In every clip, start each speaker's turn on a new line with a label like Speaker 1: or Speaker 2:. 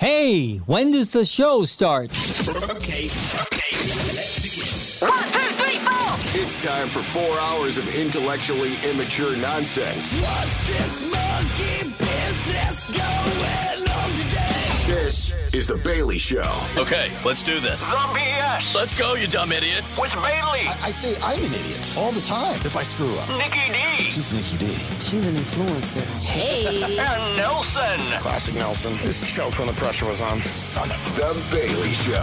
Speaker 1: Hey, when does the show start?
Speaker 2: Okay, okay, let's begin.
Speaker 3: One, two, three, four.
Speaker 4: It's time for four hours of intellectually immature nonsense.
Speaker 5: What's this monkey business going on today?
Speaker 4: This is The Bailey Show.
Speaker 6: Okay, let's do this.
Speaker 3: Zombie yes.
Speaker 6: Let's go, you dumb idiots.
Speaker 3: With Bailey,
Speaker 5: I say I'm an idiot all the time if I screw up.
Speaker 3: Nikki D,
Speaker 5: She's Nikki D.
Speaker 7: She's an influencer. Hey.
Speaker 3: and Nelson.
Speaker 5: Classic Nelson. This choked when the pressure was on. Son of a.
Speaker 4: The Bailey Show.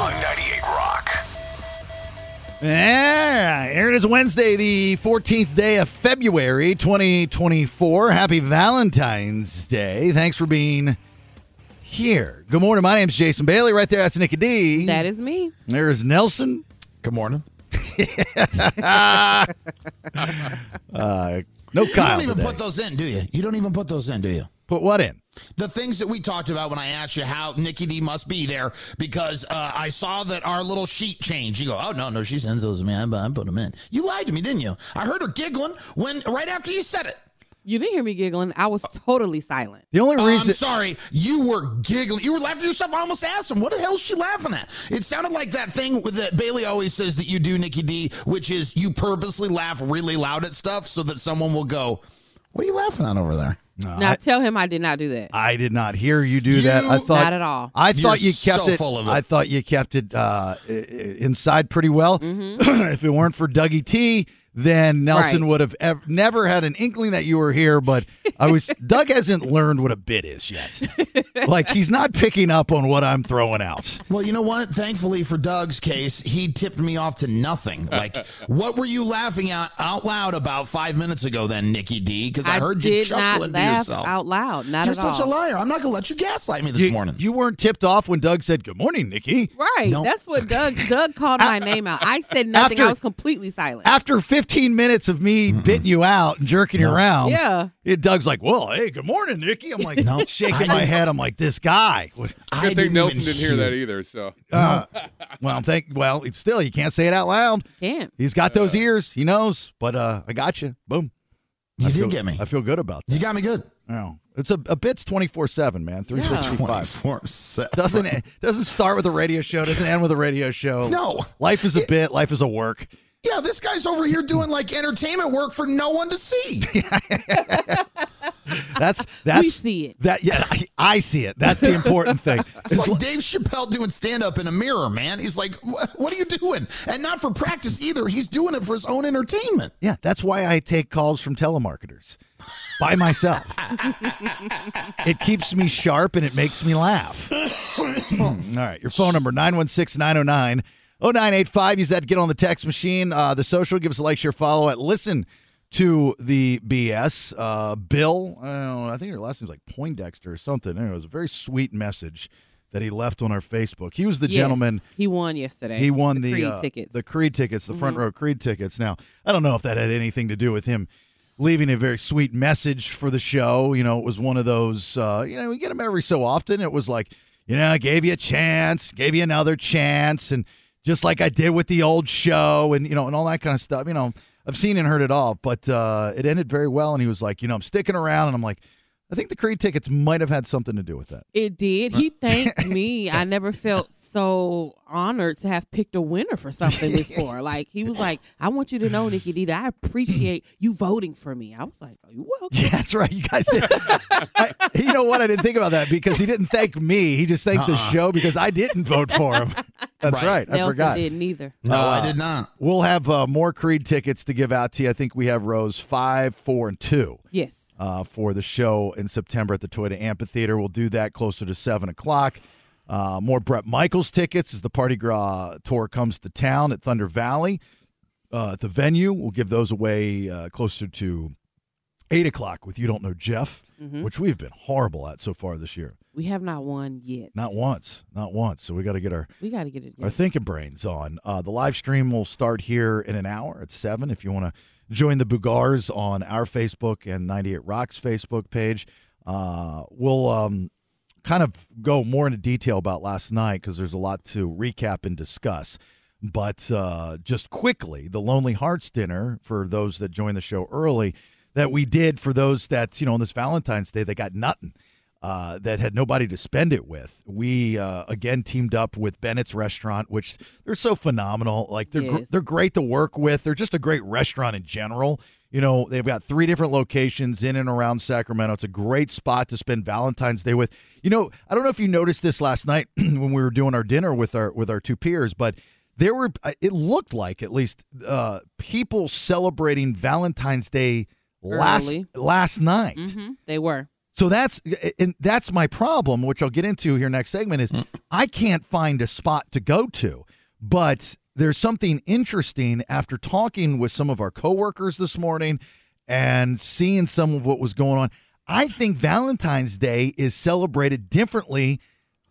Speaker 3: On 98 Rock.
Speaker 8: Yeah, here it is Wednesday, the 14th day of February, 2024. Happy Valentine's Day. Thanks for being here. Good morning. My name's Jason Bailey. Right there, that's Nikki D.
Speaker 9: That is me.
Speaker 8: There's Nelson.
Speaker 10: Good morning.
Speaker 8: Uh, no
Speaker 10: You
Speaker 8: Kyle
Speaker 10: don't even
Speaker 8: today.
Speaker 10: put those in, do you? You don't even put those in, do you?
Speaker 8: Put what in?
Speaker 10: The things that we talked about when I asked you how Nikki D must be there because uh, I saw that our little sheet changed. You go, oh no, no, she sends those to me. I, I put them in. You lied to me, didn't you? I heard her giggling when right after you said it.
Speaker 9: You didn't hear me giggling. I was totally silent.
Speaker 8: The only
Speaker 10: Oh, I'm
Speaker 8: reason
Speaker 10: sorry, you were giggling. You were laughing at yourself. I almost asked him, "What the hell is she laughing at?" It sounded like that thing with- that Bailey always says that you do, Nikki D, which is you purposely laugh really loud at stuff so that someone will go, "What are you laughing at over there?"
Speaker 9: now tell him I did not do that.
Speaker 8: I did not hear you do that. I
Speaker 10: You-
Speaker 8: thought
Speaker 9: Not at all.
Speaker 8: I thought
Speaker 10: You're
Speaker 8: you kept
Speaker 10: so
Speaker 8: it,
Speaker 10: full of it.
Speaker 8: I thought you kept it uh, i- i- inside pretty well.
Speaker 11: Mm-hmm.
Speaker 8: if it weren't for Dougie T, then Nelson
Speaker 9: Right.
Speaker 8: would have ev- never had an inkling that you were here. But I was Doug hasn't learned what a bit is yet. like he's not picking up on what I'm throwing out.
Speaker 10: Well, you know what? Thankfully for Doug's case, he tipped me off to nothing. Like, what were you laughing out out loud about five minutes ago, then, Nikki D? Because I, heard you
Speaker 9: did not
Speaker 10: chuckling to
Speaker 9: laugh
Speaker 10: yourself.
Speaker 9: out loud. Not
Speaker 10: You're
Speaker 9: at all.
Speaker 10: such a liar. I'm not gonna let you gaslight me this
Speaker 8: you,
Speaker 10: morning.
Speaker 8: you weren't tipped off when Doug said, "Good morning, Nikki."
Speaker 9: Right.
Speaker 10: No.
Speaker 9: That's what Doug Doug called my name out. I said nothing.
Speaker 8: After-
Speaker 9: I was completely silent.
Speaker 8: After 15 minutes of me bitting you out and jerking you around,
Speaker 9: Yeah.
Speaker 8: it, Doug's like, "Well, hey, good morning, Nikki." I'm like,
Speaker 10: No.
Speaker 8: shaking my head. I'm like, "This guy." What-
Speaker 10: I
Speaker 11: Good thing
Speaker 10: didn't
Speaker 11: Nelson
Speaker 10: even
Speaker 11: didn't hear that either. So
Speaker 8: Uh, Well, thank. Well, it's still, you can't say it out loud.
Speaker 9: Can't.
Speaker 8: He's got those ears. He knows. But uh, I got you. Boom.
Speaker 10: You
Speaker 8: I
Speaker 10: did
Speaker 8: feel-
Speaker 10: get me.
Speaker 8: I feel good about that.
Speaker 10: You got me good.
Speaker 8: Yeah. It's a, a bit's twenty four seven, man. Three sixty five.
Speaker 10: 24/7.
Speaker 8: Doesn't it doesn't start with a radio show. Doesn't end with a radio show.
Speaker 10: No.
Speaker 8: Life is a bit. Life is a work.
Speaker 10: Yeah, this guy's over here doing like entertainment work for no one to see.
Speaker 8: That's that's
Speaker 9: see it.
Speaker 8: That yeah, I, I see it. That's the important thing.
Speaker 10: It's like Dave Chappelle doing stand up in a mirror, man. He's like, "Wh- what are you doing? And not for practice either. He's doing it for his own entertainment.
Speaker 8: Yeah, that's why I take calls from telemarketers by myself. it keeps me sharp and it makes me laugh. Hmm, All right, your phone number 916-909-0985. Use that to get on the text machine. Uh, the social, give us a like, share, follow at listen to the BS. Uh, Bill, I, don't know, I think her last name's like Poindexter or something. Anyway, it was a very sweet message that he left on our Facebook. He was the
Speaker 9: Yes.
Speaker 8: gentleman
Speaker 9: He won yesterday.
Speaker 8: he won the,
Speaker 9: the, Creed
Speaker 8: uh,
Speaker 9: tickets. Mm-hmm.
Speaker 8: the Creed tickets, the front row Creed tickets. Now, I don't know if that had anything to do with him leaving a very sweet message for the show. You know, it was one of those. Uh, you know, we get them every so often. It was like, you know, I gave you a chance, gave you another chance, and just like I did with the old show, and you know, and all that kind of stuff. You know, I've seen and heard it all, but uh, it ended very well. And he was like, you know, I'm sticking around, and I'm like. I think the Creed tickets might have had something to do with that.
Speaker 9: it did. He thanked me. I never felt so honored to have picked a winner for something before. Like he was like, I want you to know, Nikki D, that I appreciate you voting for me. I was like, Oh, you welcome.
Speaker 8: Yeah, that's right. You guys did. I, you know what? I didn't think about that because he didn't thank me. He just thanked the
Speaker 10: Uh-uh.
Speaker 8: show because I didn't vote for him. That's right. I
Speaker 9: Nelson
Speaker 8: forgot. Uh,
Speaker 9: didn't either.
Speaker 10: No, I did not.
Speaker 8: We'll have uh, more Creed tickets to give out to you. I think we have rows five, four, and two
Speaker 9: Yes.
Speaker 8: uh, for the show in September at the Toyota Amphitheater. We'll do that closer to 7 o'clock. Uh, more Brett Michaels tickets as the Party Gras tour comes to town at Thunder Valley. Uh, at the venue, we'll give those away uh, closer to 8 o'clock with You Don't Know Jeff,
Speaker 9: Mm-hmm.
Speaker 8: which we've been horrible at so far this year.
Speaker 9: We have not won yet.
Speaker 8: Not once, not once. So we got to get our
Speaker 9: We got to get it.
Speaker 8: our thinking brains on. Uh, the live stream will start here in an hour at 7 if you want to join the Bougars on our Facebook and 98 Rock's Facebook page. Uh, we'll um, kind of go more into detail about last night because there's a lot to recap and discuss. But uh, just quickly, the Lonely Hearts Dinner, for those that join the show early, that we did for those that you know on this Valentine's Day they got nothing. Uh, that had nobody to spend it with. We uh, again teamed up with Bennett's Restaurant, which they're so phenomenal. Like they're gr-
Speaker 9: Yes.
Speaker 8: they're great to work with. They're just a great restaurant in general. You know, they've got three different locations in and around Sacramento. It's a great spot to spend Valentine's Day with. You know, I don't know if you noticed this last night when we were doing our dinner with our with our two peers, but there were uh, it looked like at least uh, people celebrating Valentine's Day last
Speaker 9: Early. Mm-hmm.
Speaker 8: last night.
Speaker 9: They were.
Speaker 8: So that's and that's my problem, which I'll get into here next segment. Is I can't find a spot to go to, but there's something interesting after talking with some of our coworkers this morning and seeing some of what was going on. I think Valentine's Day is celebrated differently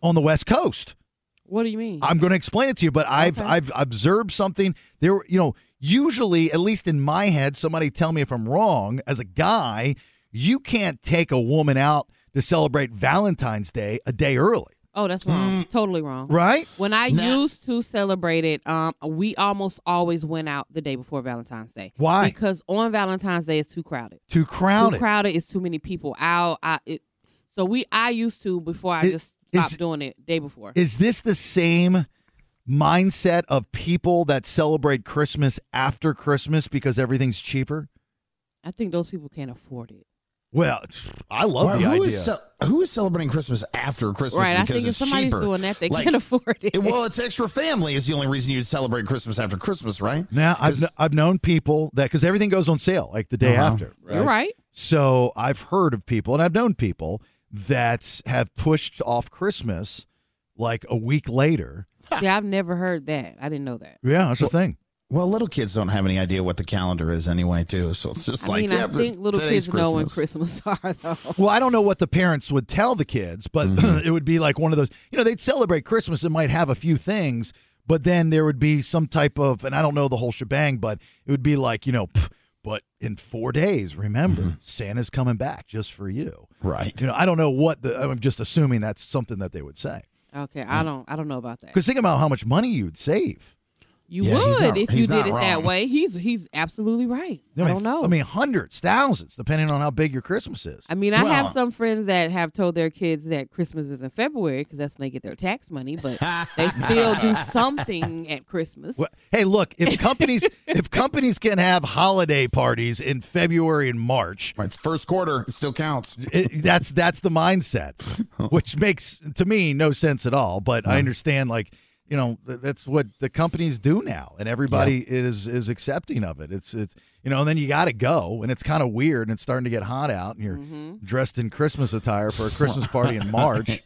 Speaker 8: on the West Coast.
Speaker 9: What do you mean?
Speaker 8: I'm going to explain it to you, but I've
Speaker 9: Okay.
Speaker 8: I've observed something. There, were- you know, usually, at least in my head, somebody tell me if I'm wrong. As a guy, you can't take a woman out to celebrate Valentine's Day a day early,
Speaker 9: oh, that's wrong. Totally wrong.
Speaker 8: Mm. right?
Speaker 9: When I
Speaker 10: Nah.
Speaker 9: used to celebrate it, um, we almost always went out the day before Valentine's Day.
Speaker 8: Why?
Speaker 9: Because on Valentine's Day it's too crowded.
Speaker 8: Too crowded.
Speaker 9: Too crowded is too many people out. I it, so we I used to before I
Speaker 8: It-
Speaker 9: just
Speaker 8: is-
Speaker 9: stopped doing it day before.
Speaker 8: Is this the same mindset of people that celebrate Christmas after Christmas because everything's cheaper?
Speaker 9: I think those people can't afford it.
Speaker 8: Well, I love
Speaker 10: Why-
Speaker 8: the
Speaker 10: who
Speaker 8: idea.
Speaker 10: is ce- who is celebrating Christmas after Christmas?
Speaker 9: right. I
Speaker 10: because
Speaker 9: think if
Speaker 10: it's
Speaker 9: somebody's
Speaker 10: cheaper?
Speaker 9: doing that, they
Speaker 10: Like,
Speaker 9: can't afford it.
Speaker 10: it- Well, it's extra family is the only reason you celebrate Christmas after Christmas, right?
Speaker 8: now I've
Speaker 10: 'Cause-
Speaker 8: kn- I've known people that because everything goes on sale like the day
Speaker 10: Uh-huh.
Speaker 8: after.
Speaker 9: You're right.
Speaker 8: So I've heard of people, and I've known people that have pushed off Christmas like a week later.
Speaker 9: Yeah, I've never heard that. I didn't know that.
Speaker 8: Yeah, that's the thing.
Speaker 10: Well, little kids don't have any idea what the calendar is anyway, too. So it's just
Speaker 9: I
Speaker 10: like
Speaker 9: mean,
Speaker 10: yeah,
Speaker 9: I
Speaker 10: but
Speaker 9: think little
Speaker 10: today's
Speaker 9: kids know when Christmas are though.
Speaker 8: Well, I don't know what the parents would tell the kids, but it would be like one of those. You know, they'd celebrate Christmas and might have a few things, but then there would be some type of, and I don't know the whole shebang, but it would be like you know, "Pff, but in four days, remember Santa's coming back just for you.
Speaker 10: Right.
Speaker 8: You know, I don't know what the. I'm just assuming that's something that they would say.
Speaker 9: Okay, I don't. I don't know about that.
Speaker 8: Because think about how much money you'd save.
Speaker 9: You
Speaker 10: Yeah, he's
Speaker 9: would
Speaker 10: not-
Speaker 9: if
Speaker 10: he's
Speaker 9: you did
Speaker 10: not
Speaker 9: it that
Speaker 10: wrong.
Speaker 9: way. He's he's absolutely right. I,
Speaker 8: mean,
Speaker 9: don't know.
Speaker 8: I mean, hundreds, thousands, depending on how big your Christmas is.
Speaker 9: I mean, I have
Speaker 10: Well-
Speaker 9: some friends that have told their kids that Christmas is in February because that's when they get their tax money, but they still do something at Christmas.
Speaker 8: Well, hey, look, if companies if companies can have holiday parties in February and March,
Speaker 10: Right, it's first quarter. It still counts.
Speaker 8: it, that's that's the mindset, which makes to me no sense at all. But I understand, like you know, th- that's what the companies do now, and everybody is is accepting of it. It's it's you know, and then you got to go, and it's kind of weird, and it's starting to get hot out, and you're
Speaker 9: Mm-hmm.
Speaker 8: dressed in Christmas attire for a Christmas party in March.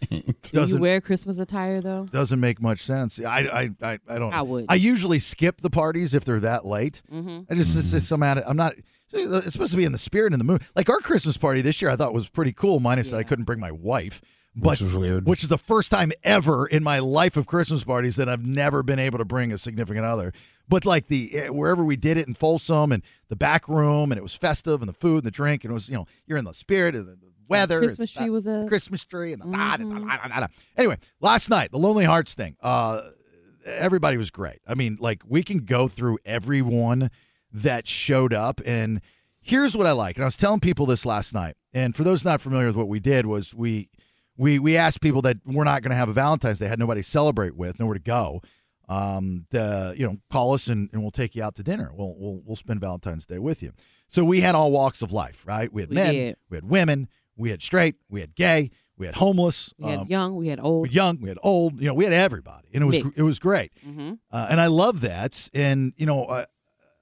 Speaker 9: do you wear Christmas attire though?
Speaker 8: doesn't make much sense. I I, I, I don't.
Speaker 9: I would.
Speaker 8: I usually skip the parties if they're that late.
Speaker 9: Mm-hmm.
Speaker 8: I just it's just some out. I'm not. It's supposed to be in the spirit and the mood. Like our Christmas party this year, I thought was pretty cool. Minus that I couldn't bring my wife. But,
Speaker 10: Which is weird.
Speaker 8: Which is the first time ever in my life of Christmas parties that I've never been able to bring a significant other. But like the eh, wherever we did it in Folsom and the back room, and it was festive and the food and the drink and it was you know you're in the spirit of the weather.
Speaker 9: Christmas
Speaker 8: It's-
Speaker 9: tree was a- Mm-hmm.
Speaker 8: Christmas tree and the ah, da, da, da, da, da. anyway. Last night, the Lonely Hearts thing. Uh, everybody was great. I mean, like we can go through everyone that showed up, and here's what I like. And I was telling people this last night. And for those not familiar with what we did, was we we we asked people that we're not going to have a Valentine's Day, had nobody to celebrate with, nowhere to go. Um, to, you know, call us and, and we'll take you out to dinner. We'll, we'll we'll spend Valentine's Day with you. So we had all walks of life, right? We had
Speaker 9: We
Speaker 8: men,
Speaker 9: did.
Speaker 8: we had women, we had straight, we had gay, we had homeless,
Speaker 9: We had
Speaker 8: um,
Speaker 9: young, we had old.
Speaker 8: we had young, we had old. You know, we had everybody, and it was
Speaker 9: Mixed.
Speaker 8: it was great,
Speaker 9: hmm
Speaker 8: uh, and I love that. And you know, I,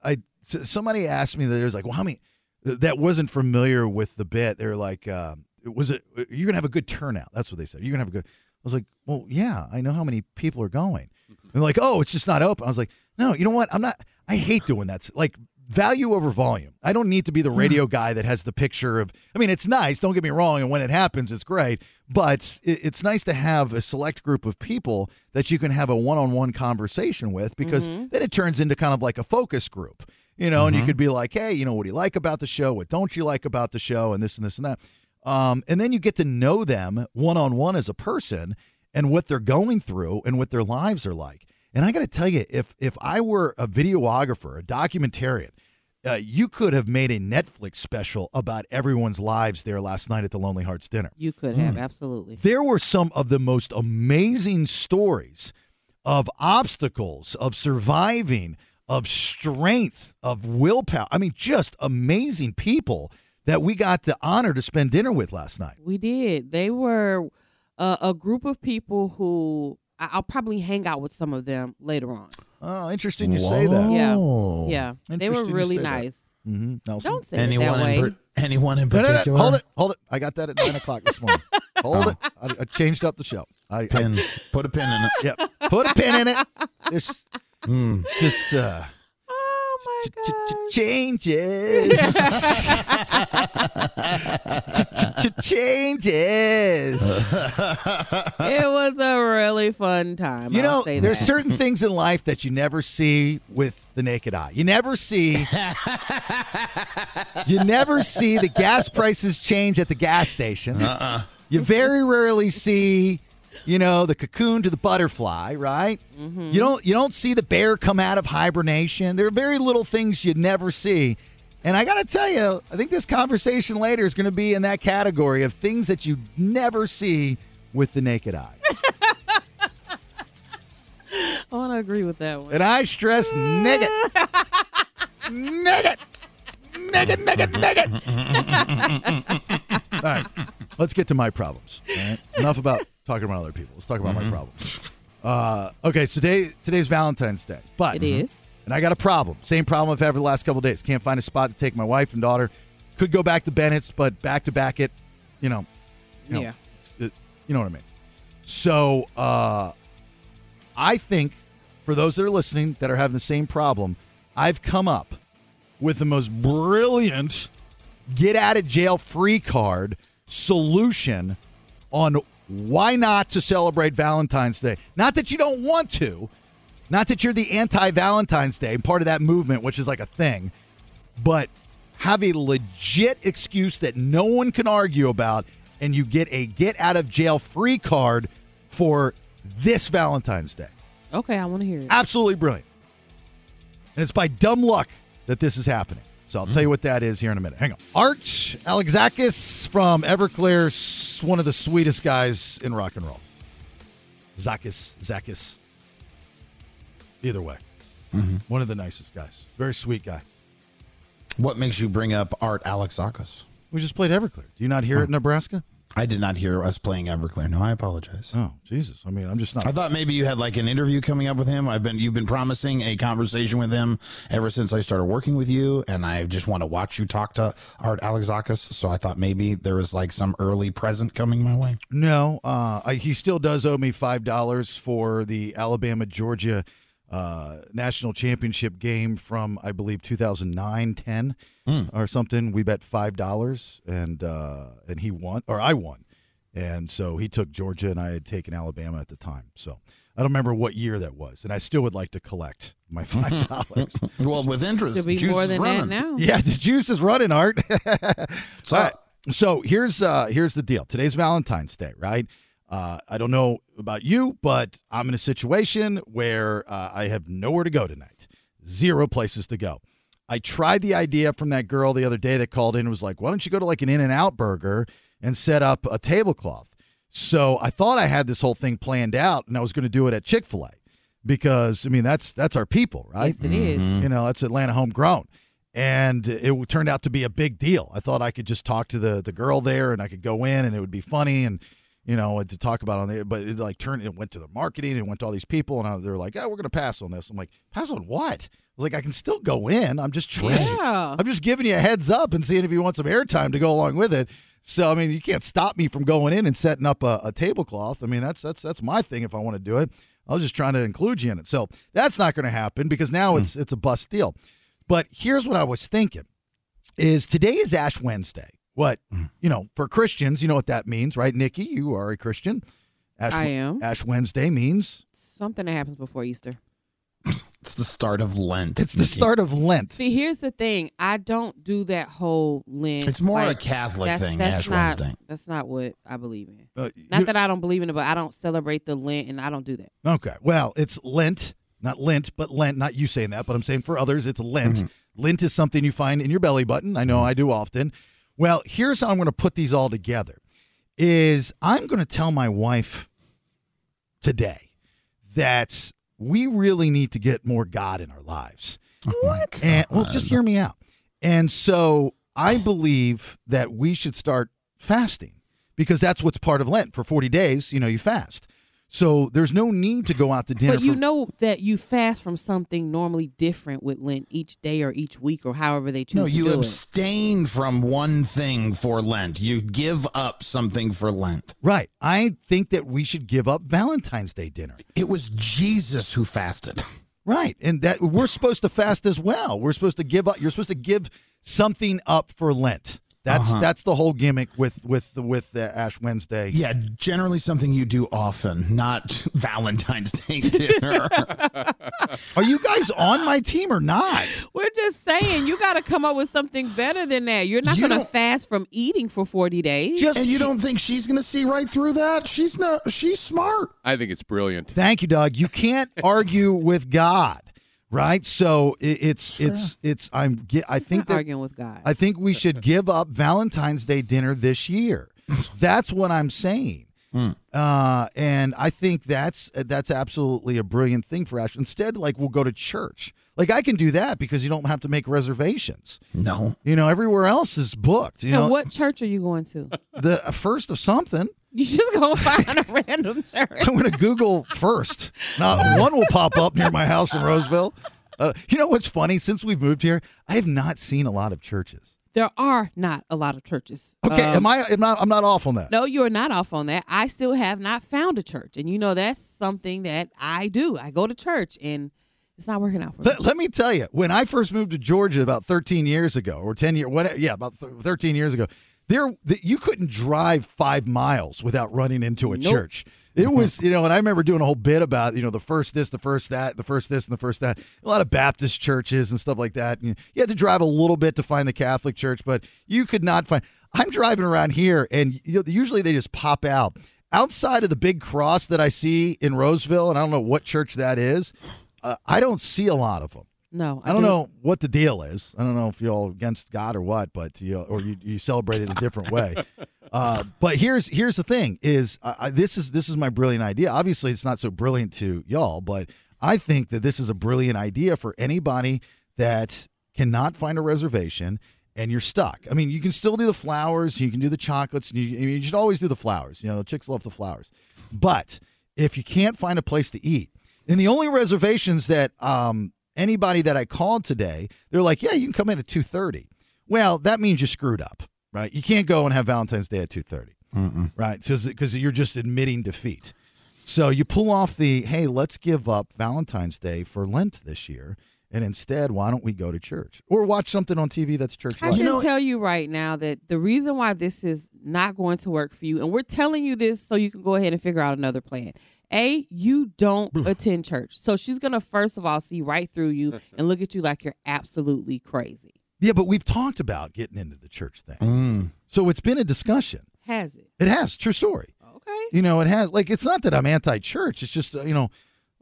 Speaker 8: I s- somebody asked me that it was like, well, how many th- that wasn't familiar with the bit. They were like, um, was it you're gonna have a good turnout? That's what they said. You're gonna have a good. I was like, well, yeah, I know how many people are going. And they're like, oh, it's just not open. I was like, no, you know what? I'm not. I hate doing that. Like value over volume. I don't need to be the radio guy that has the picture of. I mean, it's nice. Don't get me wrong. And when it happens, it's great. But it, it's nice to have a select group of people that you can have a one-on-one conversation with because then it turns into kind of like a focus group. You know, and you could be like, hey, you know, what do you like about the show? What don't you like about the show? And this and this and that. Um, and then you get to know them one on one as a person and what they're going through and what their lives are like. And I got to tell you, if if I were a videographer, a documentarian, uh, you could have made a Netflix special about everyone's lives there last night at the Lonely Hearts dinner.
Speaker 9: You could
Speaker 10: Mm.
Speaker 9: have, absolutely.
Speaker 8: There were some of the most amazing stories of obstacles, of surviving, of strength, of willpower. I mean, just amazing people that we got the honor to spend dinner with last night.
Speaker 9: We did. They were uh, a group of people who I- I'll probably hang out with some of them later on.
Speaker 8: Oh, interesting you say that.
Speaker 10: Oh.
Speaker 9: Yeah, yeah. They were
Speaker 8: Interesting you
Speaker 9: really
Speaker 8: say that.
Speaker 9: nice.
Speaker 8: Mm-hmm. Nelson.
Speaker 9: Don't say it
Speaker 10: Anyone
Speaker 9: that way.
Speaker 10: in, par- anyone in
Speaker 8: No, no, no,
Speaker 10: particular? Oh.
Speaker 8: Hold it. Hold it. I got that at 9 o'clock this morning. Hold it. I, I changed up the show. I, I
Speaker 10: Pin. Put a pin in it. Hmm.
Speaker 8: yeah, put a pin in it. Just, just uh,
Speaker 9: oh my
Speaker 8: ch- ch-
Speaker 9: god.
Speaker 8: ch- changes. Ch- ch- changes.
Speaker 9: it was a really fun time.
Speaker 8: You
Speaker 9: I'll
Speaker 8: know,
Speaker 9: say
Speaker 8: there's
Speaker 9: that.
Speaker 8: certain things in life that you never see with the naked eye. You never see. you never see the gas prices change at the gas station. Uh-uh. You very rarely see, you know, the cocoon to the butterfly, right?
Speaker 9: Mm-hmm.
Speaker 8: You don't you don't see the bear come out of hibernation. There are very little things you never see. And I got to tell you, I think this conversation later is going to be in that category of things that you never see with the naked eye.
Speaker 9: I want to agree with that one.
Speaker 8: And I stress nigga. nigga. Nigga, nigga, nigga. all right. Let's get to my problems. all right? Enough about talking about other people. Let's talk about my problems. Uh, okay, so today today's Valentine's Day. But
Speaker 9: It is.
Speaker 8: And I got a problem. Same problem I've had for the last couple of days. Can't find a spot to take my wife and daughter. Could go back to Bennett's, but back to back it, you know, you know,
Speaker 9: Yeah.
Speaker 8: it- you know what I mean. So uh, I think for those that are listening that are having the same problem, I've come up with the most brilliant get out of jail free card solution on why not to celebrate Valentine's Day. Not that you don't want to, not that you're the anti Valentine's Day and part of that movement, which is like a thing, but have a legit excuse that no one can argue about, and you get a get out of jail free card for this Valentine's Day.
Speaker 9: Okay, I want to hear it.
Speaker 8: Absolutely brilliant. And it's by dumb luck that this is happening. So I'll tell
Speaker 10: Mm.
Speaker 8: you what that is here in a minute. Hang on. Arch Alexakis from Everclear, s- one of the sweetest guys in rock and roll. Zakis, Zakis. Either way,
Speaker 10: mm-hmm.
Speaker 8: one of the nicest guys. Very sweet guy.
Speaker 10: What makes you bring up Art Alexakis?
Speaker 8: We just played Everclear. Do you not hear it in Nebraska?
Speaker 10: I did not hear us playing Everclear. No, I apologize.
Speaker 8: Oh, Jesus. I mean, I'm just not.
Speaker 10: I thought maybe you had like an interview coming up with him. I've been you've been promising a conversation with him ever since I started working with you, and I just want to watch you talk to Art Alexakis. So I thought maybe there was like some early present coming my way.
Speaker 8: No, uh, I, he still does owe me five dollars for the Alabama Georgia uh, national championship game from I believe 2009 10 or something. We bet five dollars and uh, and he won or I won, and so he took Georgia and I had taken Alabama at the time. So I don't remember what year that was, and I still would like to collect my five dollars.
Speaker 10: Well, with interest,
Speaker 9: Should be
Speaker 10: juice
Speaker 9: more
Speaker 10: is
Speaker 9: than
Speaker 10: running.
Speaker 9: that now.
Speaker 8: yeah, the juice is running, Art.
Speaker 10: So,
Speaker 8: All right. So here's uh here's the deal. Today's Valentine's Day, right? Uh, I don't know about you, but I'm in a situation where uh, I have nowhere to go tonight. Zero places to go. I tried the idea from that girl the other day that called in and was like, "Why don't you go to like an In-N-Out burger and set up a tablecloth?" So I thought I had this whole thing planned out, and I was going to do it at Chick Fil A because I mean that's that's our people, right?
Speaker 9: Yes, it is.
Speaker 8: You know, that's Atlanta homegrown. And it turned out to be a big deal. I thought I could just talk to the the girl there and I could go in and it would be funny and you know to talk about on there. But it like turned it went to the marketing and went to all these people and I, they were like, oh, we're gonna pass on this. I'm like, pass on what? I was like, I can still go in. I'm just trying.
Speaker 9: Yeah.
Speaker 8: I'm just giving you a heads up and seeing if you want some airtime to go along with it. So I mean, you can't stop me from going in and setting up a, a tablecloth. I mean, that's that's that's my thing if I want to do it. I was just trying to include you in it. So that's not going to happen because now it's it's a bust deal. But here's what I was thinking: is today is Ash Wednesday. What you know for Christians, you know what that means, right? Nikki, you are a Christian. Ash,
Speaker 9: I am.
Speaker 8: Ash Wednesday means
Speaker 9: Something that happens before Easter.
Speaker 10: it's the start of Lent.
Speaker 8: it's the start of Lent.
Speaker 9: See, here's the thing. I don't do that whole Lent.
Speaker 10: It's more a
Speaker 9: like,
Speaker 10: Catholic thing, Ash
Speaker 9: not,
Speaker 10: Wednesday.
Speaker 9: That's not what I believe in.
Speaker 8: Uh,
Speaker 9: Not
Speaker 8: you-
Speaker 9: that I don't believe in it, but I don't celebrate the Lent and I don't do that.
Speaker 8: Okay. Well, it's Lent, not Lent, but Lent. Not you saying that, but I'm saying for others, it's Lent. Lint is something you find in your belly button. I know I do often. Well, here's how I'm going to put these all together. Is I'm going to tell my wife today that we really need to get more God in our lives.
Speaker 10: What?
Speaker 8: And well, just hear me out. And so I believe that we should start fasting because that's what's part of Lent. For 40 days, you know, you fast. So there's no need to go out to dinner.
Speaker 9: But you
Speaker 8: for-
Speaker 9: know that you fast from something normally different with Lent each day or each week or however they choose
Speaker 10: No,
Speaker 9: to
Speaker 10: you
Speaker 9: do it.
Speaker 10: abstain from one thing for Lent. You give up something for Lent.
Speaker 8: right. I think that we should give up Valentine's Day dinner.
Speaker 10: It was Jesus who fasted.
Speaker 8: Right. And that we're supposed to fast as well. We're supposed to give up you're supposed to give something up for Lent. That's
Speaker 10: Uh-huh.
Speaker 8: that's the whole gimmick with with the with the Ash Wednesday.
Speaker 10: Yeah, generally something you do often, not Valentine's Day dinner.
Speaker 8: Are you guys on my team or not?
Speaker 9: We're just saying you got to come up with something better than that. You're not
Speaker 10: You
Speaker 9: going to
Speaker 10: don't-
Speaker 9: fast from eating for 40 days.
Speaker 8: Just
Speaker 10: and you don't think she's going to see right through that? She's not she's smart.
Speaker 11: I think it's brilliant.
Speaker 8: Thank you, Doug. You can't argue with God, right? So it, it's it's it's I'm ge- I
Speaker 9: You're
Speaker 8: think
Speaker 9: not
Speaker 8: that
Speaker 9: arguing with God.
Speaker 8: I think we should give up Valentine's Day dinner this year. That's what I'm saying. Uh, and I think that's that's absolutely a brilliant thing for Ash. Instead, like we'll go to church. Like I can do that because you don't have to make reservations.
Speaker 10: No.
Speaker 8: You know, everywhere else is booked. You
Speaker 9: and
Speaker 8: know,
Speaker 9: what church are you going to?
Speaker 8: the uh, first of something.
Speaker 9: You just going to find a random church.
Speaker 8: I'm going to Google first. Now, one will pop up near my house in Roseville. Uh, you know what's funny? Since we've moved here, I have not seen a lot of churches.
Speaker 9: There are not a lot of churches.
Speaker 8: Okay,
Speaker 9: Um,
Speaker 8: am I? Am not? I'm not off on that.
Speaker 9: No, you are not off on that. I still have not found a church, and you know that's something that I do. I go to church, and it's not working out for me.
Speaker 8: Let, let me tell you, when I first moved to Georgia about 13 years ago, or 10 years, what? Yeah, about th- 13 years ago, there th- you couldn't drive five miles without running into a
Speaker 9: Nope.
Speaker 8: church. It was, you know, and I remember doing a whole bit about, you know, the first this, the first that, the first this, and the first that. A lot of Baptist churches and stuff like that. And you had to drive a little bit to find the Catholic church, but you could not find. I'm driving around here, and you know, usually they just pop out outside of the big cross that I see in Roseville, and I don't know what church that is. Uh, I don't see a lot of them.
Speaker 9: No,
Speaker 8: I don't know what the deal is. I don't know if you're all against God or what, but you or you, you celebrate it a different way. Uh, but here's here's the thing: is I I- this is this is my brilliant idea. Obviously, it's not so brilliant to y'all, but I think that this is a brilliant idea for anybody that cannot find a reservation and you're stuck. I mean, you can still do the flowers, you can do the chocolates, and you, you should always do the flowers. You know, chicks love the flowers, but if you can't find a place to eat, and the only reservations that um, anybody that I called today, they're like, yeah, you can come in at 2.30. Well, that means you screwed up, right? You can't go and have Valentine's Day at 2.30, right? Because you're just admitting defeat. So you pull off the, hey, let's give up Valentine's Day for Lent this year. And instead, why don't we go to church or watch something on TV that's church
Speaker 9: I
Speaker 8: like?
Speaker 9: can tell you right now that the reason why this is not going to work for you, and we're telling you this so you can go ahead and figure out another plan. A, you don't attend church. So she's going to, first of all, see right through you and look at you like you're absolutely crazy.
Speaker 8: Yeah, but we've talked about getting into the church thing. So it's been a discussion.
Speaker 9: Has it?
Speaker 8: It has, true story.
Speaker 9: Okay.
Speaker 8: You know, it has like it's not that I'm anti-church. It's just uh, you know,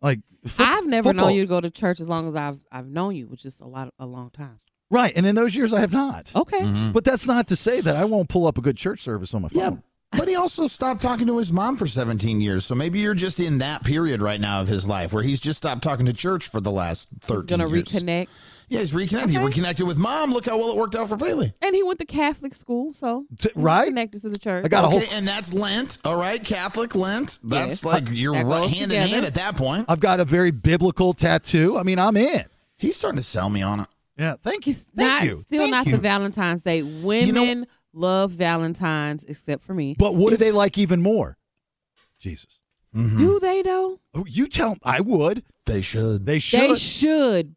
Speaker 8: like fo-
Speaker 9: I've never
Speaker 8: football.
Speaker 9: known you to go to church as long as I've I've known you, which is a lot a long time.
Speaker 8: right. And in those years, I have not.
Speaker 9: Okay.
Speaker 8: But that's not to say that I won't pull up a good church service on my phone.
Speaker 10: Mm-hmm. Yeah. But he also stopped talking to his mom for 17 years. So maybe you're just in that period right now of his life where he's just stopped talking to church for the last 13
Speaker 9: Gonna
Speaker 10: years.
Speaker 9: reconnect.
Speaker 10: Yeah, he's reconnected. He
Speaker 9: Okay.
Speaker 10: reconnected with mom. Look how well it worked out for Bailey.
Speaker 9: And he went to Catholic school, so
Speaker 8: T-
Speaker 9: he's
Speaker 8: right?
Speaker 9: connected to the church.
Speaker 8: I got a whole.
Speaker 10: Okay, and that's Lent, all right? Catholic Lent.
Speaker 9: Yes.
Speaker 10: That's like you're
Speaker 9: That
Speaker 10: right,
Speaker 9: goes
Speaker 10: hand in
Speaker 9: together.
Speaker 10: hand at that point.
Speaker 8: I've got a very biblical tattoo. I mean, I'm in.
Speaker 10: He's starting to sell me on it.
Speaker 8: Yeah. Thank you.
Speaker 9: It's
Speaker 8: Thank
Speaker 9: not,
Speaker 8: you.
Speaker 9: Still
Speaker 8: Thank
Speaker 9: not
Speaker 8: you.
Speaker 9: the Valentine's Day. Women love Valentine's, except for me.
Speaker 8: But what do they
Speaker 10: It's-
Speaker 8: like even more? Jesus.
Speaker 9: Do they though?
Speaker 8: Oh, you tell 'em- I would.
Speaker 10: Mm-hmm. They should.
Speaker 8: They should.
Speaker 9: They should,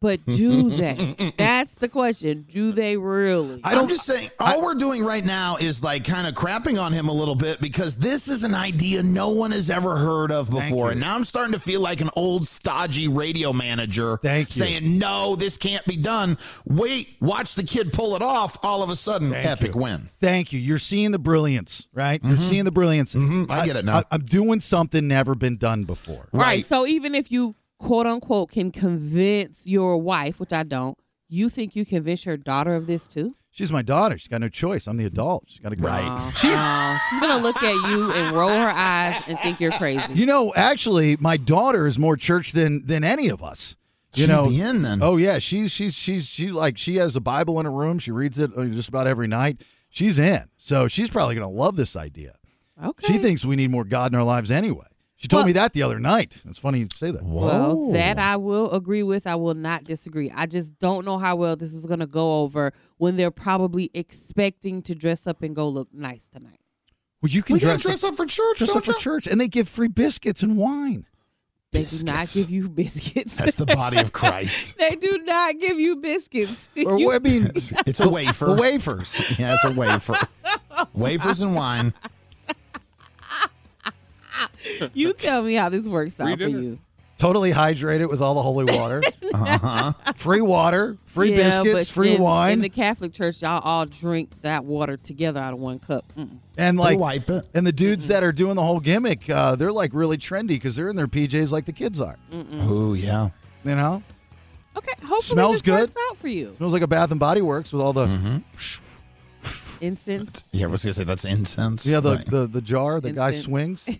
Speaker 9: but do they? That's the question. Do they really?
Speaker 10: I am just saying, all we're doing right now is like kind of crapping on him a little bit because this is an idea no one has ever heard of before. And now I'm starting to feel like an old stodgy radio manager
Speaker 8: Thank you.
Speaker 10: saying, no, this can't be done. Wait, watch the kid pull it off. All of a sudden, epic win.
Speaker 8: Thank you. You're seeing the brilliance, right? You're seeing the brilliance.
Speaker 10: Mm-hmm. I get it now.
Speaker 8: I, I'm doing something never been done before.
Speaker 9: right. So even if you quote unquote can convince your wife, which I don't, You think you convince your daughter of this too?
Speaker 8: She's my daughter. She's got no choice. I'm the adult. She's got to go.
Speaker 9: Oh, oh, she's gonna look at you and roll her eyes and think you're crazy.
Speaker 8: You know, actually, my daughter is more church than than any of us. You
Speaker 10: She's
Speaker 8: know,
Speaker 10: the end then.
Speaker 8: Oh yeah, she's she's she's she like she has a Bible in her room. She reads it uh, just about every night. She's in, so she's probably gonna love this idea.
Speaker 9: okay.
Speaker 8: She thinks we need more God in our lives anyway. She told
Speaker 9: Well-
Speaker 8: me that the other night. It's funny you say that.
Speaker 9: Well,
Speaker 8: Oh.
Speaker 9: that I will agree with. I will not disagree. I just don't know how well this is going to go over when they're probably expecting to dress up and go look nice tonight.
Speaker 8: Well, you can
Speaker 10: we
Speaker 8: dress,
Speaker 10: gotta dress
Speaker 8: up,
Speaker 10: up for church.
Speaker 8: dress up
Speaker 10: don't
Speaker 8: for
Speaker 10: ya?
Speaker 8: church, and they give free biscuits and wine.
Speaker 9: They do not
Speaker 10: Biscuits.
Speaker 9: give you biscuits.
Speaker 10: That's the body of Christ.
Speaker 9: they do not give you biscuits.
Speaker 8: Or
Speaker 9: You-
Speaker 8: I mean,
Speaker 10: It's a wafer.
Speaker 8: the wafers.
Speaker 10: yeah, it's a wafer. Wafers and wine.
Speaker 9: you tell me how this works out for you.
Speaker 8: Totally hydrated with all the holy water. Uh-huh. Free water, free
Speaker 9: Yeah, but
Speaker 8: biscuits, free
Speaker 9: in-
Speaker 8: wine,
Speaker 9: In the Catholic Church, y'all all drink that water together out of one cup. Mm-mm.
Speaker 8: and like
Speaker 10: wipe it.
Speaker 8: And the dudes that are doing the whole gimmick, uh, they're like really trendy because they're in their PJs like the kids are.
Speaker 10: Oh yeah.
Speaker 8: You know,
Speaker 9: Okay, hopefully
Speaker 8: Smells
Speaker 9: this
Speaker 8: good.
Speaker 9: works out for you.
Speaker 8: smells like a Bath and Body Works with all the
Speaker 10: Mm-hmm.
Speaker 9: Incense.
Speaker 10: Yeah, I was gonna say that's incense.
Speaker 8: yeah the,
Speaker 10: but-
Speaker 8: the the jar the guy
Speaker 9: Incense.
Speaker 8: swings.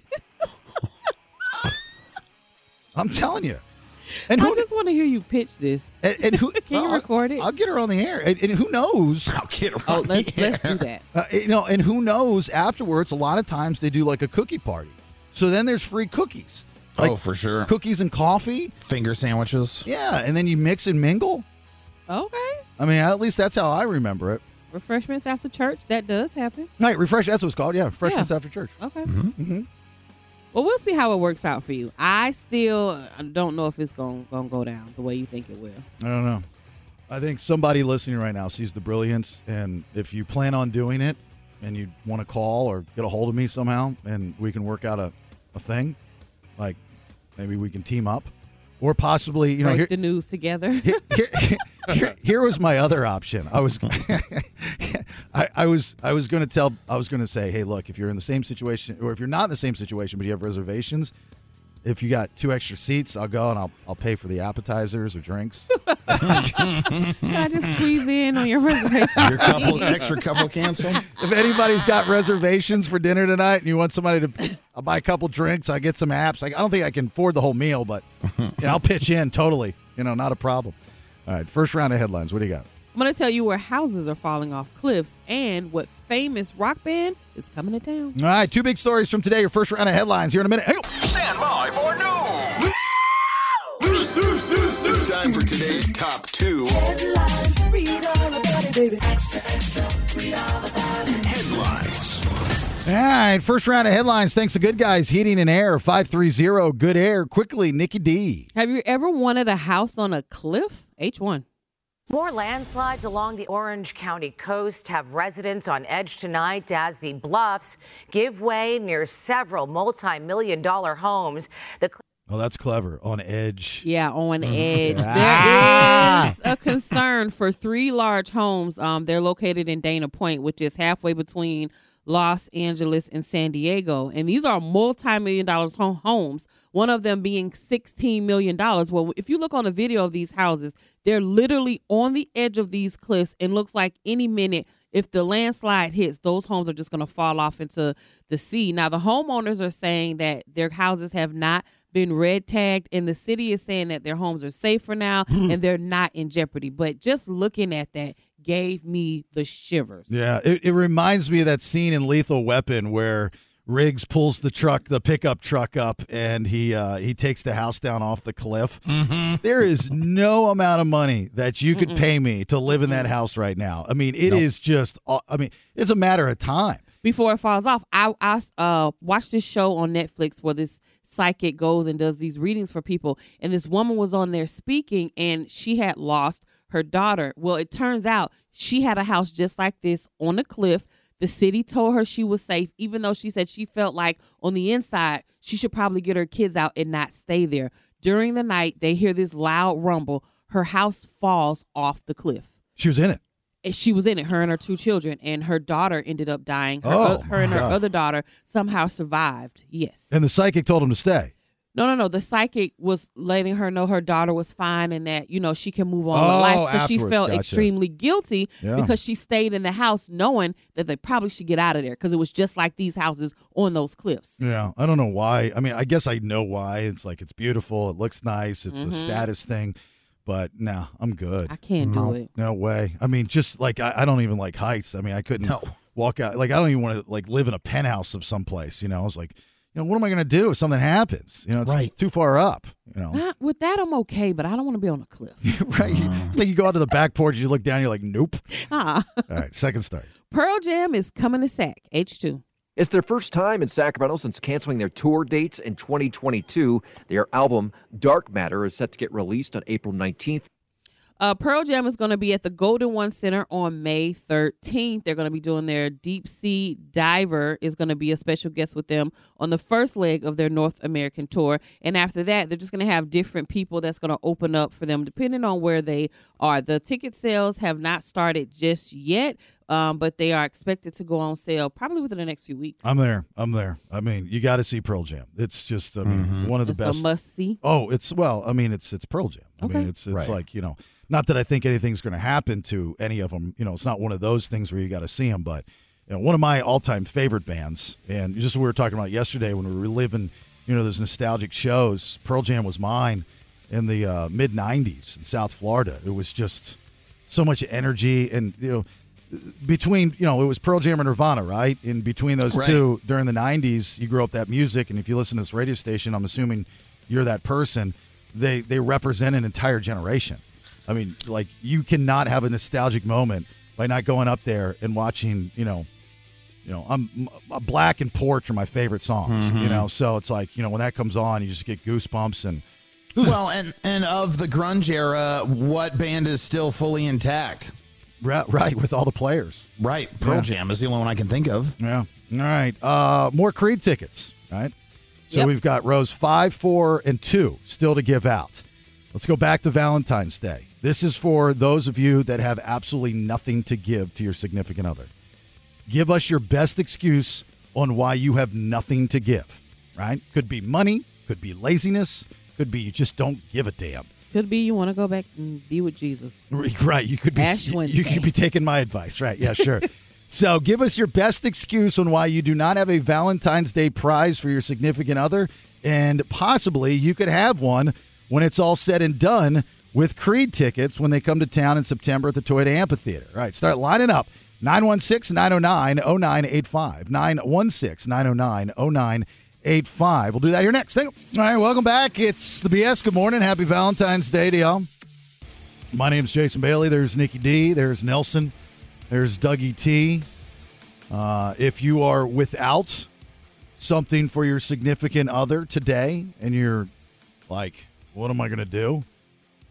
Speaker 8: I'm telling you, and
Speaker 9: I
Speaker 8: who
Speaker 9: just want to hear you pitch this.
Speaker 8: and, and who
Speaker 9: Can you
Speaker 8: I'll-
Speaker 9: record it?
Speaker 8: I'll get her on the air, and, and who knows?
Speaker 10: I'll get around
Speaker 9: Oh, let's
Speaker 10: here.
Speaker 9: let's do that.
Speaker 8: Uh, you know, and who knows afterwards? A lot of times they do like a cookie party, so then there's free cookies, like
Speaker 10: oh, for sure.
Speaker 8: cookies and coffee.
Speaker 10: Finger sandwiches.
Speaker 8: Yeah, and then you mix and mingle.
Speaker 9: Okay.
Speaker 8: I mean, at least that's how I remember it.
Speaker 9: Refreshments after church. That does happen.
Speaker 8: Night refresh. That's what it's called. Yeah, refreshments
Speaker 9: Yeah.
Speaker 8: after church. Mm-hmm.
Speaker 9: Okay.
Speaker 10: Mm-hmm.
Speaker 9: Well, we'll see how it works out for you. I still uh, don't know if it's going to go down the way you think it will.
Speaker 8: I don't know. I think somebody listening right now sees the brilliance, and if you plan on doing it, and you want to call or get a hold of me somehow, and we can work out a, a thing, like maybe we can team up, or possibly you know
Speaker 9: Break
Speaker 8: here.
Speaker 9: the news together.
Speaker 8: here, here, here, here was my other option. I was, I, I was, I was going to tell, I was going to say, hey, look, if you're in the same situation, or if you're not in the same situation, but you have reservations, if you got two extra seats, I'll go and I'll, I'll pay for the appetizers or drinks.
Speaker 9: Can I just squeeze in on your reservation?
Speaker 10: Your couple, extra couple canceled.
Speaker 8: if anybody's got reservations for dinner tonight and you want somebody to, I'll buy a couple drinks. I'll get some apps. Like, I don't think I can afford the whole meal, but you know, I'll pitch in totally. You know, not a problem. All right, first round of headlines. What do you got?
Speaker 9: I'm going to tell you where houses are falling off cliffs and what famous rock band is coming to town.
Speaker 8: All right, two big stories from today. Your first round of headlines here in a minute. Hang on.
Speaker 3: Stand by for news.
Speaker 4: It's time for today's top two.
Speaker 3: Headlines.
Speaker 8: All right, first round of headlines. Thanks to Good Guys Heating and Air, 530 Good Air. Quickly, Nikki D.
Speaker 9: Have you ever wanted a house on a cliff? H1.
Speaker 11: More landslides along the Orange County coast have residents on edge tonight as the bluffs give way near several multi million dollar homes. The
Speaker 8: Oh, that's clever. On edge. Mm-hmm.
Speaker 9: Yeah, on edge. There
Speaker 8: Ah.
Speaker 9: is a concern for three large homes. Um, they're located in Dana Point, which is halfway between Los Angeles and San Diego, and these are multi-million dollars home- homes. One of them being sixteen million dollars. Well, if you look on a video of these houses, they're literally on the edge of these cliffs, and looks like any minute. If the landslide hits, those homes are just going to fall off into the sea. Now, the homeowners are saying that their houses have not been red tagged and the city is saying that their homes are safe for now and they're not in jeopardy but just looking at that gave me the shivers
Speaker 8: Yeah, it, it reminds me of that scene in Lethal Weapon where Riggs pulls the truck, the pickup truck up, and he uh, he takes the house down off the cliff. There is no amount of money that you could pay me to live in that house right now. I mean, it is just. aw- I mean, it's a matter of time.
Speaker 9: before it falls off. I, I uh, watched this show on Netflix where this psychic goes and does these readings for people. And this woman was on there speaking and she had lost her daughter. Well, it turns out she had a house just like this on a cliff. The city told her she was safe, even though she said she felt like on the inside she should probably get her kids out and not stay there. During the night, they hear this loud rumble. Her house falls off the cliff
Speaker 8: She was in it.
Speaker 9: and she was in it, her and her two children, and her daughter ended up dying. Her,
Speaker 8: Oh,
Speaker 9: her and
Speaker 8: my
Speaker 9: her
Speaker 8: God.
Speaker 9: other daughter somehow survived. Yes.
Speaker 8: And the psychic told him to stay.
Speaker 9: No, no, no. The psychic was letting her know her daughter was fine and that, you know, she can move on with
Speaker 8: Oh,
Speaker 9: life because she
Speaker 8: afterwards.
Speaker 9: felt
Speaker 8: Gotcha.
Speaker 9: extremely guilty
Speaker 8: Yeah.
Speaker 9: because she stayed in the house knowing that they probably should get out of there because it was just like these houses on those cliffs.
Speaker 8: Yeah, I don't know why. I mean, I guess I know why. It's like it's beautiful, it looks nice, it's a
Speaker 9: Mhm.
Speaker 8: status thing, but nah, I'm good.
Speaker 9: I can't do it.
Speaker 8: No way. I mean, just like I, I don't even like heights. I mean, I couldn't walk out. Like I don't even want to like live in a penthouse of someplace. You know, I was like, you know, what am I gonna do if something happens? You know, it's
Speaker 10: Right.
Speaker 8: too far up. You know,
Speaker 9: Not, with that, I'm okay, but I don't want to be on a cliff.
Speaker 8: right? It's like you go out to the back porch, you look down, you're like, nope.
Speaker 9: Ah.
Speaker 8: All right, second start.
Speaker 9: Pearl Jam is coming to SAC, H2.
Speaker 12: It's their first time in Sacramento since canceling their tour dates in 2022. Their album, Dark Matter, is set to get released on April 19th.
Speaker 9: Uh, Pearl Jam is going to be at the Golden One Center on May 13th. They're going to be doing their Deep Sea Diver is going to be a special guest with them on the first leg of their North American tour. And after that, they're just going to have different people that's going to open up for them depending on where they are. The ticket sales have not started just yet, um, but they are expected to go on sale probably within the next few weeks.
Speaker 8: I'm there. I'm there. I mean, you got to see Pearl Jam. It's just, I mean, one of the
Speaker 9: Mm-hmm. It's a
Speaker 8: best.
Speaker 9: must-see?
Speaker 8: Oh, it's well. I mean, it's it's Pearl Jam. I mean, it's it's
Speaker 10: Right.
Speaker 8: like you know, not that I think anything's going to happen to any of them. You know, it's not one of those things where you got to see them. But you know, one of my all-time favorite bands, and just what we were talking about yesterday when we were reliving, you know, those nostalgic shows. Pearl Jam was mine in the uh, mid '90s in South Florida. It was just so much energy and you know between you know it was Pearl Jam and Nirvana, right? In between those
Speaker 10: Right.
Speaker 8: two, during the '90s, you grew up that music, and if you listen to this radio station, I'm assuming you're that person. They they represent an entire generation. I mean, like you cannot have a nostalgic moment by not going up there and watching, you know, you know, I'm, m Black and Porch are my favorite songs, you
Speaker 10: Mhm.
Speaker 8: know. So it's like you know when that comes on, you just get goosebumps and.
Speaker 10: well, and and of the grunge era, what band is still fully intact?
Speaker 8: Right, right, with all the players.
Speaker 10: Right, Pearl
Speaker 8: Yeah.
Speaker 10: Jam is the only one I can think of.
Speaker 8: Yeah. All right. Uh, more Creed tickets. All right. So we've got rows five, four, and two still to give out. Let's go back to Valentine's Day. This is for those of you that have absolutely nothing to give to your significant other. Give us your best excuse on why you have nothing to give, right? Could be money, could be laziness, could be you just don't give a damn.
Speaker 9: Could be you want to go back and be with Jesus.
Speaker 8: Right. You could be
Speaker 9: Ash
Speaker 8: you- you
Speaker 9: Wednesday.
Speaker 8: could be taking my advice. Right. Yeah, sure. so give us your best excuse on why you do not have a Valentine's Day prize for your significant other, and possibly you could have one when it's all said and done with Creed tickets when they come to town in September at the Toyota Amphitheater. All right, start lining up. 916 909 0985. 916 909 0985. We'll do that here next. Thank you. All right, welcome back. It's the BS. Good morning. Happy Valentine's Day to y'all. My name's Jason Bailey. There's Nikki D. There's Nelson. There's Dougie T. Uh, if you are without something for your significant other today and you're like, what am I going to do?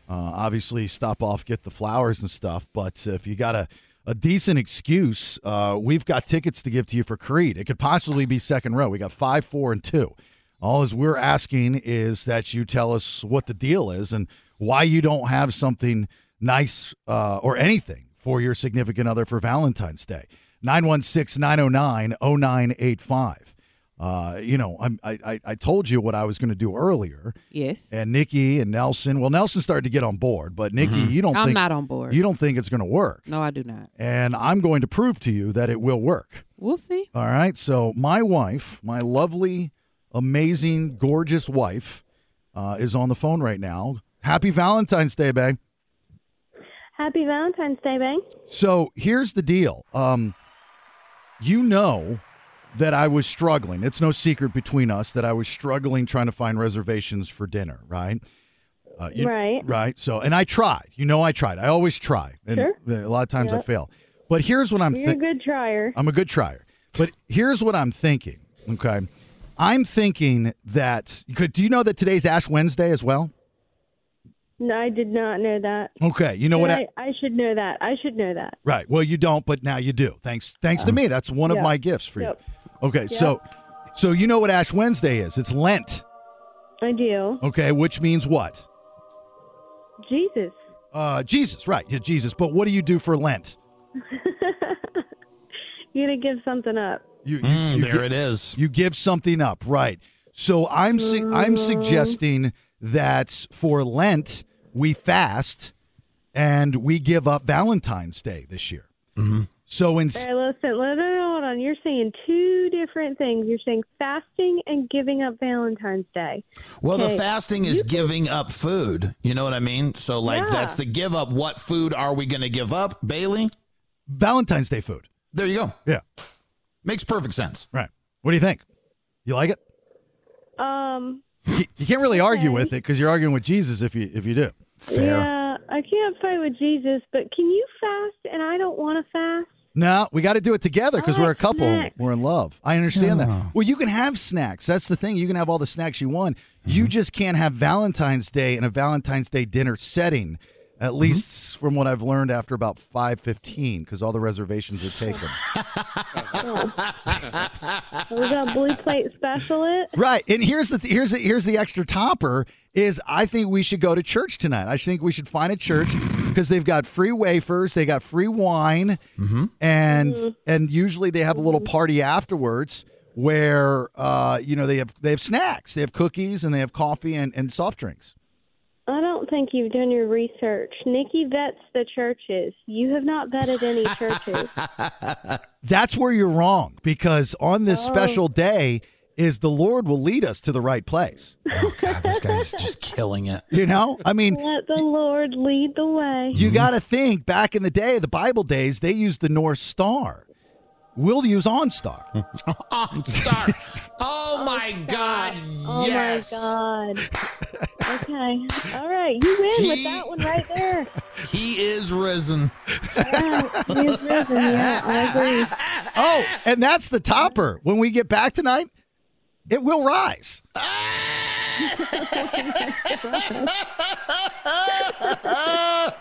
Speaker 8: Uh, obviously, stop off, get the flowers and stuff. But if you got a, a decent excuse, uh, we've got tickets to give to you for Creed. It could possibly be second row. We got five, four, and two. All is we're asking is that you tell us what the deal is and why you don't have something nice uh, or anything for your significant other for Valentine's Day. 916 909 0985. Uh, You know, I'm, I, I, I told you what I was going to do earlier.
Speaker 9: Yes.
Speaker 8: And Nikki and Nelson. Well, Nelson started to get on board, but Nikki, you don't.
Speaker 9: I'm
Speaker 8: think,
Speaker 9: not on board.
Speaker 8: You don't think it's going to work,
Speaker 9: No, I do not.
Speaker 8: and I'm going to prove to you that it will work.
Speaker 9: We'll see.
Speaker 8: All right. So my wife, my lovely, amazing, gorgeous wife, uh, is on the phone right now. Happy Valentine's Day, babe.
Speaker 13: Happy Valentine's Day, Bang.
Speaker 8: So here's the deal. Um, you know that I was struggling. It's no secret between us that I was struggling trying to find reservations for dinner, right? Uh, you-
Speaker 13: Right.
Speaker 8: Right. So, and I tried. You know, I tried. I always try. And
Speaker 13: Sure.
Speaker 8: a lot of times I
Speaker 13: Yep.
Speaker 8: fail. But here's what I'm
Speaker 13: You're a
Speaker 8: thinking.
Speaker 13: good trier.
Speaker 8: I'm a good trier. But here's what I'm thinking. Okay. I'm thinking that, could, do you know that today's Ash Wednesday as well?
Speaker 13: No, I did not know that.
Speaker 8: Okay. You know
Speaker 13: But
Speaker 8: what?
Speaker 13: I, I should know that. I should know that.
Speaker 8: Right. Well, you don't, but now you do. Thanks. Thanks to me. That's one of
Speaker 13: Yeah.
Speaker 8: my gifts for
Speaker 13: Yep.
Speaker 8: you. Okay. So, so you know what Ash Wednesday is? It's Lent.
Speaker 13: I do.
Speaker 8: Okay, which means what?
Speaker 13: Jesus.
Speaker 8: Uh, Jesus. Right. Yeah, Jesus. But what do you do for Lent?
Speaker 13: You're going to give something up.
Speaker 8: You, you,
Speaker 10: Mm,
Speaker 8: you
Speaker 10: there
Speaker 8: gi-
Speaker 10: it is.
Speaker 8: You give something up. Right. So I'm su-
Speaker 13: Mm.
Speaker 8: I'm suggesting that for Lent we fast and we give up Valentine's Day this year.
Speaker 10: Mm-hmm.
Speaker 8: So in
Speaker 13: Hey, listen, no, no, no, hold on. You're saying two different things. You're saying fasting and giving up Valentine's Day.
Speaker 10: Well,
Speaker 13: Okay,
Speaker 10: the fasting is giving up food. You know what I mean? So, like,
Speaker 13: Yeah.
Speaker 10: that's the give up. What food are we going to give up, Bailey?
Speaker 8: Valentine's Day food.
Speaker 10: There you go.
Speaker 8: Yeah.
Speaker 10: Makes perfect sense.
Speaker 8: Right. What do you think? You like it?
Speaker 13: Um,
Speaker 8: You, you can't really argue with it because you're arguing with Jesus if you if you do.
Speaker 13: Yeah, I can't fight with Jesus, but can you fast? And I don't want to fast.
Speaker 8: No, we got to do it together because we're a couple.
Speaker 13: Oh, snacks.
Speaker 8: We're in love. I understand that. Well, you can have snacks. That's the thing. You can have all the snacks you want. You just can't have Valentine's Day in a Valentine's Day dinner setting. At least from what I've learned after about five fifteen, because all the reservations are taken.
Speaker 13: we got blue plate special. It.
Speaker 8: right, and here's the th- here's the, here's the extra topper is I think we should go to church tonight. I think we should find a church because they've got free wafers, they got free wine,
Speaker 10: Mm-hmm.
Speaker 8: and and usually they have a little party afterwards where uh, you know they have they have snacks, they have cookies, and they have coffee and, and soft drinks.
Speaker 13: I don't think you've done your research. Nikki vets the churches. You have not vetted any churches.
Speaker 8: That's where you're wrong because on this
Speaker 13: Oh.
Speaker 8: special day is the Lord will lead us to the right place.
Speaker 10: This guy's just killing it.
Speaker 8: You know, I mean,
Speaker 13: Let the Lord lead the way.
Speaker 10: Mm-hmm.
Speaker 8: You got to think back in the day, the Bible days, they used the North Star. We'll use OnStar.
Speaker 10: OnStar. Oh my God.
Speaker 13: Oh
Speaker 10: yes.
Speaker 13: my God. Okay. All right. You win with that one right there.
Speaker 10: He is risen.
Speaker 13: Yeah, he is risen. Yeah, I agree.
Speaker 8: oh, and that's the topper. When we get back tonight, it will rise.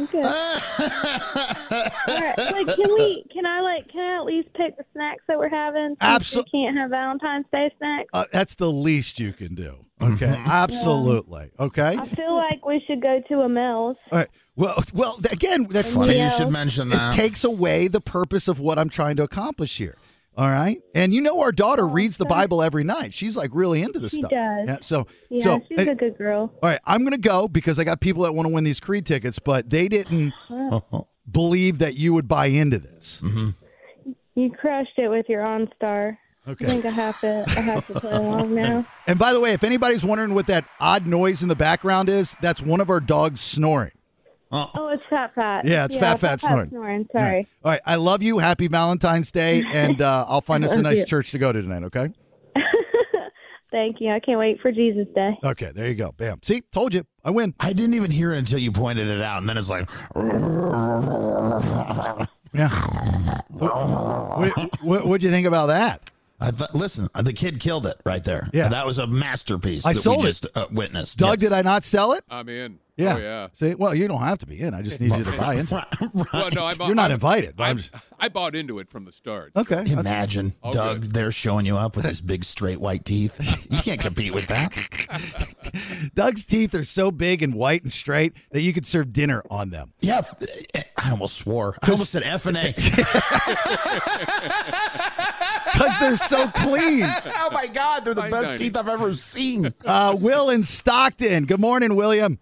Speaker 13: Okay. All right. Like, can we? Can I like? Can I at least pick the snacks that we're having?
Speaker 8: Abso-
Speaker 13: Absolutely. Can't have Valentine's Day snacks.
Speaker 8: Uh, that's the least you can do.
Speaker 13: Mm-hmm.
Speaker 8: Okay. Absolutely. Okay.
Speaker 13: I feel like we should go to a Mel's.
Speaker 8: All right. Well, well. th- Again, that's
Speaker 13: Funny you
Speaker 8: it-
Speaker 13: should
Speaker 10: mention that.
Speaker 8: It takes away the purpose of what I'm trying to accomplish here. All right, and you know our daughter reads the Bible every night. She's like really into this
Speaker 13: She
Speaker 8: stuff.
Speaker 13: does.
Speaker 8: Yeah, so,
Speaker 13: Yeah,
Speaker 8: so
Speaker 13: she's a good girl.
Speaker 8: All right, I'm gonna go because I got people that want to win these Creed tickets, but they didn't believe that you would buy into this.
Speaker 13: Mm-hmm. You crushed it with your OnStar.
Speaker 8: Okay.
Speaker 13: I think I have to. I have to play along now.
Speaker 8: And by the way, if anybody's wondering what that odd noise in the background is, that's one of our dogs snoring.
Speaker 13: Oh, it's fat fat.
Speaker 8: Yeah, it's fat, fat snoring.
Speaker 13: Sorry.
Speaker 8: All right, I love you. Happy Valentine's Day, and uh, I'll find us a
Speaker 13: Love
Speaker 8: nice
Speaker 13: you.
Speaker 8: church to go to tonight. Okay.
Speaker 13: Thank you. I can't wait for Jesus Day.
Speaker 8: Okay, there you go. Bam. See, told you. I win.
Speaker 10: I didn't even hear it until you pointed it out, and then it's like,
Speaker 8: yeah. What, what, would you think about that?
Speaker 10: I thought, listen, the kid killed it right there.
Speaker 8: Yeah.
Speaker 10: that was a masterpiece.
Speaker 8: I
Speaker 10: that
Speaker 8: sold
Speaker 10: we
Speaker 8: it.
Speaker 10: just, Uh, witnessed.
Speaker 8: Doug,
Speaker 10: Yes.
Speaker 8: did I not sell it?
Speaker 14: I'm in.
Speaker 8: Yeah.
Speaker 14: Oh, yeah.
Speaker 8: See, well, you don't have to be in. I just need you to buy into it.
Speaker 14: Well, no, I bought,
Speaker 8: You're not
Speaker 14: I-
Speaker 8: invited, but
Speaker 14: I,
Speaker 8: I'm just-
Speaker 14: I bought into it from the start.
Speaker 8: Okay.
Speaker 10: Imagine
Speaker 14: All
Speaker 10: Doug, they're showing you up with his big straight white teeth. You can't compete with that.
Speaker 8: Doug's teeth are so big and white and straight that you could serve dinner on them.
Speaker 10: Yeah, f- I almost swore. I almost said F and A.
Speaker 8: Because they're so clean.
Speaker 10: oh my God, they're the
Speaker 14: Fine
Speaker 10: best
Speaker 14: dining.
Speaker 10: teeth I've ever seen.
Speaker 8: Uh, Will in Stockton. Good morning, William.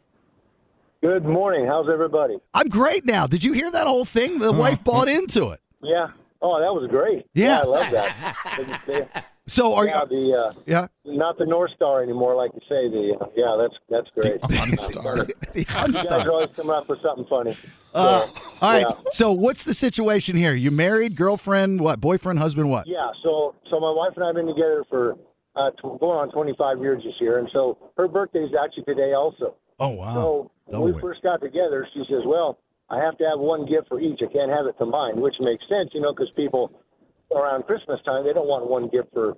Speaker 15: Good morning. How's everybody?
Speaker 8: I'm great now. Did you hear that whole thing? The wife bought into it.
Speaker 15: Yeah. Oh, that was great.
Speaker 8: Yeah.
Speaker 15: I love that. They- they-
Speaker 8: So are
Speaker 15: yeah, the uh,
Speaker 8: Yeah.
Speaker 15: not the North Star anymore, like you say. The uh, yeah, that's that's great.
Speaker 8: The
Speaker 15: you guys are always coming up with something funny.
Speaker 8: Uh, all right.
Speaker 15: Yeah.
Speaker 8: So what's the situation here? You married, girlfriend, what? Boyfriend, husband, what?
Speaker 15: Yeah. So so my wife and I have been together for uh, tw going on 25 years this year, and so her birthday is actually today also.
Speaker 8: Oh wow.
Speaker 15: So
Speaker 8: Double
Speaker 15: when we
Speaker 8: win.
Speaker 15: first got together, she says, "Well, I have to have one gift for each. I can't have it combined," which makes sense, you know, because people around Christmas time they don't want one gift for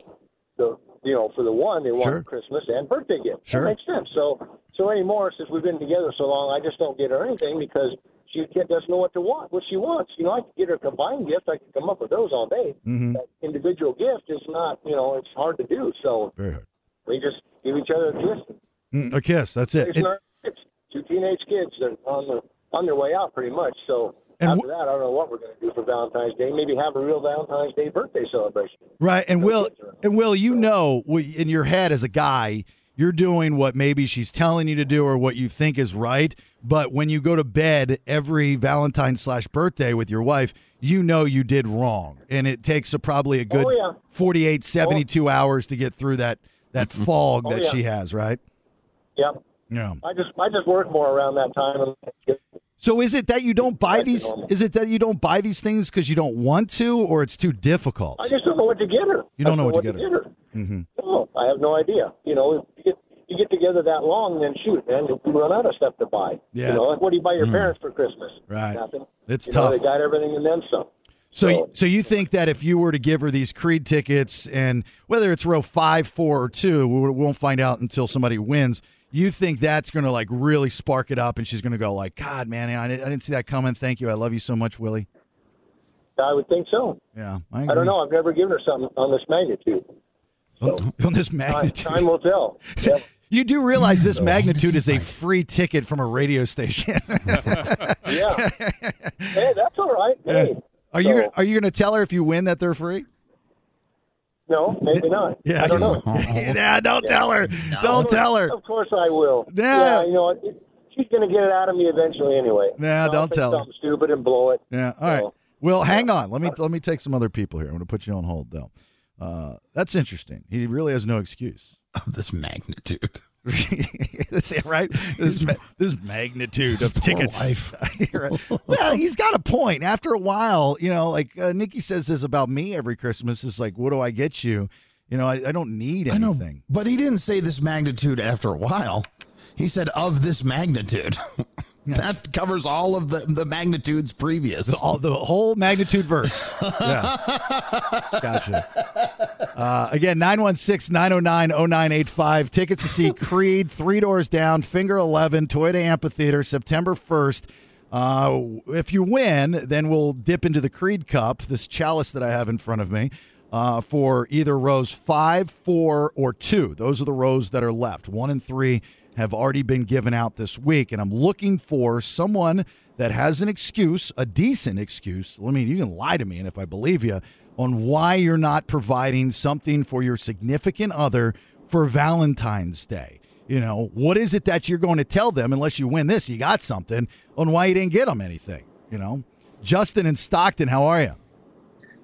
Speaker 15: the you know for the one they want
Speaker 8: Sure.
Speaker 15: Christmas and birthday gift.
Speaker 8: Sure.
Speaker 15: That makes sense. So so anymore since we've been together so long, I just don't get her anything because she can't- doesn't know what to want, what she wants. You know, I could get her a combined gift. I could come up with those all day.
Speaker 8: Mhm.
Speaker 15: That individual gift is not you know it's hard to do. So
Speaker 8: Very hard.
Speaker 15: we just give each other a gift.
Speaker 8: Mm, a kiss. That's it.
Speaker 15: It's
Speaker 8: It-
Speaker 15: not- it's two teenage kids that are on the on their way out, pretty much. So
Speaker 8: And
Speaker 15: After that, I don't know what we're going to do for Valentine's Day. Maybe have a real Valentine's Day birthday celebration.
Speaker 8: Right, and Will, and Will, you know, we- in your head as a guy, you're doing what maybe she's telling you to do or what you think is right. But when you go to bed every Valentine slash birthday with your wife, you know you did wrong, and it takes a, probably a good
Speaker 15: Oh, yeah.
Speaker 8: 48, 72 hours to get through that that fog
Speaker 15: Oh,
Speaker 8: that
Speaker 15: yeah.
Speaker 8: she has. Right?
Speaker 15: Yep.
Speaker 8: Yeah.
Speaker 15: I just I just work more around that time. And
Speaker 8: So is it that you don't buy these? Is it that you don't buy these things because you don't want to, or it's too difficult?
Speaker 15: I just don't know what to get her.
Speaker 8: You don't
Speaker 15: I
Speaker 8: know what to get her.
Speaker 15: Mm-hmm. No, I have no idea. You know, if you get, you get together that long, then shoot, man, you run out of stuff to buy.
Speaker 8: Yeah.
Speaker 15: You know, like what do you buy your
Speaker 8: Mm.
Speaker 15: parents for Christmas?
Speaker 8: Right.
Speaker 15: Nothing.
Speaker 8: It's
Speaker 15: you
Speaker 8: tough.
Speaker 15: Know, they got everything and then some.
Speaker 8: So, so, you think that if you were to give her these Creed tickets, and whether it's row five, four, or two, we we won't find out until somebody wins. You think that's going to like really spark it up, and she's going to go like, "God, man, I didn't, I didn't see that coming. Thank you, I love you so much, Willie."
Speaker 15: I would think so.
Speaker 8: Yeah,
Speaker 15: I,
Speaker 8: agree.
Speaker 15: don't know. I've never given her something on this magnitude.
Speaker 8: On this
Speaker 15: Time,
Speaker 8: magnitude,
Speaker 15: time will tell. Yep.
Speaker 8: you do realize this magnitude is a free ticket from a radio station.
Speaker 15: yeah. Hey, that's all right. Hey.
Speaker 8: Are you gonna- are you going to tell her if you win that they're free?
Speaker 15: No, maybe not.
Speaker 8: Yeah,
Speaker 15: I don't know.
Speaker 8: yeah, don't tell her. Don't tell her.
Speaker 15: Of course I will. Yeah, you know what? It- She's going to get it out of me eventually anyway.
Speaker 8: Nah,
Speaker 15: I'll
Speaker 8: don't
Speaker 15: say
Speaker 8: tell her.
Speaker 15: Something stupid and blow it.
Speaker 8: Yeah. All right. Well, hang on. Let me let me take some other people here. I'm going to put you on hold though. Uh, that's interesting. He really has no excuse of this magnitude. That's it, right? This, ma- this magnitude of tickets. Right. well, he's got a point. After a while, you know, like uh, Nikki says this about me every Christmas. It's like, what do I get you? You know, I, I don't need anything.
Speaker 10: But he didn't say this magnitude after a while. He said of this magnitude. that covers all of the, the magnitudes previous.
Speaker 8: all, the whole magnitude verse. Yeah. Gotcha. Uh, again, 916 909 0985. Tickets to see Creed, Three Doors Down, Finger 11, Toyota Amphitheater, September 1st. Uh, if you win, then we'll dip into the Creed Cup, this chalice that I have in front of me, uh, for either rows five, four, or two. Those are the rows that are left. One and three have already been given out this week, and I'm looking for someone that has an excuse, a decent excuse. I mean, you can lie to me, and if I believe you, on why you're not providing something for your significant other for Valentine's Day. You know, what is it that you're going to tell them unless you win this? You got something on why you didn't get them anything. You know, Justin in Stockton, how are you?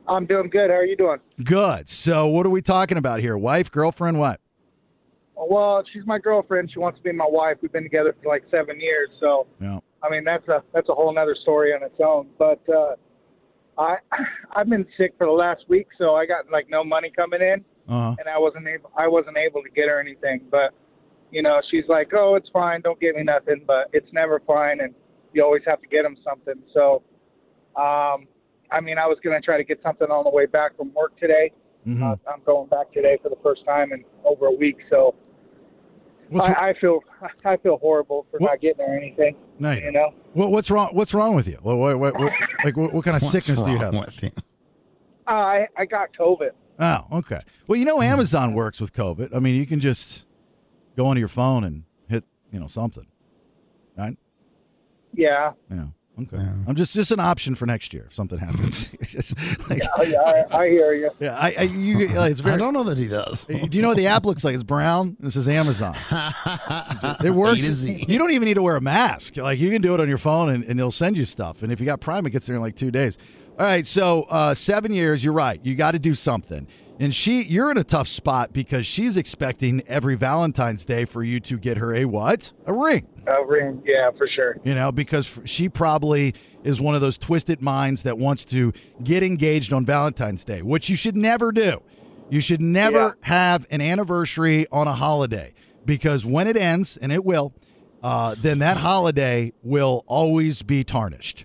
Speaker 16: I'm doing good. How are you doing?
Speaker 8: Good. So, what are we talking about here? Wife, girlfriend, what?
Speaker 16: Well, she's my girlfriend. She wants to be my wife. We've been together for like seven years. So,
Speaker 8: Yeah.
Speaker 16: I mean, that's a that's a whole nother story on its own. But uh, I I've been sick for the last week, so I got like no money coming in,
Speaker 8: Uh-huh.
Speaker 16: and I wasn't able I wasn't able to get her anything. But you know, she's like, "Oh, it's fine. Don't give me nothing." But it's never fine, and you always have to get them something. So, um, I mean, I was gonna try to get something on the way back from work today.
Speaker 8: Mhm.
Speaker 16: I'm going back today for the first time in over a week, so
Speaker 8: What's-
Speaker 16: I, I feel I feel horrible for not getting her anything.
Speaker 8: No, you
Speaker 16: you know,
Speaker 8: What, what's wrong? What's wrong with you? What, what, what, what- like, what, what kind of
Speaker 16: What's
Speaker 8: sickness do you have?
Speaker 16: wrong uh, I I got COVID.
Speaker 8: Oh, okay. Well, you know, Amazon works with COVID. I mean, you can just go onto your phone and hit, you know, something, right?
Speaker 16: Yeah.
Speaker 8: Yeah. Okay. I'm just just an option for next year if something happens. just like,
Speaker 16: yeah, yeah, I, I hear you.
Speaker 8: Yeah, I, I, you, it's very, I don't know that he does. Do you know what the app looks like? It's brown. And it says Amazon. it
Speaker 10: E to
Speaker 8: works.
Speaker 10: Z.
Speaker 8: You don't even need to wear a mask. Like you can do it on your phone, and, and they'll send you stuff. And if you got Prime, it gets there in like two days. All right, so uh, seven years. You're right. You got to do something. And she, you're in a tough spot because she's expecting every Valentine's Day for you to get her a what? A ring.
Speaker 16: A ring, Uh, yeah, for sure.
Speaker 8: You know, because she probably is one of those twisted minds that wants to get engaged on Valentine's Day, which you should never do. You should never have an anniversary on a holiday because when it ends, and it will, uh, then that holiday will always be tarnished.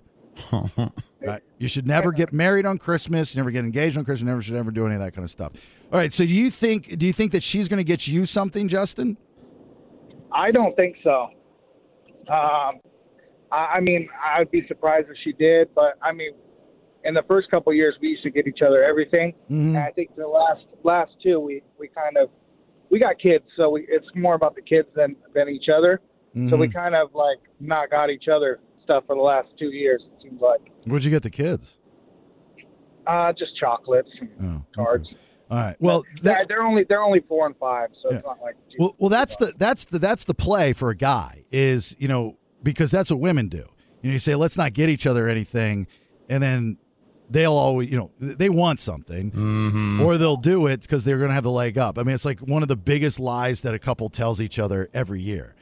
Speaker 8: Right? You should never get married on Christmas, never get engaged on Christmas, never should ever do any of that kind of stuff. All right, so do you think do you think that she's going to get you something, Justin?
Speaker 16: I don't think so. Um, I, I mean, I'd be surprised if she did, but I mean, in the first couple of years, we used to get each other everything,
Speaker 8: Mm-hmm.
Speaker 16: and I think the last last two, we we kind of we got kids, so
Speaker 8: Mm-hmm.
Speaker 16: we, it's more about the kids than than each other. So we
Speaker 17: Mhm.
Speaker 16: kind of like not got each other. stuff for the last two years. It seems like
Speaker 8: Where'd you get the kids?
Speaker 16: uh, just chocolates, and cards.
Speaker 8: Oh, All right. Well,
Speaker 16: Yeah, they're only they're only four and five, so it's not like
Speaker 8: Well, well, that's the that's the that's the play for a guy is you know because that's what women do. You know, you say let's not get each other anything, and then they'll always you know they want something,
Speaker 18: Mm.
Speaker 8: or they'll do it because they're going to have the leg up. I mean, it's like one of the biggest lies that a couple tells each other every year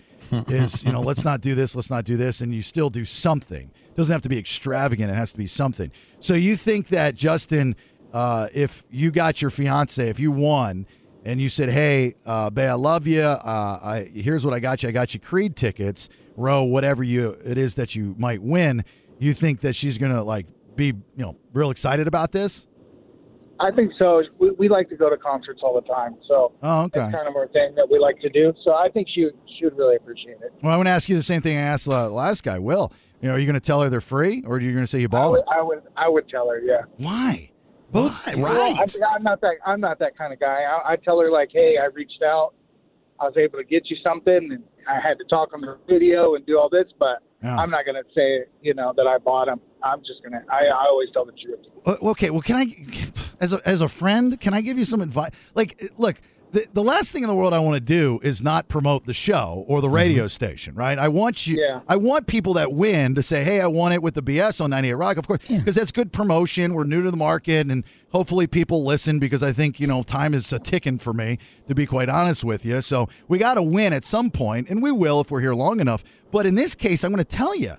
Speaker 8: is you know let's not do this, let's not do this, and you still do something. It doesn't have to be extravagant; it has to be something. So you think that Justin, uh, if you got your fiance, if you won and you said, "Hey, uh, Bay, I love you. Uh, I here's what I got you. I got you Creed tickets, row whatever you it is that you might win." You think that she's gonna like be you know real excited about this?
Speaker 16: I think so. We, we like to go to concerts all the time, so
Speaker 8: Oh, okay.
Speaker 16: that's kind of our thing that we like to do. So I think she would- she would really appreciate it.
Speaker 8: Well, I want to ask you the same thing I asked the last guy. Will you know? Are you gonna tell her they're free, or are you gonna say you
Speaker 16: I
Speaker 8: bought
Speaker 16: would,
Speaker 8: it?
Speaker 16: I would I would tell her, yeah.
Speaker 8: Why? Both
Speaker 16: Well, I think I'm not that I'm not that kind of guy. I, I tell her like, hey, I reached out, I was able to get you something, and I had to talk on the video and do all this, but
Speaker 8: Yeah.
Speaker 16: I'm not gonna say you know that I bought them. I'm just gonna I, I always tell the truth.
Speaker 8: Uh, Okay, well, can I, as a, as a friend, can I give you some advice? Like, look, the, the last thing in the world I want to do is not promote the show or the
Speaker 16: Mm-hmm.
Speaker 8: radio station, right? I want you, I want people that win to say, hey, I won it with the BS on 98 Rock, of course, because that's good promotion. We're new to the market, and hopefully people listen because I think, you know, time is a ticking for me, to be quite honest with you. So we got to win at some point, and we will if we're here long enough. But in this case, I'm going to tell you.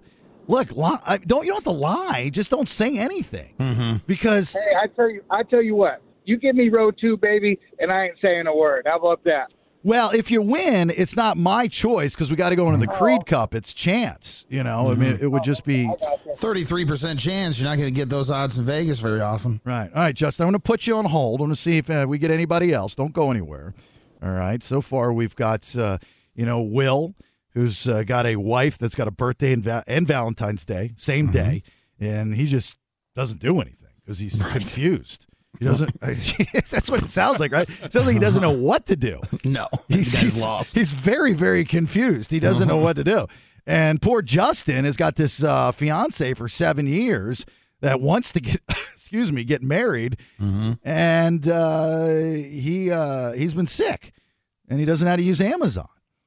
Speaker 8: Look, li- I- don't you don't have to lie. Just don't say anything.
Speaker 10: Mm-hmm.
Speaker 8: Because
Speaker 16: hey, I tell you, I tell you what, you give me row two, baby, and I ain't saying a word. How about that?
Speaker 8: Well, if you win, it's not my choice because we got to go into the Creed Cup. It's chance, you know. I mean, it would just be.
Speaker 10: Thirty-three percent chance you're not going to get those odds in Vegas very often.
Speaker 8: Right. All right, Justin. I'm going to put you on hold. I'm going to see if uh, we get anybody else. Don't go anywhere. All right. So far, we've got uh, you know Will, who's uh, got a wife that's got a birthday and, va- and Valentine's Day, same
Speaker 10: Mm-hmm.
Speaker 8: day, and he just doesn't do anything because he's confused. He doesn't. that's what it sounds like, right? It sounds like he doesn't know what to do.
Speaker 10: No,
Speaker 8: he's,
Speaker 10: guy's
Speaker 8: he's
Speaker 10: lost.
Speaker 8: He's very, very confused. He doesn't know what to do. And poor Justin has got this uh, fiance for seven years that wants to get, excuse me, get married,
Speaker 10: Mm-hmm.
Speaker 8: and uh, he uh, he's been sick, and he doesn't know how to use Amazon.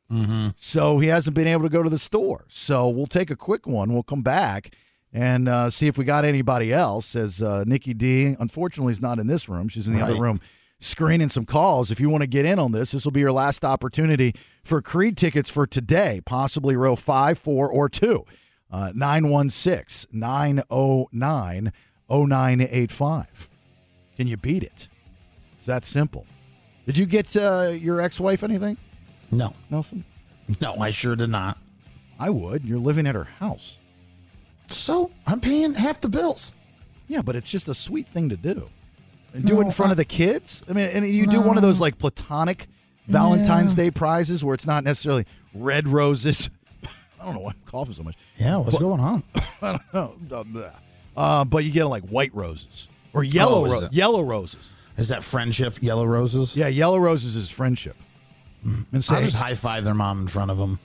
Speaker 10: Mm-hmm.
Speaker 8: So he hasn't been able to go to the store. So we'll take a quick one. We'll come back and uh, see if we got anybody else. As uh, Nikki D, unfortunately, is not in this room. She's in the other
Speaker 10: Right.
Speaker 8: room screening some calls. If you want to get in on this, this will be your last opportunity for Creed tickets for today, possibly row five, four, or two. Uh, 916 909 0985. Can you beat it? It's that simple. Did you get uh, your ex wife anything?
Speaker 10: No.
Speaker 8: Nelson?
Speaker 10: No, I sure did not.
Speaker 8: I would. You're living at her house. Oh,
Speaker 10: So I'm paying half the bills.
Speaker 8: Yeah, but it's just a sweet thing to do. And do it in front of the kids? I mean, and you do
Speaker 10: No.
Speaker 8: one of those like platonic Valentine's Day prizes where it's not necessarily red roses. I don't know why I'm coughing so much.
Speaker 10: Yeah, what's going on?
Speaker 8: I don't know. Uh, bleh. Uh, but you get like white roses or yellow
Speaker 10: Oh, is
Speaker 8: ro-
Speaker 10: it-
Speaker 8: yellow roses.
Speaker 10: Is that friendship? Yellow roses?
Speaker 8: Yeah, yellow roses is friendship. And
Speaker 10: I just high five their mom in front of them.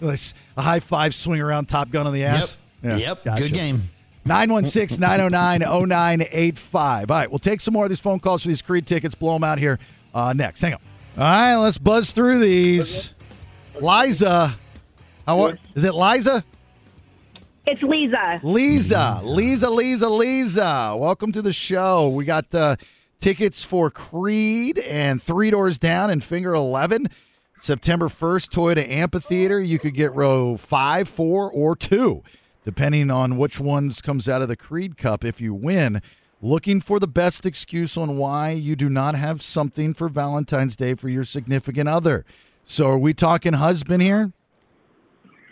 Speaker 8: Nice. A high five swing around Top Gun on the ass.
Speaker 10: Yep. Yep. Good game.
Speaker 8: 916 909 0985. All right, we'll take some more of these phone calls for these Creed tickets, blow them out here uh, next. Hang on. All right, let's buzz through these. Liza. How are, is it Liza?
Speaker 13: It's Lisa.
Speaker 8: Lisa, Lisa, Lisa, Lisa. Welcome to the show. We got uh, tickets for Creed and Three Doors Down and Finger 11. September 1st, Toyota Amphitheater. You could get row five, four, or two, depending on which ones comes out of the Creed Cup if you win. Looking for the best excuse on why you do not have something for Valentine's Day for your significant other. So, are we talking husband here?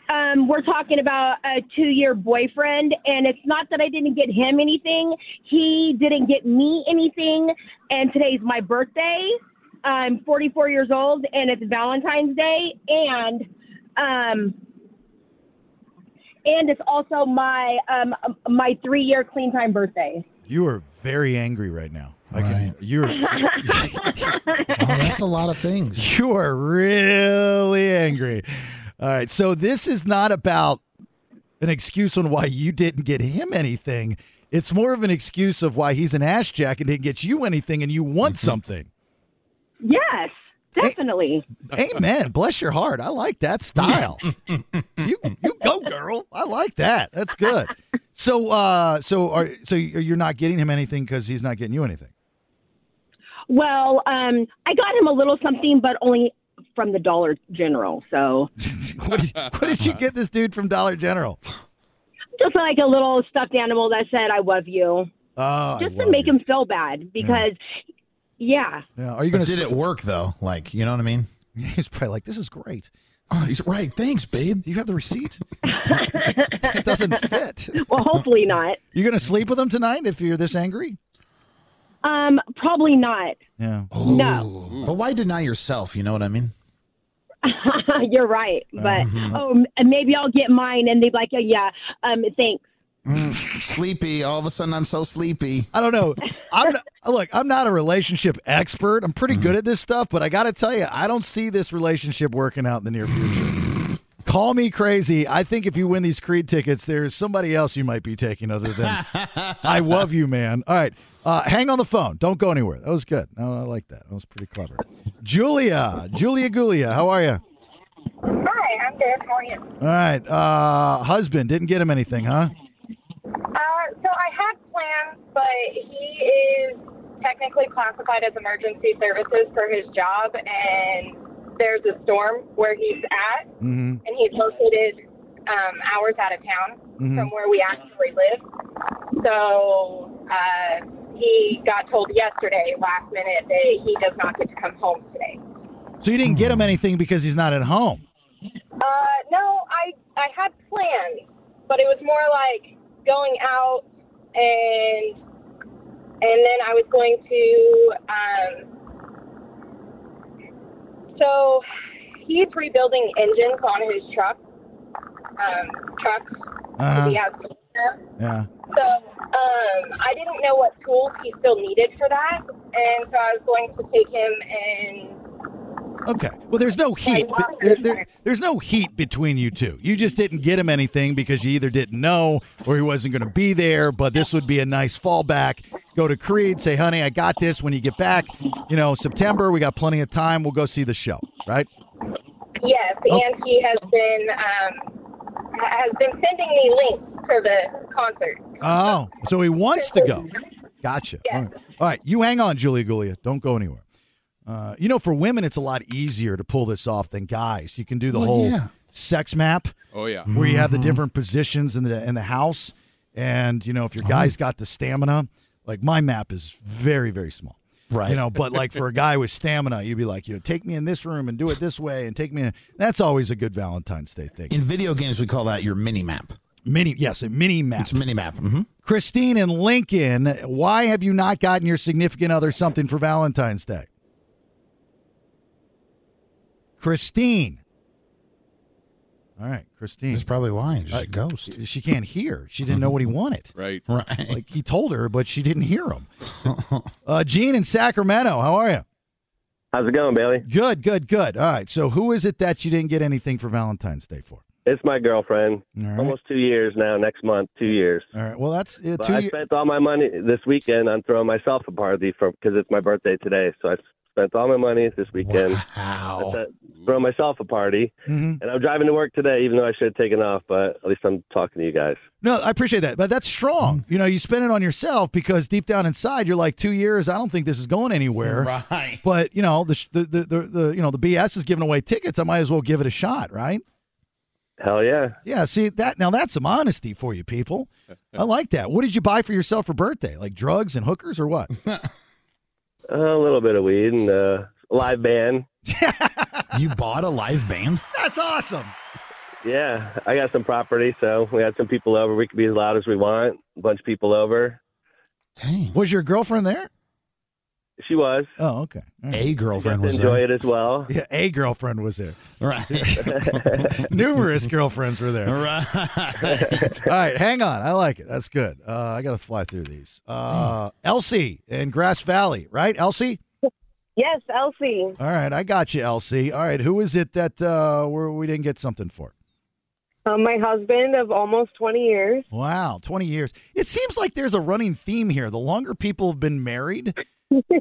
Speaker 13: Um, we're talking about a two-year boyfriend, and it's not that I didn't get him anything. He didn't get me anything, and today's my birthday. I'm 44 years old, and it's Valentine's Day, and um, and it's also my um my three-year clean time birthday.
Speaker 8: You are very angry right now. I can, you're
Speaker 10: that's a lot of things.
Speaker 8: You are really angry. All right. So this is not about an excuse on why you didn't get him anything. It's more of an excuse of why he's an ass jack and didn't get you anything and you want
Speaker 10: Mm-hmm.
Speaker 8: something.
Speaker 13: Yes, definitely.
Speaker 8: Amen. Bless your heart. I like that style. you you go girl. I like that. That's good. So uh so are so you're not getting him anything cuz he's not getting you anything.
Speaker 13: Well, um, I got him a little something, but only from the Dollar General. So
Speaker 8: what, did, what did you get this dude from Dollar General?
Speaker 13: just like a little stuffed animal that said, "I love you,"
Speaker 8: Oh,
Speaker 13: just to make him feel bad because, yeah.
Speaker 8: Yeah, are you gonna
Speaker 10: But Did
Speaker 8: s-
Speaker 10: it work though? Like, you know what I mean?
Speaker 8: He's probably like, "This is great."
Speaker 10: Oh, he's right. Thanks, babe.
Speaker 8: Do you have the receipt? it doesn't fit.
Speaker 13: well, hopefully not.
Speaker 8: You're going to sleep with him tonight if you're this angry?
Speaker 13: Um, probably not.
Speaker 8: Yeah.
Speaker 13: No,
Speaker 10: But why deny yourself? You know what I mean?
Speaker 13: you're right. But
Speaker 10: Mhm.
Speaker 13: oh, m- maybe I'll get mine, and they'd be like, "Yeah, yeah, um, thanks."
Speaker 10: Mm, sleepy. All of a sudden, I'm so sleepy.
Speaker 8: I don't know. I'm not, look, I'm not a relationship expert. I'm pretty good at this stuff, but I got to tell you, I don't see this relationship working out in the near future. Call me crazy. I think if you win these Creed tickets, there's somebody else you might be taking other than I love you, man. All right. Uh, hang on the phone. Don't go anywhere. That was good. No, I like that. That was pretty clever. Julia, Julia Gulia, how are you?
Speaker 17: Hi, I'm good. How are you?
Speaker 8: All right. Uh, husband, didn't get him anything, huh?
Speaker 17: Uh, so I had plans, but he is technically classified as emergency services for his job, and there's a storm where he's at,
Speaker 8: Mm-hmm.
Speaker 17: and he's located um, hours out of town
Speaker 8: Mhm.
Speaker 17: from where we actually live. So uh, he got told yesterday, last minute, that he does not get to come home today.
Speaker 8: So you didn't get him anything because he's not at home.
Speaker 17: Uh, no, I I had plans, but it was more like going out and and then I was going to um. So he's rebuilding engines on his truck, um, truck.
Speaker 8: Uh-huh.
Speaker 17: He has.
Speaker 8: Yeah.
Speaker 17: So um, I didn't know what tools he still needed for that, and so I was going to take him and
Speaker 8: Okay. Well, there's no heat. be- there- there- there's no heat between you two. You just didn't get him anything because you either didn't know or he wasn't going to be there. But this would be a nice fallback. Go to Creed. Say, honey, I got this. When you get back, you know, September, we got plenty of time. We'll go see the show. Right.
Speaker 17: Yes, and he has been um, has been sending me links for the concert.
Speaker 8: Oh, so he wants to go. Gotcha. All right. All right. You hang on, Julia Gulia. Don't go anywhere. Uh, you know, for women, it's a lot easier to pull this off than guys. You can do the
Speaker 14: Well,
Speaker 8: whole
Speaker 14: yeah.
Speaker 8: sex map.
Speaker 14: Oh, yeah.
Speaker 8: Where you
Speaker 10: Mm-hmm.
Speaker 8: have the different positions in the in the house, and you know if your
Speaker 10: Oh.
Speaker 8: guy's got the stamina, like my map is very very small.
Speaker 10: Right.
Speaker 8: You know, but like for a guy with stamina, you'd be like, you know, take me in this room and do it this way, and take me. In. That's always a good Valentine's Day thing.
Speaker 10: In video games, we call that your mini map.
Speaker 8: Mini, yes, a mini map.
Speaker 10: It's mini map. hmm
Speaker 8: Christine in Lincoln, why have you not gotten your significant other something for Valentine's Day? Christine. All right, Christine. That's
Speaker 10: probably why. She's a ghost.
Speaker 8: She can't hear. She didn't know what he wanted.
Speaker 14: Right.
Speaker 10: Right.
Speaker 8: Like he told her, but she didn't hear him. Uh, Gene in Sacramento, how are you?
Speaker 18: How's it going, Bailey?
Speaker 8: Good, good, good. All right. So who is it that you didn't get anything for Valentine's Day for?
Speaker 18: Mm-hmm. It's my girlfriend.
Speaker 8: right.
Speaker 18: Almost two years now. Next month, two years.
Speaker 8: All right. Well, that's uh,
Speaker 18: But
Speaker 8: two
Speaker 18: I
Speaker 8: years.
Speaker 18: spent all my money this weekend on throwing myself a party for because it's my birthday today. So I spent all my money this weekend
Speaker 10: wow.
Speaker 18: throwing myself a party.
Speaker 8: Mhm.
Speaker 18: And I'm driving to work today, even though I should have taken off. But at least I'm talking to you guys.
Speaker 8: No, I appreciate that, but that's strong. You know, you spend it on yourself because deep down inside, you're like, two years. I don't think this is going anywhere.
Speaker 10: Right.
Speaker 8: But you know, the sh- the, the the the you know the BS is giving away tickets. I might as well give it a shot, right?
Speaker 18: Hell yeah!
Speaker 8: Yeah. See that now, that's some honesty for you people. I like that. What did you buy for yourself for birthday? Like drugs and hookers or what?
Speaker 18: a little bit of weed and uh, live band.
Speaker 10: You bought a live band?
Speaker 8: that's awesome.
Speaker 18: Yeah, I got some property, so we had some people over. We could be as loud as we want. A bunch of people over.
Speaker 8: Was your girlfriend there?
Speaker 18: She was.
Speaker 8: Oh, okay.
Speaker 10: A girlfriend
Speaker 18: Got to
Speaker 10: was
Speaker 18: enjoy
Speaker 10: there.
Speaker 18: it as well.
Speaker 8: Yeah, a girlfriend was there.
Speaker 10: Right.
Speaker 8: Numerous girlfriends were there.
Speaker 10: right.
Speaker 8: All right, hang on. I like it. That's good. Uh, I got to fly through these. Uh, Elsie in Grass Valley, right? Elsie.
Speaker 19: Yes, Elsie.
Speaker 8: All right, I got you, Elsie. All right, who is it that uh, we're, we didn't get something for?
Speaker 17: Um, my husband of almost 20 years.
Speaker 8: Wow, 20 years. It seems like there's a running theme here. The longer people have been married, the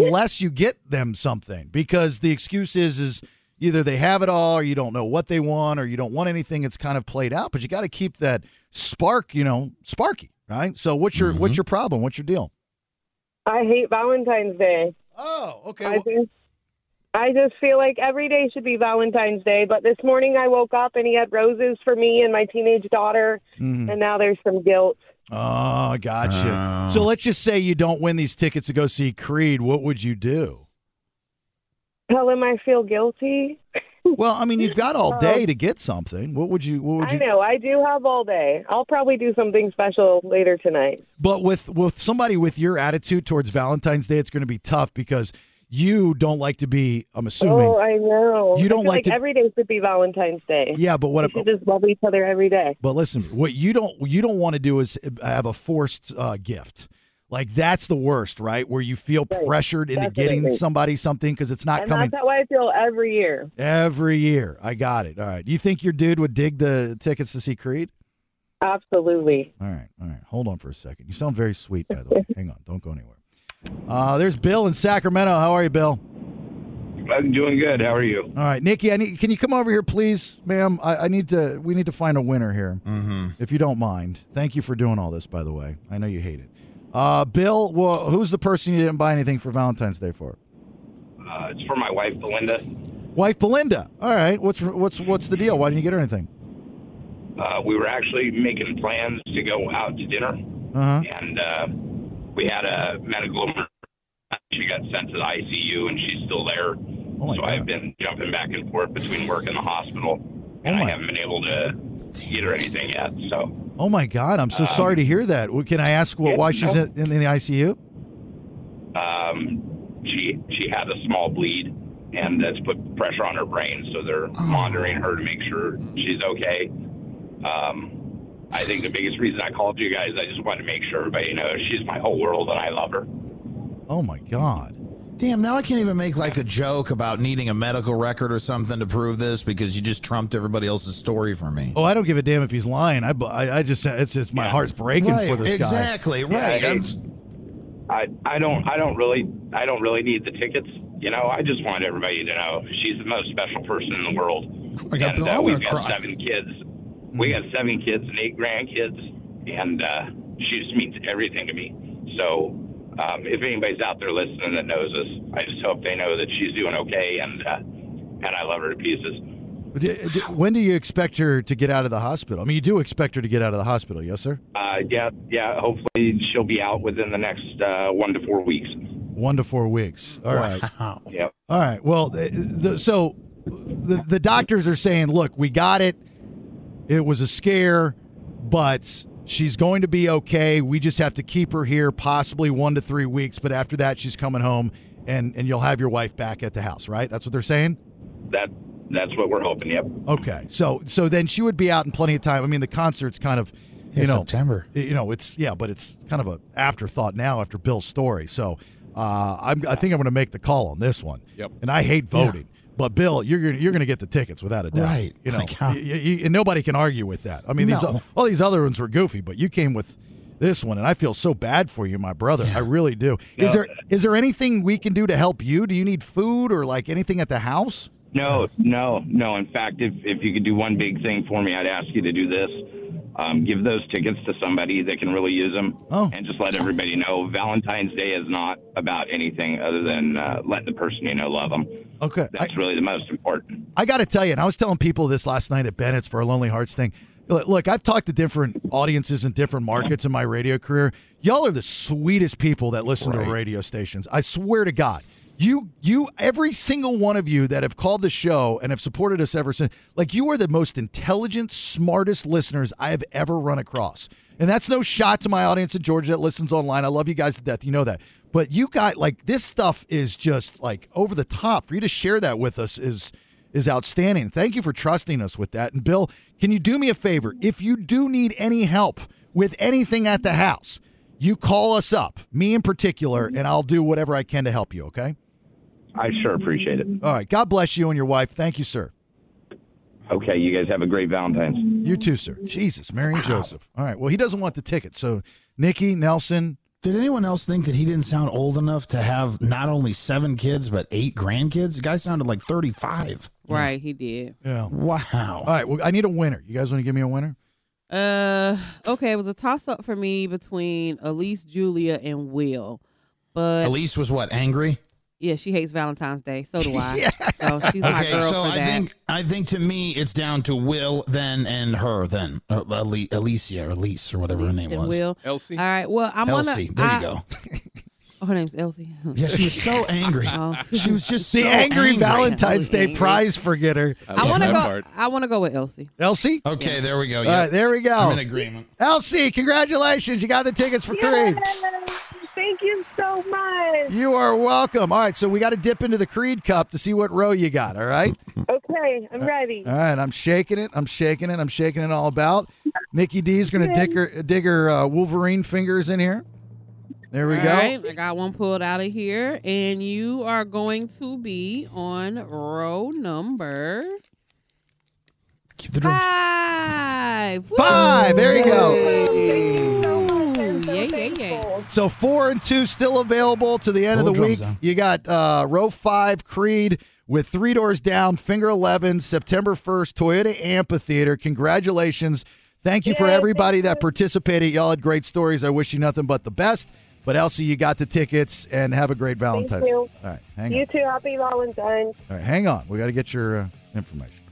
Speaker 8: less you get them something because the excuse is is either they have it all or you don't know what they want or you don't want anything. It's kind of played out, but you got to keep that spark, you know, sparky, right? So what's your what's your problem? What's your deal?
Speaker 17: I hate Valentine's Day.
Speaker 8: Oh, okay.
Speaker 17: I, just, I just feel like every day should be Valentine's Day, but this morning I woke up and he had roses for me and my teenage daughter,
Speaker 8: Mhm.
Speaker 17: and now there's some guilt.
Speaker 8: Oh, gotcha. So let's just say you don't win these tickets to go see Creed. What would you do?
Speaker 17: Tell him I feel guilty.
Speaker 8: Well, I mean, you've got all day to get something. What would you? What would
Speaker 17: Oh. I
Speaker 8: you?
Speaker 17: know I do have all day. I'll probably do something special later tonight.
Speaker 8: But with with somebody with your attitude towards Valentine's Day, it's going to be tough because you don't like to be. I'm assuming.
Speaker 17: Oh, I know.
Speaker 8: You
Speaker 17: I
Speaker 8: don't
Speaker 17: feel
Speaker 8: like to-
Speaker 17: every day should be Valentine's Day.
Speaker 8: Yeah, but what
Speaker 17: we should
Speaker 8: ab-
Speaker 17: just love each other every day.
Speaker 8: But listen, what you don't you don't want to do is have a forced uh, gift. Like that's the worst, right? Where you feel pressured into getting
Speaker 17: definitely.
Speaker 8: somebody something because it's not
Speaker 17: and
Speaker 8: coming
Speaker 17: that's how I feel every year.
Speaker 8: every year. I got it. All right. You think your dude would dig the tickets to see Creed?
Speaker 17: Absolutely.
Speaker 8: All right, all right. Hold on for a second. You sound very sweet, by the way. Hang on, don't go anywhere. Uh, there's Bill in Sacramento. How are you, Bill?
Speaker 19: I'm doing good. How are you?
Speaker 8: All right, Nikki. I need, can you come over here, please, ma'am? I, I need to. We need to find a winner here, mm-hmm. if you don't mind. Thank you for doing all this, by the way. I know you hate it. Uh, Bill, well, who's the person you didn't buy anything for Valentine's Day for?
Speaker 19: Uh, it's for my wife, Belinda.
Speaker 8: Wife Belinda. All right. What's what's what's the deal? Why didn't you get her anything?
Speaker 19: Uh, we were actually making plans to go out to dinner,
Speaker 8: Uh huh.
Speaker 19: and uh, we had a medical emergency. She got sent to the ICU, and she's still there. so I've been jumping back and forth between work and the hospital, and I haven't been able to get her anything yet. So
Speaker 8: Oh my God, I'm so sorry to hear that. Well, Can I ask what, why she's in, in the ICU?
Speaker 19: um, she she had a small bleed, and that's put pressure on her brain. So they're
Speaker 10: Oh.
Speaker 19: monitoring her to make sure she's okay. Um, I think the biggest reason I called you guys, I just wanted to make sure everybody knows she's my whole world, and I love her.
Speaker 8: Oh my God.
Speaker 10: Damn, now I can't even make like a joke about needing a medical record or something to prove this because you just trumped everybody else's story for me.
Speaker 8: Oh, I don't give a damn if he's lying. I, bu- I, I just it's just my heart's breaking
Speaker 10: Right,
Speaker 8: for this guy.
Speaker 10: exactly, right.
Speaker 19: Yeah, I, I don't I don't really I don't really need the tickets. You know, I just want everybody to know she's the most special person in the world.
Speaker 10: I got-
Speaker 19: and
Speaker 10: I'm
Speaker 19: we've
Speaker 10: gonna
Speaker 19: got
Speaker 10: cry.
Speaker 19: seven kids. We got seven kids and eight grandkids, and uh, she just means everything to me. So, um, if anybody's out there listening that knows us, I just hope they know that she's doing okay, and uh, and I love her to pieces.
Speaker 8: D- d- When do you expect her to get out of the hospital? I mean, you do expect her to get out of the hospital, yes, sir.
Speaker 19: Uh, yeah, yeah. Hopefully, she'll be out within the next uh, one to four weeks.
Speaker 8: One to four weeks. All right.
Speaker 19: Yep.
Speaker 8: All right. Well, th- th- so the the doctors are saying, look, we got it. It was a scare, but she's going to be okay. We just have to keep her here, possibly one to three weeks. But after that, she's coming home, and and you'll have your wife back at the house, right? That's what they're saying.
Speaker 19: That that's what we're hoping. Yep.
Speaker 8: Okay, so so then she would be out in plenty of time. I mean, the concert's kind of, you
Speaker 10: Yeah,
Speaker 8: know,
Speaker 10: September.
Speaker 8: You know, it's yeah, but it's kind of a afterthought now after Bill's story. So uh, I'm, I think I'm going to make the call on this one.
Speaker 14: Yep.
Speaker 8: And I hate voting, but Bill, you're gonna, you're going to get the tickets without a doubt.
Speaker 10: Right.
Speaker 8: You know,
Speaker 10: Like how-
Speaker 8: y- y- y- and nobody can argue with that. I mean, these
Speaker 10: No.
Speaker 8: all these other ones were goofy, but you came with this one, and I feel so bad for you, my brother. I really do. Is
Speaker 19: No.
Speaker 8: there is there anything we can do to help you? Do you need food or like anything at the house?
Speaker 19: No, no, no. In fact, if, if you could do one big thing for me, I'd ask you to do this. Um, give those tickets to somebody that can really use them.
Speaker 8: Oh.
Speaker 19: And just let everybody know Valentine's Day is not about anything other than uh, letting the person you know love them.
Speaker 8: Okay. I-
Speaker 19: That's really the most important.
Speaker 8: I got to tell you, and I was telling people this last night at Bennett's for a Lonely Hearts thing. Look, look, I've talked to different audiences in different markets in my radio career. Y'all are the sweetest people that listen to radio stations. I swear to God. You, you, every single one of you that have called the show and have supported us ever since, like you are the most intelligent, smartest listeners I have ever run across. And that's no shot to my audience in Georgia that listens online. I love you guys to death. You know that. But you got like this stuff is just like over the top. For you to share that with us is is outstanding. Thank you for trusting us with that. And Bill, can you do me a favor? If you do need any help with anything at the house, you call us up, me in particular, and I'll do whatever I can to help you, okay?
Speaker 19: I sure appreciate it.
Speaker 8: All right. God bless you and your wife. Thank you, sir.
Speaker 19: Okay, you guys have a great Valentine's.
Speaker 8: You too, sir. Jesus, Mary and Joseph. All right. Well, he doesn't want the ticket. So, Nikki, Nelson.
Speaker 10: Did anyone else think that he didn't sound old enough to have not only seven kids but eight grandkids? The guy sounded like thirty-five.
Speaker 9: Right, he did.
Speaker 8: Yeah.
Speaker 10: Wow. All
Speaker 8: right. Well, I need a winner. You guys want to give me a winner?
Speaker 9: Uh, okay, it was a toss up for me between Elise, Julia, and Will. But
Speaker 10: Elise was what angry.
Speaker 9: yeah, she hates Valentine's Day. So do I. So she's my
Speaker 10: okay,
Speaker 9: girl
Speaker 10: so
Speaker 9: for
Speaker 10: I
Speaker 9: that.
Speaker 10: think I think to me it's down to Will then and her then uh, Ali- Alicia or Elise or whatever her name
Speaker 9: and
Speaker 10: was.
Speaker 9: Will. Elsie. All right. Well, I'm gonna.
Speaker 10: Elsie, there you
Speaker 9: I-
Speaker 10: go.
Speaker 9: Oh, her name's Elsie.
Speaker 10: Yeah, she was so angry.
Speaker 9: Oh.
Speaker 10: She was just
Speaker 8: the
Speaker 10: so
Speaker 8: angry,
Speaker 10: angry.
Speaker 8: Valentine's Day
Speaker 10: Angry.
Speaker 8: prize forgetter.
Speaker 9: I want to go. I want to go with Elsie.
Speaker 8: Elsie?
Speaker 10: Okay, there we go.
Speaker 8: All right, there we go.
Speaker 10: I'm in agreement.
Speaker 8: Elsie, congratulations. You got the tickets for Creed.
Speaker 5: Thank you so much.
Speaker 8: You are welcome. All right, so we got to dip into the Creed Cup to see what row you got, all right?
Speaker 5: Okay, I'm ready.
Speaker 8: All right, I'm shaking it. I'm shaking it. I'm shaking it all about. Nikki D's going to dig her, dig her uh, Wolverine fingers in here. There we
Speaker 9: All
Speaker 8: go.
Speaker 9: right, I got one pulled out of here, and you are going to be on row number five.
Speaker 8: Five. There you
Speaker 9: go.
Speaker 8: So four and two still available to the end
Speaker 10: Roll
Speaker 8: of the
Speaker 10: drums
Speaker 8: week.
Speaker 10: down.
Speaker 8: You got uh, row five Creed with three doors down. Finger eleven September first Toyota Amphitheater. Congratulations! Thank you for everybody that participated. Y'all had great stories. I wish you nothing but the best. But Elsie, you got the tickets and have a great Valentine's.
Speaker 5: you.
Speaker 8: All right, hang on.
Speaker 5: You too. Happy Valentine's.
Speaker 8: All right, hang on. We got to get your uh, information.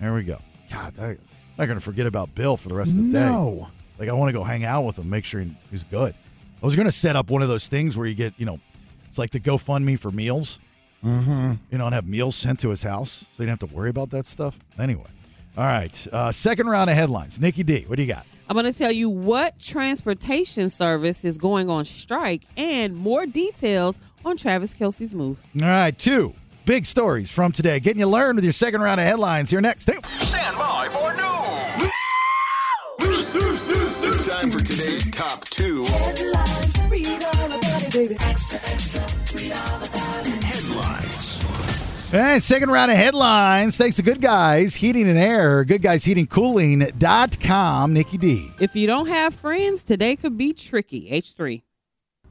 Speaker 8: There we go. God, I, am not going to forget about Bill for the rest of the day.
Speaker 10: No.
Speaker 8: Like, I want to go hang out with him, make sure he- he's good. I was going to set up one of those things where you get, you know, it's like the GoFundMe for meals,
Speaker 10: Mm-hmm.
Speaker 8: you know, and have meals sent to his house so you don't have to worry about that stuff. Anyway. All right. Uh, second round of headlines. Nikki D, what do you got?
Speaker 9: I'm going to tell you what transportation service is going on strike and more details on Travis Kelsey's move.
Speaker 8: All right. Two big stories from today. Getting you learned with your second round of headlines here next. Hey.
Speaker 3: Stand by for news.
Speaker 4: News, news, news, news. It's time for today's top two.
Speaker 3: Headlines.
Speaker 8: Hey, second round of headlines. Thanks to Good Guys Heating and Air, goodguysheatingcooling.com. Nikki D.
Speaker 9: If you don't have friends, today could be tricky. H3.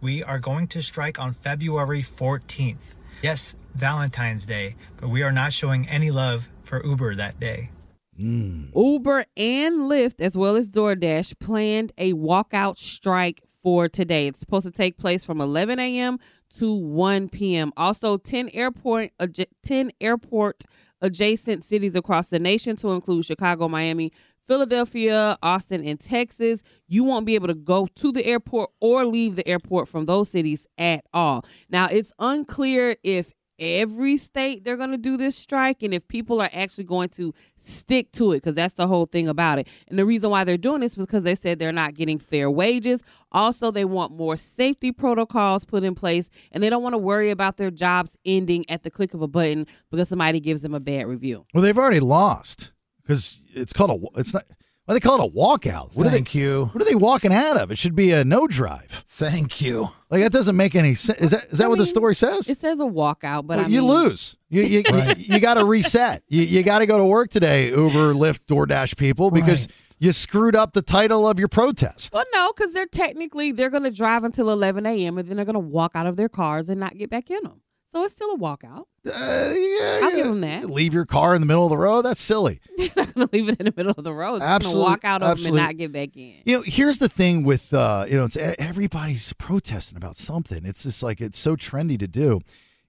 Speaker 20: We are going to strike on February 14th. Yes, Valentine's Day, but we are not showing any love for Uber that day.
Speaker 8: Mm.
Speaker 9: Uber and Lyft, as well as DoorDash, planned a walkout strike for today. It's supposed to take place from 11 a.m. to 1 p.m. Also, 10 airport adj- 10 airport adjacent cities across the nation, to include Chicago, Miami, Philadelphia, Austin, and Texas. You won't be able to go to the airport or leave the airport from those cities at all. Now, it's unclear if every state they're going to do this strike and if people are actually going to stick to it because that's the whole thing about it and the reason why they're doing this is because they said they're not getting fair wages also they want more safety protocols put in place and they don't want to worry about their jobs ending at the click of a button because somebody gives them a bad review
Speaker 8: Well, they've already lost because it's called a. It's not. Why they call it a walkout? What
Speaker 10: Thank
Speaker 8: are they,
Speaker 10: you.
Speaker 8: What are they walking out of? It should be a no drive.
Speaker 10: Thank you.
Speaker 8: Like that doesn't make any sense. Is that is that what the story says?
Speaker 9: it says a walkout but
Speaker 8: Well,
Speaker 9: I
Speaker 8: you
Speaker 9: mean,
Speaker 8: lose. You you, you got to reset. You you got to go to work today, Uber, Lyft, DoorDash people, because you screwed up the title of your protest.
Speaker 9: well no because they're technically they're going to drive until 11 a.m and then they're going to walk out of their cars and not get back in them so it's still a walkout
Speaker 10: Uh,
Speaker 9: i'll give them that
Speaker 8: Leave your car in the middle of the road. That's silly.
Speaker 9: gonna leave it in the middle of the road. Oh, Just
Speaker 8: Absolute-
Speaker 9: gonna walk out of
Speaker 8: absolute-
Speaker 9: them and not get back in.
Speaker 8: You know, here's the thing with uh, you know, it's everybody's protesting about something. It's just like it's so trendy to do,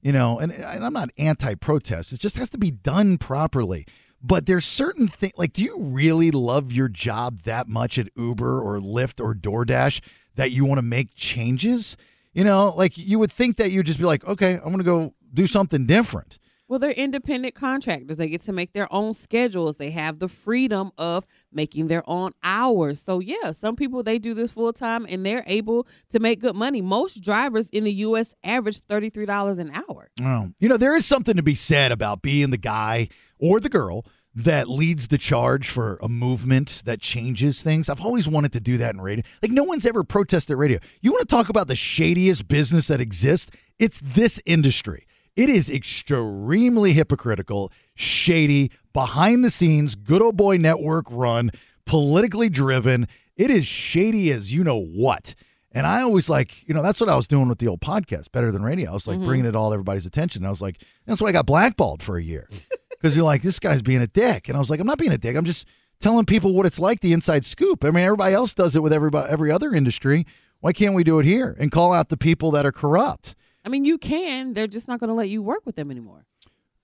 Speaker 8: you know. And, and I'm not anti-protest. It just has to be done properly. But there's certain things like, do you really love your job that much at Uber or Lyft or DoorDash that you want to make changes? You know, like you would think that you'd just be like, okay, I'm gonna go do something different.
Speaker 9: Well, they're independent contractors. They get to make their own schedules. They have the freedom of making their own hours. So yeah, some people they do this full time and they're able to make good money. Most drivers in the US average thirty three dollars an hour.
Speaker 8: Oh. You know, there is something to be said about being the guy or the girl that leads the charge for a movement that changes things. I've always wanted to do that in radio. Like, no one's ever protested radio. You want to talk about the shadiest business that exists? It's this industry. It is extremely hypocritical, shady, behind the scenes, good old boy network run, politically driven. It is shady as you know what. And I always like, you know, that's what I was doing with the old podcast, Better Than Radio. I was like
Speaker 21: Mhm.
Speaker 8: bringing it all to everybody's attention. I was like, that's why I got blackballed for a year. Because you're like, this guy's being a dick. And I was like, I'm not being a dick. I'm just telling people what it's like, the inside scoop. I mean, everybody else does it with everybody, every other industry. Why can't we do it here and call out the people that are corrupt?
Speaker 9: I mean, you can. They're just not going to let you work with them anymore.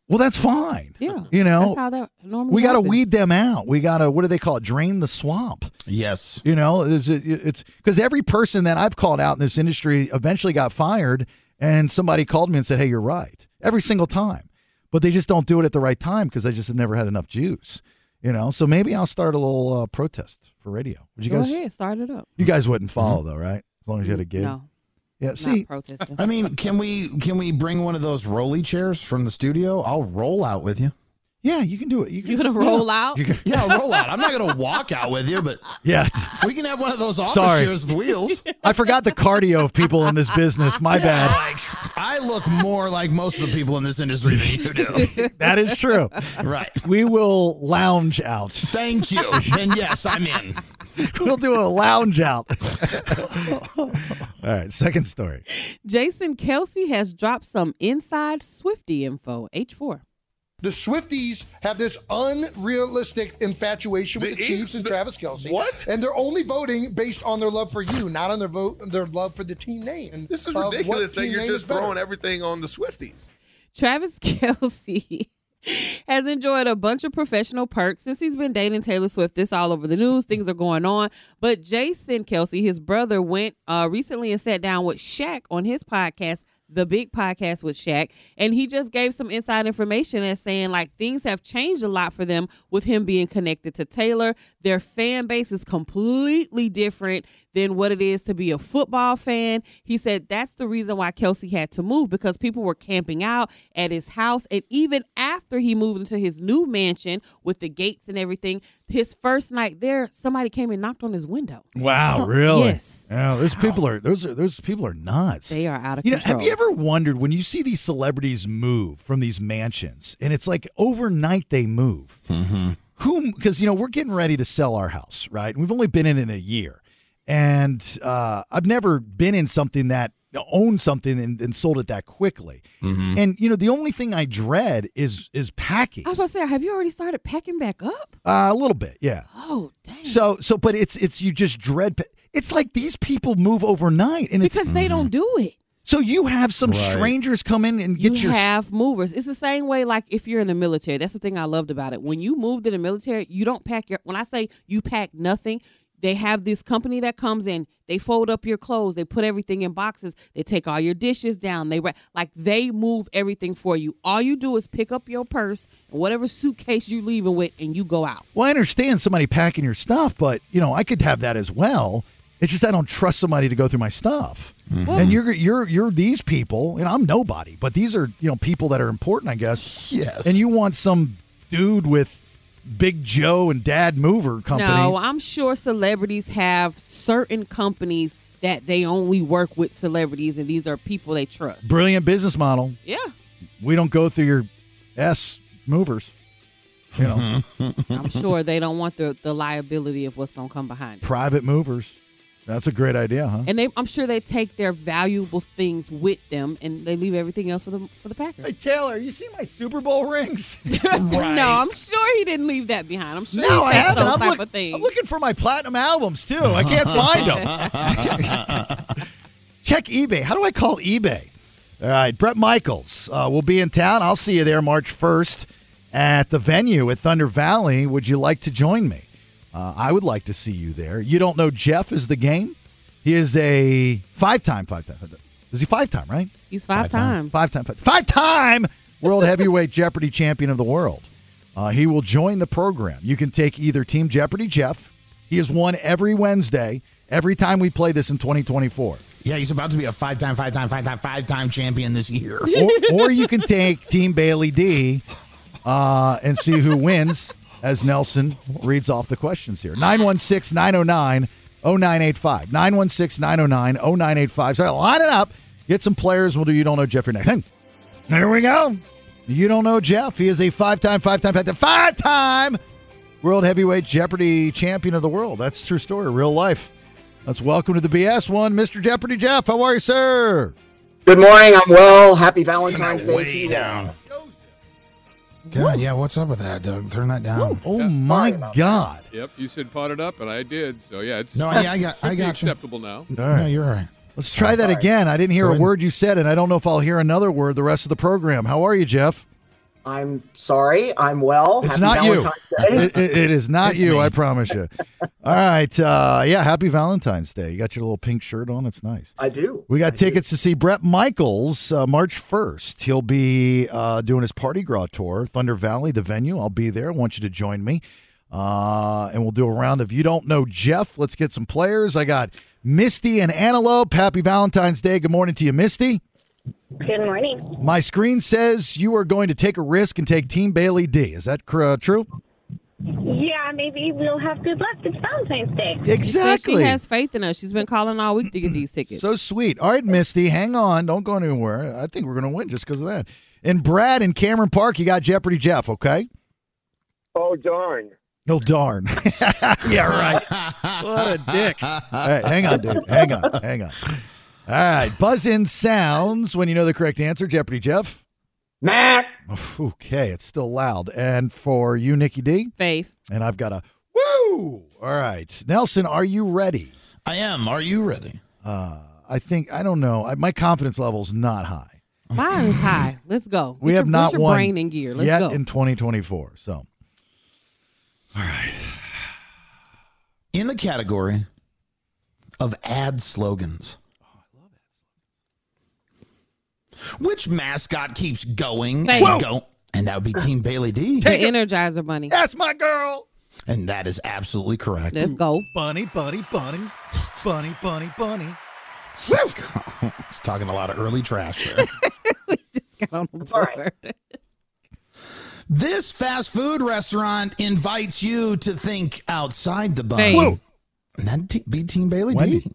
Speaker 8: Well, that's fine.
Speaker 9: Yeah.
Speaker 8: You know,
Speaker 9: that's how that normally
Speaker 8: we got to
Speaker 9: happens.
Speaker 8: weed them out. We got to what do they call it? Drain the swamp.
Speaker 10: Yes.
Speaker 8: You know, it's it's because every person that I've called out in this industry eventually got fired, and somebody called me and said, "Hey, you're right." Every single time, but they just don't do it at the right time because they just have never had enough juice. You know, so maybe I'll start a little uh, protest for radio. Would you
Speaker 9: Go
Speaker 8: guys?
Speaker 9: ahead, start it up.
Speaker 8: You guys wouldn't
Speaker 10: Mm-hmm.
Speaker 8: follow though, right? As long as you had a gig.
Speaker 9: No.
Speaker 8: Yeah.
Speaker 9: Not
Speaker 8: See,
Speaker 9: protesting.
Speaker 10: I mean, can we can we bring one of those rolly chairs from the studio? I'll roll out with you.
Speaker 8: Yeah, you can do it. You
Speaker 9: You gonna roll out?
Speaker 8: You can-
Speaker 10: Yeah, I'll roll out. I'm not gonna walk out with you, but
Speaker 8: yeah.
Speaker 10: if we can have one of those office
Speaker 8: Sorry.
Speaker 10: chairs with wheels.
Speaker 8: I forgot the cardio of people in this business. My bad.
Speaker 10: Like I look more like most of the people in this industry than you do.
Speaker 8: That is true.
Speaker 10: Right.
Speaker 8: We will lounge out.
Speaker 10: Thank you. And yes, I'm in.
Speaker 8: We'll do a lounge out. All right, second story.
Speaker 9: Jason Kelsey has dropped some inside Swifty info. H4.
Speaker 22: The Swifties have this unrealistic infatuation with the, Chiefs and Travis Kelsey. What? And they're only voting based on their love for you, not on their vote, their love for the team name. And
Speaker 23: This is
Speaker 22: of what
Speaker 23: ridiculous that
Speaker 22: team
Speaker 23: you're
Speaker 22: name is
Speaker 23: just
Speaker 22: better.
Speaker 23: throwing everything on the Swifties.
Speaker 9: Travis Kelsey has enjoyed a bunch of professional perks since he's been dating Taylor Swift. This all over the news. Things are going on. But Jason Kelsey, his brother, went uh, recently and sat down with Shaq on his podcast, The Big Podcast with Shaq. And he just gave some inside information as saying, like, things have changed a lot for them with him being connected to Taylor. Their fan base is completely different than what it is to be a football fan. He said that's the reason why Kelsey had to move because people were camping out at his house. And even after he moved into his new mansion with the gates and everything, his first night there, somebody came and knocked on his window.
Speaker 8: Wow, Oh, really?
Speaker 9: Yes.
Speaker 8: Yeah, those people are those are those people are nuts.
Speaker 9: They are out of
Speaker 8: You know,
Speaker 9: control.
Speaker 8: have you ever wondered when you see these celebrities move from these mansions and it's like overnight they move?
Speaker 10: Mm-hmm.
Speaker 8: Who? Because you know we're getting ready to sell our house, right? We've only been in it a year, and uh, I've never been in something that owned something and, and sold it that quickly. And you know the only thing I dread is is packing
Speaker 9: I was about to say, have you already started packing back up?
Speaker 8: uh, a little bit, yeah.
Speaker 9: Oh,
Speaker 8: So so, but it's it's you just dread. pa- It's like these people move overnight, and it's
Speaker 9: because they don't do it.
Speaker 8: So you have some
Speaker 9: Right.
Speaker 8: strangers come in and get
Speaker 9: you
Speaker 8: your.
Speaker 9: have movers. It's the same way like if you're in the military. That's the thing I loved about it. When you moved in the military, you don't pack your when I say you pack nothing, they have this company that comes in, they fold up your clothes, they put everything in boxes, they take all your dishes down, they ra- like they move everything for you. All you do is pick up your purse and whatever suitcase you leaving with and you go out.
Speaker 8: well, I understand somebody packing your stuff, but you know I could have that as well. It's just I don't trust somebody to go through my stuff. And you're you're you're these people, and I'm nobody, but these are you know people that are important, I guess.
Speaker 10: Yes.
Speaker 8: And you want some dude with Big Joe and Dad Mover company?
Speaker 9: No, I'm sure celebrities have certain companies that they only work with celebrities and these are people they trust.
Speaker 8: Brilliant business model.
Speaker 9: Yeah.
Speaker 8: we don't go through your S movers. You know,
Speaker 9: I'm sure they don't want the, the liability of what's gonna come behind it.
Speaker 8: private movers. That's a great idea, huh?
Speaker 9: And they, I'm sure they take their valuable things with them, and they leave everything else for the for the Packers. Hey
Speaker 8: Taylor, you see my Super Bowl rings?
Speaker 9: No, I'm sure he didn't leave that behind. I'm sure.
Speaker 8: No,
Speaker 9: he
Speaker 8: I
Speaker 9: packed
Speaker 8: haven't.
Speaker 9: those
Speaker 8: I'm,
Speaker 9: type
Speaker 8: look-
Speaker 9: of things.
Speaker 8: I'm looking for my platinum albums too. I can't find them. Check eBay. How do I call eBay? All right, Brett Michaels uh, will be in town. I'll see you there March 1st at the venue at Thunder Valley. Would you like to join me? Uh, I would like to see you there. You don't know Jeff is the game. He is a five-time, five-time. five-time. Is he five-time? Right?
Speaker 9: He's five, times.
Speaker 8: Five-time. Five-time world heavyweight Jeopardy champion of the world. Uh, he will join the program. You can take either Team Jeopardy Jeff. He has won every Wednesday, every time we play this in 2024.
Speaker 10: Yeah, he's about to be a five time, five time, five time, five time champion this year.
Speaker 8: Or, or you can take Team Bailey D uh, and see who wins as Nelson reads off the questions here. 916 909 0985. 916 909 0985. So line it up. Get some players. We'll do You Don't Know Jeffrey next. Hey. There we go. You don't know Jeff. He is a five time, five time, five time, five time world heavyweight Jeopardy champion of the world. That's true story, real life. Let's welcome to the BS one, Mr. Jeopardy Jeff. How are you, sir?
Speaker 1: Good morning. I'm well. Happy Valentine's Day to you.
Speaker 10: God, yeah, what's up with that? Don't Turn that down.
Speaker 8: Oh my God.
Speaker 14: Yep, you said pot it up, and I did. So yeah, it's
Speaker 10: No, yeah, I got-
Speaker 14: should
Speaker 10: I
Speaker 14: be
Speaker 10: got you.
Speaker 14: acceptable now.
Speaker 10: No, you're all right.
Speaker 8: Let's try that again. I didn't hear a word you said, and I don't know if I'll hear another word the rest of the program. How are you, Jeff?
Speaker 1: I'm sorry. I'm well.
Speaker 8: It's
Speaker 1: Happy
Speaker 8: not you.
Speaker 1: Valentine's Day.
Speaker 8: It- it- it is not
Speaker 1: It's
Speaker 8: you,
Speaker 1: me.
Speaker 8: I promise you. All right. Uh, yeah, happy Valentine's Day. You got your little pink shirt on. It's nice.
Speaker 1: I do.
Speaker 8: We got tickets to see Brett Michaels uh, March 1st. He'll be uh, doing his Party Gras tour, Thunder Valley, the venue. I'll be there. I want you to join me. Uh, and we'll do a round of You Don't Know Jeff. Let's get some players. I got Misty and Antelope. Happy Valentine's Day. Good morning to you, Misty.
Speaker 2: Good morning.
Speaker 8: My screen says you are going to take a risk and take Team Bailey D. Is that cr- uh, true?
Speaker 2: Yeah, maybe we'll have good luck. It's Valentine's Day.
Speaker 9: She,
Speaker 8: Exactly.
Speaker 9: said she has faith in us. She's been calling all week to get these tickets.
Speaker 8: So sweet. All right, Misty, hang on. Don't go anywhere. I think we're going to win just because of that. And Brad and Cameron Park, you got Jeopardy Jeff, okay?
Speaker 21: Oh darn!
Speaker 8: No darn. yeah, right. What a dick. All right, hang on, dude. Hang on. Hang on. All right, buzz in sounds when you know the correct answer. Jeopardy Jeff.
Speaker 1: Matt.
Speaker 8: Okay, it's still loud. And for you, Nikki D.
Speaker 9: Faith.
Speaker 8: And I've got a woo. All right, Nelson, are you ready?
Speaker 10: I am. Are you ready?
Speaker 8: Uh, I think I don't know. I, my confidence level's not high.
Speaker 9: Mine is high. Let's go.
Speaker 8: We
Speaker 9: Get
Speaker 8: have
Speaker 9: your,
Speaker 8: not
Speaker 9: get your
Speaker 8: won
Speaker 9: brain in gear. Let's
Speaker 8: yet
Speaker 9: go.
Speaker 8: in 2024. So, all right.
Speaker 10: In the category of ad slogans. Which mascot keeps going and
Speaker 9: Whoa.
Speaker 10: go- And that would be Team Bailey D.
Speaker 9: the Energizer Bunny.
Speaker 8: That's my girl.
Speaker 10: And that is absolutely correct.
Speaker 9: Let's go.
Speaker 8: Bunny, bunny, bunny, bunny, bunny, bunny.
Speaker 10: Let's go. It's talking a lot of early trash there.
Speaker 1: It's all right.
Speaker 10: This fast food restaurant invites you to think outside the
Speaker 9: Hey.
Speaker 10: bun.
Speaker 9: Whoa.
Speaker 10: And that'd t- be Team Bailey D.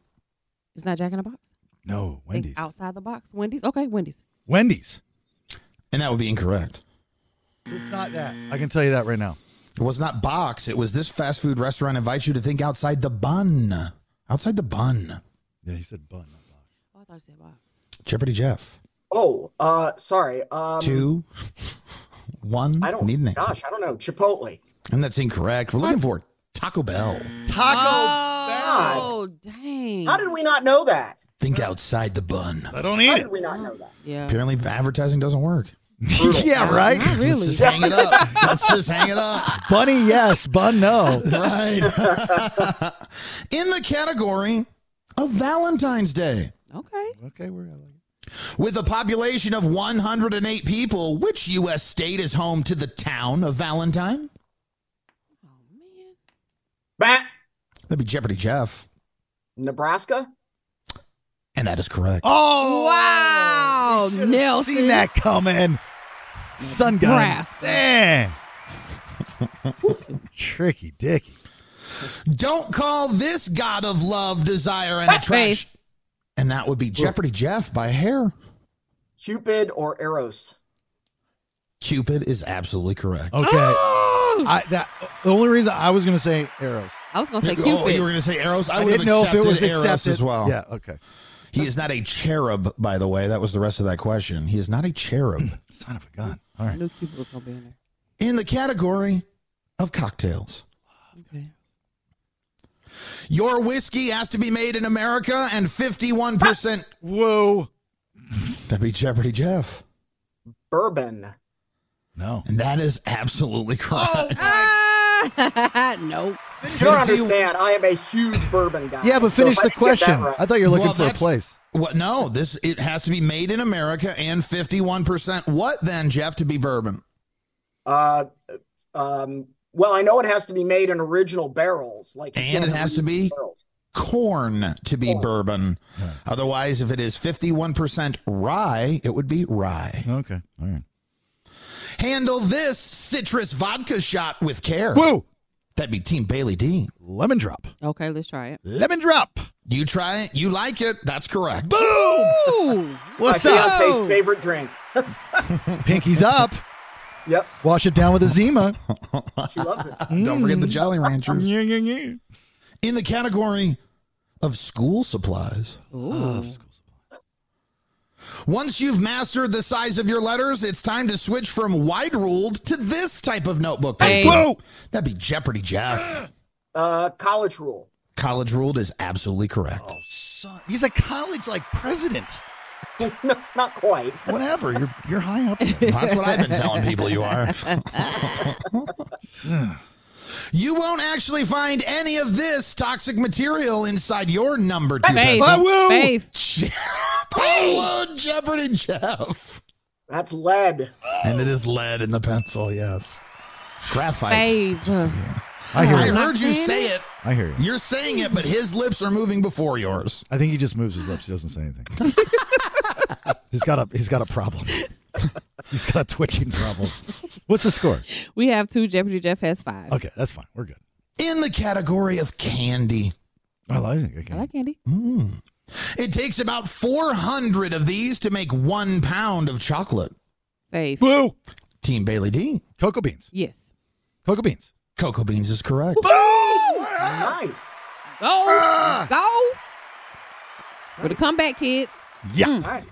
Speaker 9: It's not Jack in the Box.
Speaker 8: No,
Speaker 9: Think outside the box. Wendy's. Okay, Wendy's.
Speaker 8: Wendy's.
Speaker 10: And that would be incorrect.
Speaker 8: It's not that. I can tell you that right now.
Speaker 10: It was not box. It was this fast food restaurant invites you to think outside the bun. Outside the bun.
Speaker 8: Yeah, he said bun.
Speaker 9: Oh, I thought you said box.
Speaker 10: Jeopardy Jeff.
Speaker 1: Oh, uh, sorry. Um,
Speaker 10: Two, one.
Speaker 1: I don't.
Speaker 10: need an answer.
Speaker 1: gosh, I don't know. Chipotle.
Speaker 10: And that's incorrect. We're looking for Taco Bell.
Speaker 8: Taco
Speaker 1: Oh,
Speaker 9: dang.
Speaker 1: How did we not know that?
Speaker 10: Think outside the bun.
Speaker 8: I don't
Speaker 1: How did we not know that?
Speaker 9: Yeah.
Speaker 10: Apparently, advertising doesn't work.
Speaker 8: yeah, right.
Speaker 9: Not
Speaker 10: Let's
Speaker 9: really.
Speaker 10: just hang it up. Let's just hang it up.
Speaker 8: Bunny, yes. Bun, no.
Speaker 10: Right. In the category of Valentine's Day.
Speaker 9: Okay.
Speaker 8: Okay, we're
Speaker 10: With a population of 108 people, which U.S. state is home to the town of Valentine?
Speaker 1: Bat.
Speaker 10: That'd be Jeopardy Jeff.
Speaker 1: Nebraska.
Speaker 10: And that is correct.
Speaker 8: Oh
Speaker 1: Oh,
Speaker 9: wow, Nelson.
Speaker 8: seen that coming. Sun gun.
Speaker 9: Brass.
Speaker 8: Dang. Tricky dicky.
Speaker 10: Don't call this God of love, desire, and attraction. And that would be Jeopardy Jeff by hair.
Speaker 1: Cupid or Eros.
Speaker 10: Cupid is absolutely correct.
Speaker 8: Okay. I, that the only reason I was gonna say arrows.
Speaker 9: I was gonna say Cupid.
Speaker 10: Oh, you were going to say arrows? I,
Speaker 8: I
Speaker 10: would have
Speaker 8: didn't know if
Speaker 10: accepted
Speaker 8: it was
Speaker 10: arrows
Speaker 8: accepted.
Speaker 10: as well.
Speaker 8: Yeah, okay.
Speaker 10: He is not a cherub, by the way. That was the rest of that question. He is not a cherub.
Speaker 8: Son of a gun. All right.
Speaker 9: I knew Cupid was gonna be in there.
Speaker 10: In the category of cocktails.
Speaker 9: Okay.
Speaker 10: Your whiskey has to be made in America and 51%.
Speaker 8: Whoa.
Speaker 10: That'd be Jeopardy Jeff.
Speaker 1: Bourbon.
Speaker 8: No.
Speaker 10: And that is absolutely
Speaker 8: Oh,
Speaker 10: correct.
Speaker 9: Ah, nope.
Speaker 1: You don't understand. I am a huge bourbon guy.
Speaker 8: Yeah, but
Speaker 1: So
Speaker 8: finish
Speaker 1: if I
Speaker 8: the
Speaker 1: didn't get that
Speaker 8: question.
Speaker 1: right-
Speaker 8: I thought you were
Speaker 10: Well,
Speaker 8: looking for a
Speaker 10: that's-
Speaker 8: place.
Speaker 10: What? No, this it has to be made in America and 51%. What then, Jeff, to be bourbon?
Speaker 1: Uh, um, well, I know it has to be made in original barrels, like you
Speaker 10: And
Speaker 1: can't
Speaker 10: it has to
Speaker 1: reuse
Speaker 10: be
Speaker 1: barrels.
Speaker 10: corn to be bourbon. Otherwise, if it is 51% rye, it would be rye.
Speaker 8: Okay. All right.
Speaker 10: Handle this citrus vodka shot with care.
Speaker 8: Woo!
Speaker 10: That'd be Team Bailey D.
Speaker 8: Lemon drop.
Speaker 9: Okay, let's try it.
Speaker 8: Lemon drop.
Speaker 10: You try it. You like it. That's correct.
Speaker 1: Boom!
Speaker 8: What's
Speaker 1: My
Speaker 8: up?
Speaker 1: fiance's favorite drink.
Speaker 8: Pinky's up.
Speaker 1: Yep.
Speaker 8: Wash it down with a Zima.
Speaker 1: She loves it.
Speaker 10: Don't forget the Jolly Ranchers.
Speaker 8: Yeah, yeah, yeah.
Speaker 10: In the category of school supplies. Once you've mastered the size of your letters, it's time to switch from wide ruled to this type of notebook.
Speaker 1: Hey.
Speaker 10: Whoa! That'd be Jeopardy, Jeff.
Speaker 1: Uh, college rule.
Speaker 10: College ruled is absolutely correct.
Speaker 1: Oh,
Speaker 8: Son, he's a college like president.
Speaker 1: no, not quite.
Speaker 8: Whatever. You're you're high up. there.
Speaker 10: That's what I've been telling people you are. you won't actually find any of this toxic material inside your number two.
Speaker 9: Faith.
Speaker 10: pencil.
Speaker 9: Faith.
Speaker 10: Je- I will Jeopardy, Jeff.
Speaker 1: That's lead.
Speaker 10: And it is lead in the pencil, yes. Graphite.
Speaker 9: Babe.
Speaker 8: I hear you.
Speaker 10: heard you say it.
Speaker 8: I hear you.
Speaker 10: You're saying it, but his lips are moving before yours.
Speaker 8: I think he just moves his lips. He doesn't say anything. he's got a he's got a problem. he's got a twitching problem. What's the score?
Speaker 9: We have two. Jeopardy Jeff has five.
Speaker 8: Okay, that's fine. We're good.
Speaker 10: In the category of candy.
Speaker 8: I like it. Okay.
Speaker 9: I
Speaker 8: Mm.
Speaker 9: like candy.
Speaker 10: It takes about 400 of these to make one pound of chocolate.
Speaker 9: Faith.
Speaker 8: Boo!
Speaker 10: Team Bailey D.
Speaker 8: Cocoa beans.
Speaker 9: Yes.
Speaker 8: Cocoa beans.
Speaker 10: Cocoa beans is correct.
Speaker 1: Nice.
Speaker 9: Go.
Speaker 8: Ah.
Speaker 9: Go. For the comeback, kids.
Speaker 8: Yeah.
Speaker 1: All right.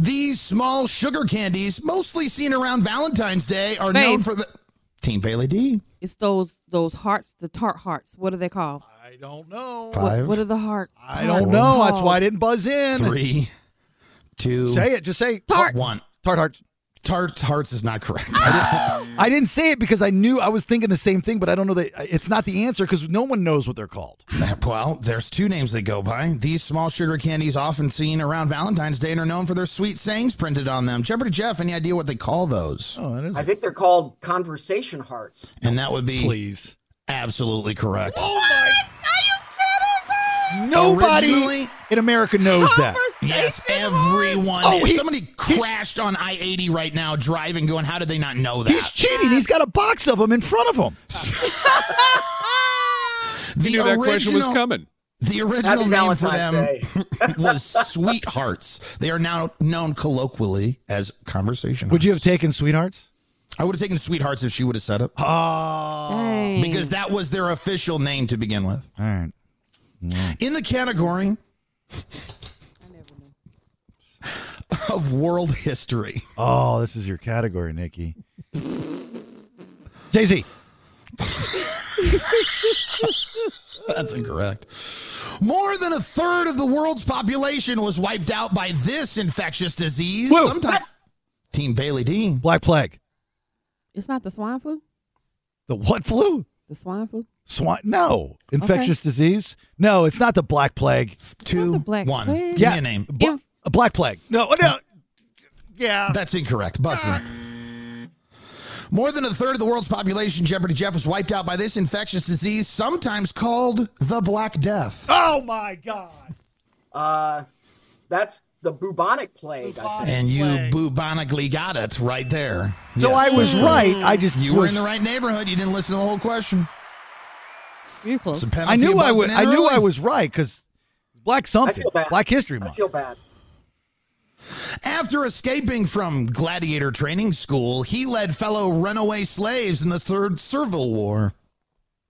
Speaker 10: These small sugar candies, mostly seen around Valentine's Day, are
Speaker 9: Faith.
Speaker 10: known for the. Team Bailey D.
Speaker 9: It's those those hearts, the tart hearts. What are they called?
Speaker 8: I don't know.
Speaker 10: Five,
Speaker 9: What are the heart?
Speaker 8: I don't know. That's why I didn't buzz in.
Speaker 10: three, two,
Speaker 8: Say it. Just say
Speaker 9: Tart.
Speaker 10: one.
Speaker 8: tart hearts.
Speaker 10: Tart Hearts is not correct.
Speaker 8: I didn't say it because I knew I was thinking the same thing, but I don't know that it's not the answer because no one knows what they're called.
Speaker 10: well, there's two names they go by. These small sugar candies, often seen around Valentine's Day, and are known for their sweet sayings printed on them. Jeopardy Jeff, any idea what they call those?
Speaker 8: Oh, that is.
Speaker 1: I think they're called conversation hearts.
Speaker 10: And that would be
Speaker 8: Please.
Speaker 10: absolutely correct.
Speaker 8: Nobody
Speaker 10: Originally-
Speaker 8: in America knows that.
Speaker 10: Yes, everyone.
Speaker 8: Oh,
Speaker 10: if
Speaker 8: he-
Speaker 10: somebody
Speaker 8: he's-
Speaker 10: crashed on I 80 right now, driving, going, how did they not know that?
Speaker 8: He's cheating. He's got a box of them in front of him.
Speaker 10: the
Speaker 14: knew that question was
Speaker 10: original-
Speaker 14: coming.
Speaker 10: The original
Speaker 1: Happy
Speaker 10: name for them
Speaker 1: Valentine's Day.
Speaker 10: was Sweethearts. They are now known colloquially as conversation.
Speaker 8: Would you have taken Sweethearts? Oh.
Speaker 10: I would have taken Sweethearts if she would have said it,
Speaker 9: Dang.
Speaker 10: because that was their official name to begin with.
Speaker 8: All right.
Speaker 10: In the category of world history,
Speaker 8: Oh, this is your category, Nikki. Jay Z.
Speaker 10: that's incorrect. More than a third of the world's population was wiped out by this infectious disease.
Speaker 8: Woo.
Speaker 10: Sometime- Team Bailey Dean.
Speaker 8: Black Plague.
Speaker 9: It's not the swine flu.
Speaker 8: The what flu?
Speaker 9: The swine flu.
Speaker 8: Swine? No. Infectious disease? No, it's not the Black Plague.
Speaker 10: Two,
Speaker 9: the black
Speaker 10: one.
Speaker 9: plague.
Speaker 10: Give
Speaker 8: Yeah.
Speaker 10: me a name.
Speaker 8: Bla-
Speaker 9: Inf-
Speaker 8: Black Plague. No, no. Yeah. Uh.
Speaker 10: That's incorrect. Bussin. More than a third of the world's population, Jeopardy Jeff, was wiped out by this infectious disease, sometimes called the Black Death.
Speaker 8: Oh, my God.
Speaker 1: Uh, that's the bubonic plague. I think.
Speaker 10: And you bubonically got it right there.
Speaker 8: So
Speaker 10: Yes.
Speaker 8: I was right. I just
Speaker 10: You were in
Speaker 8: was-
Speaker 10: the right neighborhood. You didn't listen to the whole question.
Speaker 9: You're close.
Speaker 10: It's a penalty
Speaker 8: I knew I
Speaker 10: busting
Speaker 8: would.
Speaker 10: in
Speaker 8: I knew
Speaker 10: early.
Speaker 8: I was right because Black
Speaker 1: I
Speaker 8: something.
Speaker 1: feel bad.
Speaker 8: Black History
Speaker 1: I
Speaker 8: Month.
Speaker 1: feel bad.
Speaker 10: After escaping from gladiator training school, he led fellow runaway slaves in the Third Servile War.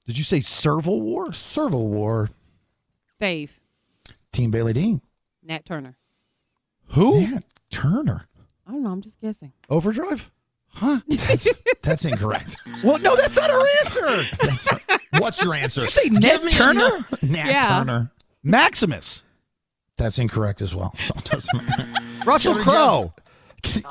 Speaker 8: Did you say Serval War?
Speaker 10: Servile War.
Speaker 9: Faith.
Speaker 10: Team Bailey Dean.
Speaker 9: Nat Turner.
Speaker 8: Who?
Speaker 10: Matt Turner.
Speaker 9: I don't know. I'm just guessing.
Speaker 8: Overdrive? Huh?
Speaker 10: That's, that's incorrect.
Speaker 8: well, no, that's not her answer.
Speaker 10: That's- what's your answer?
Speaker 8: Did you say Ned
Speaker 10: Give me a
Speaker 8: Turner?
Speaker 10: no- Nat
Speaker 9: Yeah.
Speaker 10: Turner.
Speaker 8: Maximus.
Speaker 10: That's incorrect as well. So it doesn't matter.
Speaker 8: Russell
Speaker 10: Jerry
Speaker 8: Crowe.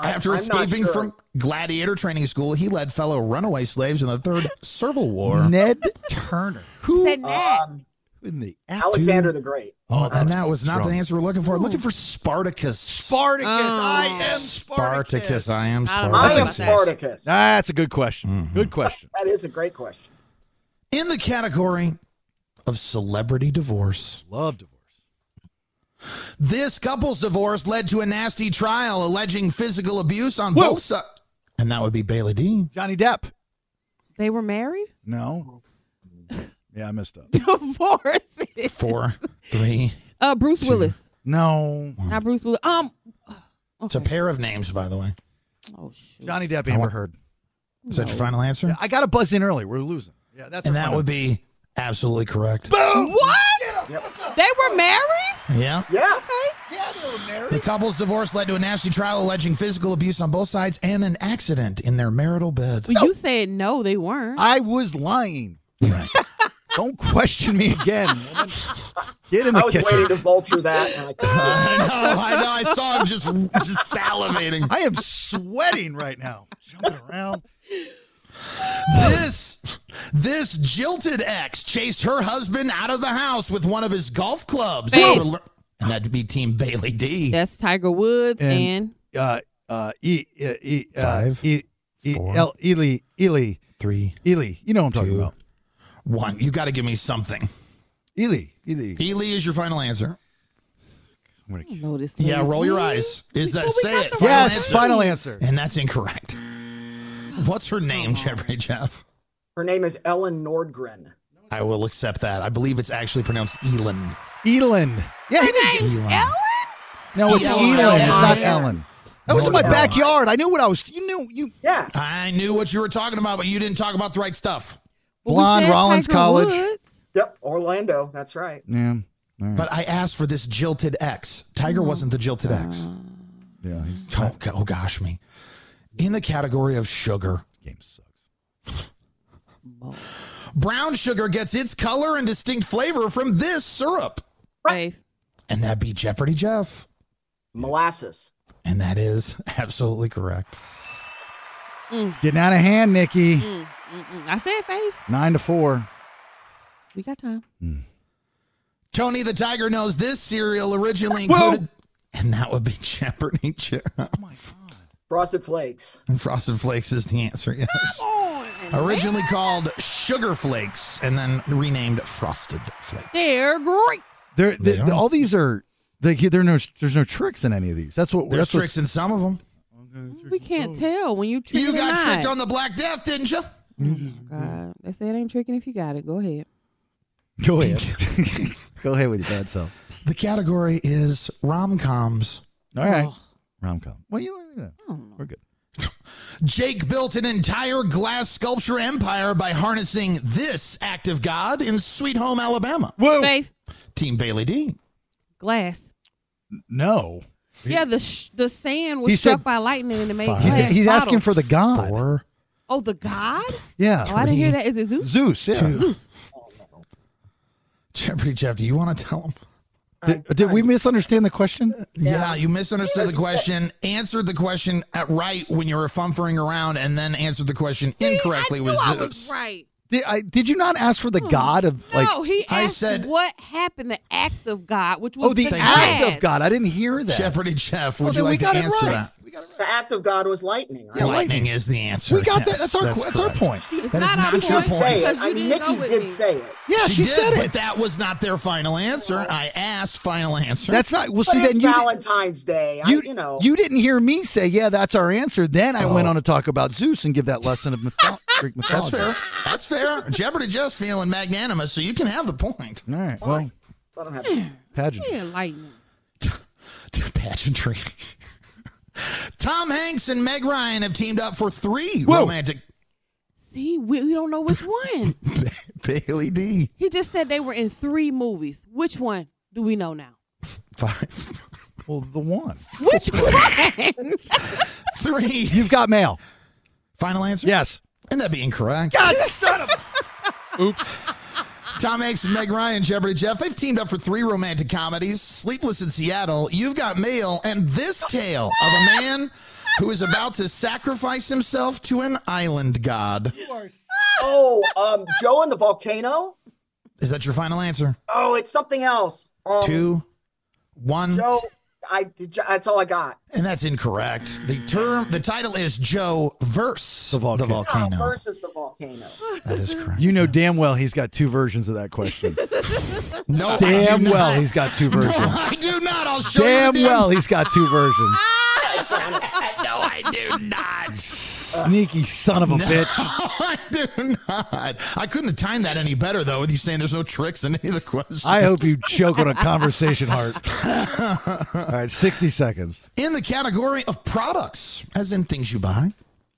Speaker 10: After
Speaker 1: I'm not
Speaker 10: escaping
Speaker 1: sure.
Speaker 10: from gladiator training school, he led fellow runaway slaves in the Third Servile War.
Speaker 8: Ned Turner. Who
Speaker 9: Said Nat.
Speaker 1: Um,
Speaker 8: in the
Speaker 1: Alexander the Great.
Speaker 8: Oh,
Speaker 10: and
Speaker 8: that's
Speaker 10: that was not
Speaker 8: strong.
Speaker 10: the answer we're looking for. Looking for Spartacus.
Speaker 8: Spartacus.
Speaker 9: Oh.
Speaker 8: I am Spartacus.
Speaker 10: Spartacus. I am
Speaker 9: I don't
Speaker 10: Spartacus. Mm-hmm.
Speaker 9: know
Speaker 1: I
Speaker 9: That's
Speaker 1: am
Speaker 9: a-
Speaker 1: Spartacus.
Speaker 8: That's a good question. Good question.
Speaker 1: That is a great question.
Speaker 10: In the category of celebrity divorce.
Speaker 8: Love divorce.
Speaker 10: This couple's divorce led to a nasty trial alleging physical abuse on
Speaker 8: Whoa.
Speaker 10: both sides. And that would be Bailey Dean.
Speaker 8: Johnny Depp.
Speaker 9: They were married?
Speaker 8: No. Yeah, I missed up.
Speaker 9: divorces.
Speaker 10: Four, three.
Speaker 9: Uh, Bruce Willis.
Speaker 8: No.
Speaker 9: Not Bruce Willis. Um,
Speaker 10: It's a pair of names, by the way.
Speaker 9: Oh, shoot.
Speaker 8: Johnny Depp, Amber Heard.
Speaker 10: Is that your final answer?
Speaker 8: I got to buzz in early. We're losing. Yeah, that's
Speaker 10: and
Speaker 8: our
Speaker 10: that
Speaker 8: final.
Speaker 10: would be absolutely correct.
Speaker 9: What? They were married?
Speaker 10: Yeah.
Speaker 1: Yeah.
Speaker 10: The couple's divorce led to a nasty trial alleging physical abuse on both sides and an accident in their marital bed.
Speaker 9: Well, You said no, they weren't.
Speaker 8: I was lying. Don't question me again. woman. Get in the
Speaker 1: I was
Speaker 8: kitchen.
Speaker 1: waiting to vulture that. And I
Speaker 10: I know, I know. I saw him just just salivating.
Speaker 8: I am sweating right now. Jumping around.
Speaker 10: This this jilted ex chased her husband out of the house with one of his golf clubs.
Speaker 9: Babe.
Speaker 10: And that'd be Team Bailey D.
Speaker 9: That's Tiger Woods and,
Speaker 8: uh, uh, e, uh, e, uh,
Speaker 10: Five,
Speaker 8: e, e,
Speaker 10: four,
Speaker 8: L, Ely, Ely,
Speaker 10: Three,
Speaker 8: Ely. You know what I'm talking
Speaker 10: Two.
Speaker 8: about.
Speaker 10: one. You got to give me something.
Speaker 8: Ely, Ely.
Speaker 10: Ely is your final answer.
Speaker 8: I'm gonna kill-
Speaker 9: no, Oh, this
Speaker 10: Yeah,
Speaker 9: lady's
Speaker 10: roll your
Speaker 9: name.
Speaker 10: eyes. Is that
Speaker 9: Well, we
Speaker 10: say
Speaker 9: got
Speaker 10: it?
Speaker 9: the
Speaker 10: Final
Speaker 8: Yes,
Speaker 10: answer.
Speaker 8: final answer. Oh.
Speaker 10: And that's incorrect. What's her name, Jeopardy Jeff?
Speaker 1: Her name is Ellen Nordgren.
Speaker 10: I will accept that. I believe it's actually pronounced Elon.
Speaker 8: Elon. Yeah, he did.
Speaker 10: Elon.
Speaker 8: No, it's
Speaker 10: Elon.
Speaker 8: Elon. It's not Ellen. That was in my
Speaker 10: Nordgren.
Speaker 8: backyard. I knew what I was. You knew you
Speaker 1: Yeah.
Speaker 10: I knew what you were talking about, but you didn't talk about the right stuff.
Speaker 9: Well, we
Speaker 8: Blonde,
Speaker 9: said
Speaker 8: Rollins
Speaker 9: Tiger
Speaker 8: College.
Speaker 9: Woods.
Speaker 1: Yep. Orlando. That's right.
Speaker 8: Yeah. All right. Oh.
Speaker 10: But I asked for this jilted ex. Tiger wasn't the jilted ex.
Speaker 8: yeah, his
Speaker 10: Oh, go- oh, gosh, me. In the category of sugar,
Speaker 8: game sucks.
Speaker 10: brown sugar gets its color and distinct flavor from this syrup.
Speaker 9: Babe.
Speaker 10: And that'd be Jeopardy Jeff.
Speaker 1: Molasses.
Speaker 10: And that is absolutely correct.
Speaker 8: It's getting out of hand, Nikki.
Speaker 9: Mm, mm, mm. I said Faith.
Speaker 8: Nine to four.
Speaker 9: We got time.
Speaker 10: Hmm. Tony the Tiger knows this cereal originally
Speaker 8: Whoa!
Speaker 10: included. And that would be Jeopardy Jeff.
Speaker 8: Oh
Speaker 1: Frosted Flakes.
Speaker 10: And Frosted Flakes is the answer, yes. Originally called Sugar Flakes and then renamed Frosted Flakes.
Speaker 9: They're great.
Speaker 8: There,
Speaker 10: They
Speaker 8: th-
Speaker 10: are.
Speaker 8: all these are. They, there are no, there's no tricks in any of these. That's what.
Speaker 10: There's
Speaker 8: that's what's-
Speaker 10: tricks in some of them.
Speaker 9: mm. We can't tell when you trick
Speaker 10: You
Speaker 9: it or
Speaker 10: got
Speaker 9: not.
Speaker 10: tricked on the Black Death, didn't you?
Speaker 9: God, they say it ain't tricking if you got it. Go ahead.
Speaker 8: Go ahead. Go ahead with your bad self.
Speaker 10: The category is rom coms.
Speaker 8: All right. Rom com. Well, you, you know,
Speaker 9: Oh.
Speaker 8: we're good.
Speaker 10: Jake built an entire glass sculpture empire by harnessing this act of God in Sweet Home Alabama.
Speaker 8: Whoa.
Speaker 9: Faith,
Speaker 10: Team Bailey D.
Speaker 9: glass.
Speaker 8: No.
Speaker 9: Yeah, the sh- the sand was
Speaker 8: He said-
Speaker 9: struck by lightning and it made
Speaker 10: Five.
Speaker 8: He's,
Speaker 9: glass
Speaker 8: he's asking
Speaker 9: bottles.
Speaker 8: for the god.
Speaker 10: Four.
Speaker 9: Oh, the god?
Speaker 8: Yeah.
Speaker 9: Oh, I didn't hear
Speaker 10: three,
Speaker 9: that. Is it Zeus?
Speaker 8: Zeus. Yeah.
Speaker 10: Jeopardy Jeff, do you want to tell him?
Speaker 8: Did, did we misunderstand the question?
Speaker 10: Uh, Yeah, you misunderstood the question, answered the question at right when you were fumfering around, and then answered the question incorrectly
Speaker 9: I knew
Speaker 10: with
Speaker 9: I
Speaker 10: Zeus.
Speaker 9: was right. Hmm.
Speaker 8: Did, I, did you not ask for the god of like?
Speaker 9: Oh. no, he asked
Speaker 10: I said-
Speaker 9: what happened, the act of God, which was
Speaker 8: oh, the
Speaker 9: the
Speaker 8: act
Speaker 9: glass.
Speaker 8: of god. I didn't hear that.
Speaker 10: Jeopardy Jeff,
Speaker 8: Oh,
Speaker 10: would
Speaker 8: then
Speaker 10: you
Speaker 8: we
Speaker 10: like to
Speaker 8: got it
Speaker 10: answer
Speaker 8: right.
Speaker 10: that?
Speaker 1: The act of God was lightning. Right?
Speaker 8: Yeah,
Speaker 10: lightning,
Speaker 8: lightning.
Speaker 10: is the answer.
Speaker 8: we got
Speaker 10: Yes,
Speaker 8: that. That's our. That's, our
Speaker 10: correct.
Speaker 8: point.
Speaker 9: It's
Speaker 10: That is
Speaker 9: not,
Speaker 10: not
Speaker 9: our
Speaker 10: your
Speaker 1: Did
Speaker 9: point.
Speaker 1: say it.
Speaker 9: because
Speaker 1: I,
Speaker 9: you didn't
Speaker 1: Nikki
Speaker 9: go with
Speaker 1: did
Speaker 9: me.
Speaker 1: say it.
Speaker 8: Yeah, she,
Speaker 10: did,
Speaker 8: said
Speaker 10: but
Speaker 8: it.
Speaker 10: that was not their final answer.
Speaker 9: Oh.
Speaker 10: I asked final answer.
Speaker 8: that's not. Well,
Speaker 1: But
Speaker 8: see,
Speaker 1: it's
Speaker 8: then you.
Speaker 1: Valentine's Day. I,
Speaker 8: You,
Speaker 1: you know.
Speaker 8: you didn't hear me say, yeah, that's our answer. Then I went on to talk about Zeus and give that lesson of mytho- Greek
Speaker 10: Oh. that's
Speaker 8: mythology.
Speaker 10: fair. That's fair. Jeopardy just feeling magnanimous, so you can have the point.
Speaker 8: All right. Well,
Speaker 1: I don't have it.
Speaker 8: pageant.
Speaker 9: Yeah, lightning.
Speaker 10: To pageantry. Tom Hanks and Meg Ryan have teamed up for three
Speaker 8: Whoa.
Speaker 10: romantic.
Speaker 9: See, we, we don't know which one.
Speaker 10: Bailey D.
Speaker 9: he just said they were in three movies. Which one do we know now?
Speaker 10: Five.
Speaker 8: Well, the one.
Speaker 9: Which one?
Speaker 10: Three.
Speaker 8: You've got mail.
Speaker 10: Final answer?
Speaker 8: Yes.
Speaker 10: And that'd be incorrect.
Speaker 8: God, son of a.
Speaker 10: Tom Hanks and Meg Ryan, Jeopardy Jeff, they've teamed up for three romantic comedies Sleepless in Seattle, You've Got Mail, and This Tale of a Man Who is About to Sacrifice Himself to an Island God.
Speaker 1: Oh, um, Joe and the volcano.
Speaker 10: Is that your final answer?
Speaker 1: Oh, it's something else. Um,
Speaker 10: Two, one,
Speaker 1: Joe. I. That's all I got.
Speaker 10: and that's incorrect. The term, the title is Joe verse the
Speaker 8: volcano.
Speaker 1: Oh, versus the volcano.
Speaker 10: That is correct.
Speaker 8: You know damn well he's got two versions of that question.
Speaker 10: no, I do
Speaker 8: damn
Speaker 10: not.
Speaker 8: well he's got two
Speaker 10: No,
Speaker 8: versions.
Speaker 10: I do not. I'll show you.
Speaker 8: damn
Speaker 10: the
Speaker 8: well he's got two versions.
Speaker 1: I
Speaker 10: no, I do not.
Speaker 8: Sneaky son of a
Speaker 10: No,
Speaker 8: bitch.
Speaker 10: I do not. I couldn't have timed that any better, though, with you saying there's no tricks in any of the questions.
Speaker 8: I hope you choke on a conversation heart. All right, 60 seconds.
Speaker 10: in the category of products, as in things you buy.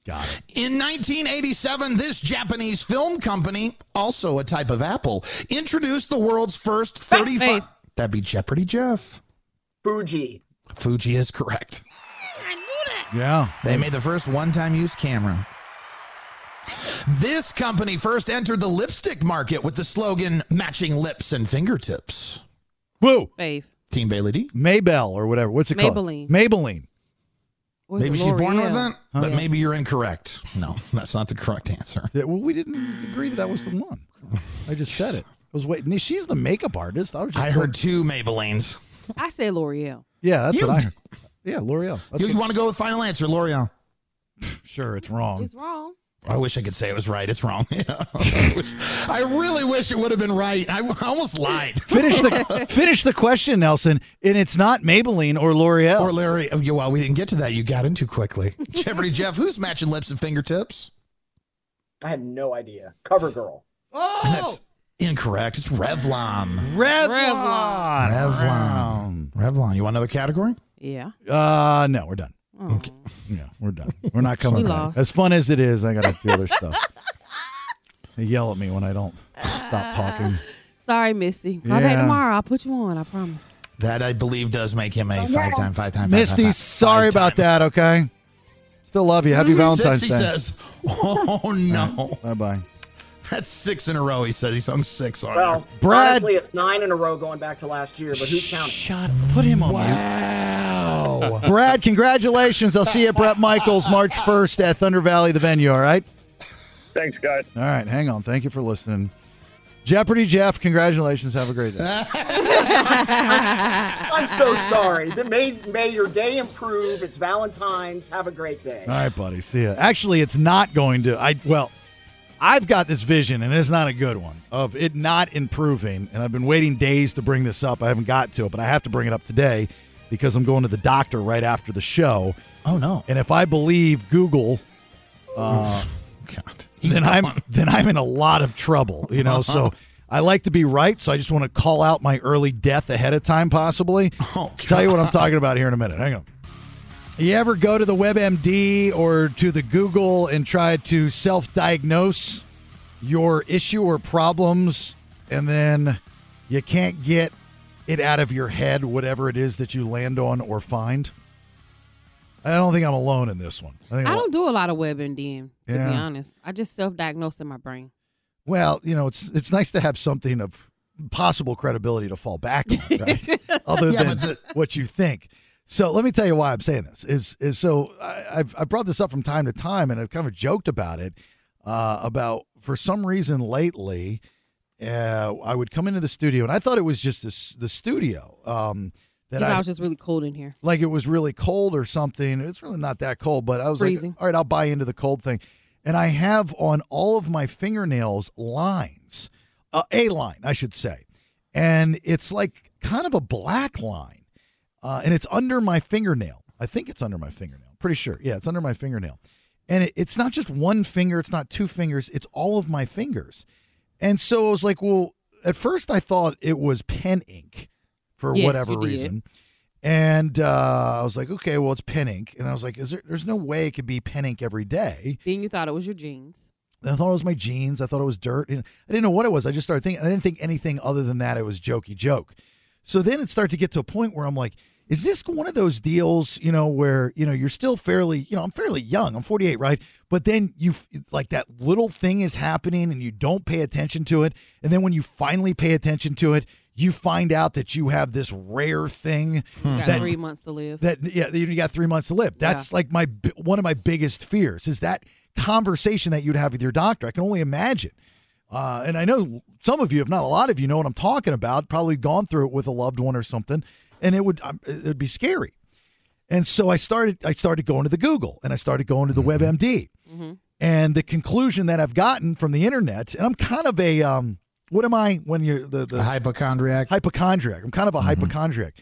Speaker 8: Got it.
Speaker 10: In 1987, this Japanese film company, also a type of apple, introduced the world's first 35. That'd be Jeopardy Jeff.
Speaker 1: Fuji.
Speaker 10: Fuji is correct.
Speaker 8: Yeah.
Speaker 10: They made the first one time use camera. This company first entered the lipstick market with the slogan matching lips and fingertips.
Speaker 8: Woo!
Speaker 9: Fave.
Speaker 10: Team Bailey D.
Speaker 8: Maybell or whatever. What's it
Speaker 9: Maybelline.
Speaker 8: called? Maybelline. Oh,
Speaker 9: Or is
Speaker 10: maybe
Speaker 9: it
Speaker 10: she's born with
Speaker 9: L'Oreal?
Speaker 10: that, but
Speaker 9: Yeah.
Speaker 10: maybe you're incorrect. No, that's not the correct answer.
Speaker 8: Yeah, well, we didn't agree that was the one. I just said it. I was waiting. She's the makeup artist. I was just
Speaker 10: I heard two Maybellines.
Speaker 9: I said L'Oreal.
Speaker 8: Yeah, that's
Speaker 10: You
Speaker 8: what I
Speaker 10: d-
Speaker 8: heard. Yeah, L'Oreal. That's
Speaker 10: You,
Speaker 8: what-
Speaker 10: want to go with final answer, L'Oreal?
Speaker 8: Sure, it's wrong.
Speaker 9: It's wrong.
Speaker 10: I wish I could say it was right. It's wrong. Yeah. I, wish- I really wish it would have been right. I, I almost lied.
Speaker 8: Finish the finish the question, Nelson. And it's not Maybelline or L'Oreal.
Speaker 10: Or Larry, oh, yeah, well, we didn't get to that. You got in too quickly. Jeopardy Jeff, who's matching lips and fingertips?
Speaker 1: I have no idea. Cover girl.
Speaker 10: That's incorrect. It's Revlon.
Speaker 8: Revlon.
Speaker 10: Revlon. Revlon. You want another category?
Speaker 9: Yeah.
Speaker 8: Uh, no, we're done.
Speaker 9: Okay.
Speaker 8: Yeah, we're done. We're not coming
Speaker 9: We
Speaker 8: back.
Speaker 9: lost.
Speaker 8: As fun as it is, I got to do other stuff. They yell at me when I don't stop talking.
Speaker 9: Sorry, Misty. Call back
Speaker 8: Yeah.
Speaker 9: tomorrow. I'll put you on. I promise.
Speaker 10: That I believe does make him a five time, five time,
Speaker 8: Misty, sorry about that, okay? Still love you. Happy Valentine's
Speaker 10: six,
Speaker 8: Day.
Speaker 10: He Mm-hmm. says, "Oh no,
Speaker 8: Bye bye.
Speaker 10: that's six in a row." He says he's on six on.
Speaker 1: Well,
Speaker 8: Brad-
Speaker 1: honestly, it's nine in a row going back to last year, but who's counting?
Speaker 8: Shut Put him on
Speaker 10: wow.
Speaker 8: Brad, congratulations. I'll see you at Brett Michaels March 1st at Thunder Valley, the venue, all right?
Speaker 21: Thanks, guys.
Speaker 8: All right, hang on. Thank you for listening. Jeopardy Jeff, congratulations. Have a great day.
Speaker 1: I'm so sorry. The- May, may your day improve. It's Valentine's. Have a great day.
Speaker 8: All right, buddy. See ya. Actually, it's not going to. I well, I've got this vision, and it's not a good one of it not improving. And I've been waiting days to bring this up. I haven't got to it, but I have to bring it up today because I'm going to the doctor right after the show.
Speaker 10: Oh no,
Speaker 8: And if I believe Google, uh,
Speaker 10: God. He's
Speaker 8: then I'm
Speaker 10: gone. Uh-huh.
Speaker 8: then I'm in a lot of trouble. You know, so. I like to be right, so I just want to call out my early death ahead of time, possibly.
Speaker 10: Oh,
Speaker 8: Tell you what I'm
Speaker 10: God.
Speaker 8: talking about here in a minute. Hang on. You ever go to the WebMD or to the Google and try to self diagnose your issue or problems, and then you can't get it out of your head, whatever it is that you land on or find? I don't think I'm alone in this one. I think a
Speaker 9: I
Speaker 8: lot-
Speaker 9: don't do a lot of web and DM, to be
Speaker 8: Yeah.
Speaker 9: honest. I just self diagnose in my brain.
Speaker 8: Well, you know, it's it's nice to have something of possible credibility to fall back on, right? Other
Speaker 10: Yeah,
Speaker 8: than
Speaker 10: but the-
Speaker 8: what you think. So let me tell you why I'm saying this is is so I, I've I brought this up from time to time, and I've kind of joked about it uh, about for some reason lately. Uh, I would come into the studio, and I thought it was just this the studio um, that
Speaker 9: You know, I
Speaker 8: I
Speaker 9: was just really cold in here.
Speaker 8: like it was really cold or something. It's really not that cold, but I was
Speaker 9: Freezing.
Speaker 8: like, all right, I'll buy into the cold thing. And I have on all of my fingernails lines, uh, a line, I should say. And it's like kind of a black line. Uh, and it's under my fingernail. I think it's under my fingernail. Pretty sure. Yeah, it's under my fingernail. And it, it's not just one finger, it's not two fingers, it's all of my fingers. And so I was like, well, at first I thought it was pen ink for
Speaker 9: Yes,
Speaker 8: whatever
Speaker 9: you did.
Speaker 8: reason. And uh, I was like, okay, well, it's pen ink. And I was like, is there, there's no way it could be pen ink every day.
Speaker 9: Then you thought it was your jeans.
Speaker 8: And I thought it was my jeans. I thought it was dirt. And I didn't know what it was. I just started thinking, I didn't think anything other than that. It was jokey joke. So then it started to get to a point where I'm like, is this one of those deals, you know, where, you know, you're still fairly, you know, I'm fairly young. I'm 48, right? But then you, f- like, that little thing is happening and you don't pay attention to it. And then when you finally pay attention to it, you find out that you have this rare thing
Speaker 9: You got
Speaker 8: Hmm. that
Speaker 9: three months to live.
Speaker 8: that yeah you got three months to live that's like my bi- one of my biggest fears is that conversation that you'd have with your doctor i can only imagine uh, and i know some of you if not a lot of you know what i'm talking about probably gone through it with a loved one or something and it would um, it would be scary and so i started i started going to the google and i started going to the webmd
Speaker 9: Mm-hmm.
Speaker 8: and the conclusion that i've gotten from the internet and i'm kind of a um, what am i when you're the, the
Speaker 10: A hypochondriac. Mm-hmm.
Speaker 8: hypochondriac i'm kind of a hypochondriac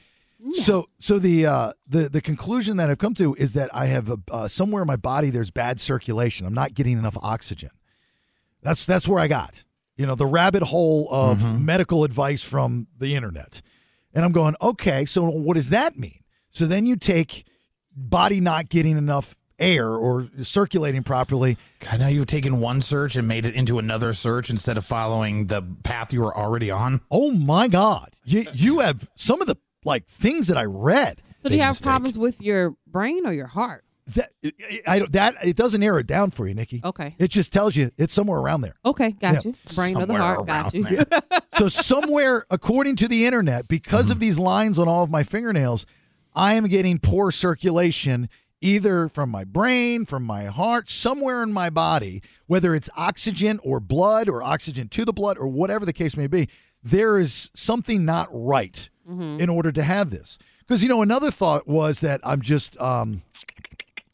Speaker 8: So, so the uh, the the conclusion that I've come to is that I have uh, somewhere in my body there's bad circulation. I'm not getting enough oxygen. That's that's where I got you know the rabbit hole of
Speaker 10: Mm-hmm.
Speaker 8: medical advice from the internet, and I'm going okay. So what does that mean? So then you take body not getting enough air or circulating properly.
Speaker 10: God, now you've taken one search and made it into another search instead of following the path you were already on.
Speaker 8: Oh my God, you you have some of the like things that I read.
Speaker 9: So do you have problems with your brain or your heart?
Speaker 8: That I don't that it doesn't narrow it down for you, Nikki.
Speaker 9: Okay.
Speaker 8: It just tells you it's somewhere around there.
Speaker 9: Okay, got
Speaker 8: Yeah.
Speaker 9: you. Brain or the
Speaker 8: Somewhere
Speaker 9: heart, got you.
Speaker 8: around so somewhere, according to the internet, because of these lines on all of my fingernails, I am getting poor circulation either from my brain, from my heart, somewhere in my body, whether it's oxygen or blood or oxygen to the blood or whatever the case may be, there is something not right
Speaker 9: Mm-hmm.
Speaker 5: Mhm.
Speaker 8: in order to have this. Because you know, another thought was that I'm just um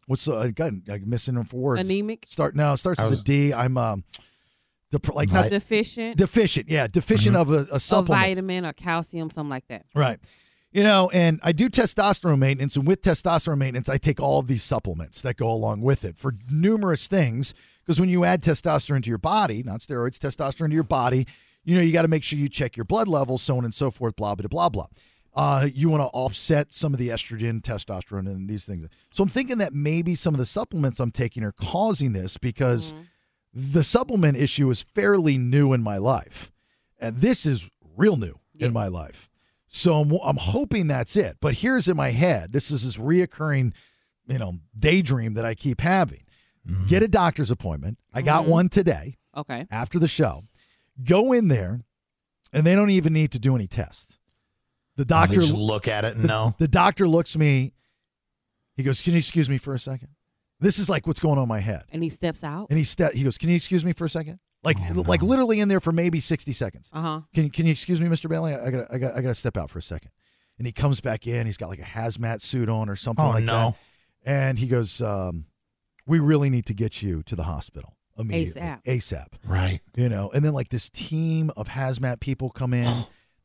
Speaker 8: what's the I got I'm missing them for words.
Speaker 9: Anemic?
Speaker 8: Start no, it starts
Speaker 9: I
Speaker 8: with a D. I'm um dep- like not
Speaker 9: deficient.
Speaker 8: deficient. Yeah, deficient of a, a
Speaker 9: a
Speaker 8: supplement.
Speaker 9: vitamin or calcium, something like that.
Speaker 8: Right. You know, and I do testosterone maintenance, and with testosterone maintenance, I take all of these supplements that go along with it for numerous things. Because when you add testosterone to your body, not steroids, testosterone to your body, you know, you got to make sure you check your blood levels, so on and so forth, blah, blah, blah, blah. Uh, you want to offset some of the estrogen, testosterone, and these things. So I'm thinking that maybe some of the supplements I'm taking are causing this because the supplement issue is fairly new in my life. And this is real new in my life. So I'm, I'm hoping that's it. But here's in my head this is this reoccurring, you know, daydream that I keep having.
Speaker 10: Mm-hmm.
Speaker 8: Get a doctor's appointment. I got one today
Speaker 9: Okay.
Speaker 8: after the show. Go in there, and they don't even need to do any tests. The
Speaker 10: Doctor,
Speaker 8: doctor
Speaker 10: Oh, just look at it and know.
Speaker 8: the doctor looks me. He goes, "Can you excuse me for a second? This is like what's going on in my head."
Speaker 9: And he steps out.
Speaker 8: And he ste- he goes, "Can you excuse me for a second? Like like literally in there for maybe 60 seconds.
Speaker 9: Uh huh.
Speaker 8: Can can you excuse me, Mr. Bailey? I got I got I got to step out for a second. And he comes back in. He's got like a hazmat suit on or something
Speaker 10: Oh,
Speaker 8: like
Speaker 10: no.
Speaker 8: that. And he goes, um, "We really need to get you to the hospital immediately,
Speaker 9: ASAP.
Speaker 8: ASAP."
Speaker 10: Right.
Speaker 8: You know, and then like this team of hazmat people come in,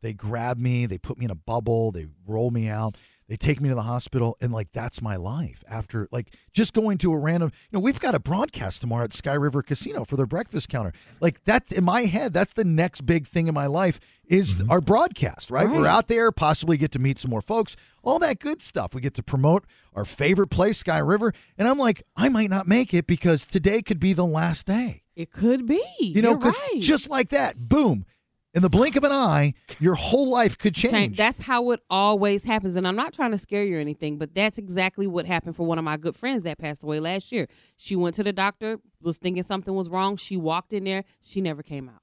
Speaker 8: they grab me, they put me in a bubble, they roll me out, they take me to the hospital, and like that's my life after like just going to a random you know, we've got a broadcast tomorrow at Sky River Casino for their breakfast counter. Like that's in my head, that's the next big thing in my life is our broadcast, Mm-hmm. right? We're
Speaker 10: Right.
Speaker 8: out there, possibly get to meet some more folks, all that good stuff. We get to promote our favorite place, Sky River. And I'm like, I might not make it because today could be the last day.
Speaker 9: It could be.
Speaker 8: You know,
Speaker 9: You're
Speaker 8: because
Speaker 9: right.
Speaker 8: just like that, boom, in the blink of an eye, your whole life could
Speaker 9: Okay,
Speaker 8: change.
Speaker 9: That's how it always happens. And I'm not trying to scare you or anything, but that's exactly what happened for one of my good friends that passed away last year. She went to the doctor, was thinking something was wrong. She walked in there. She never came out.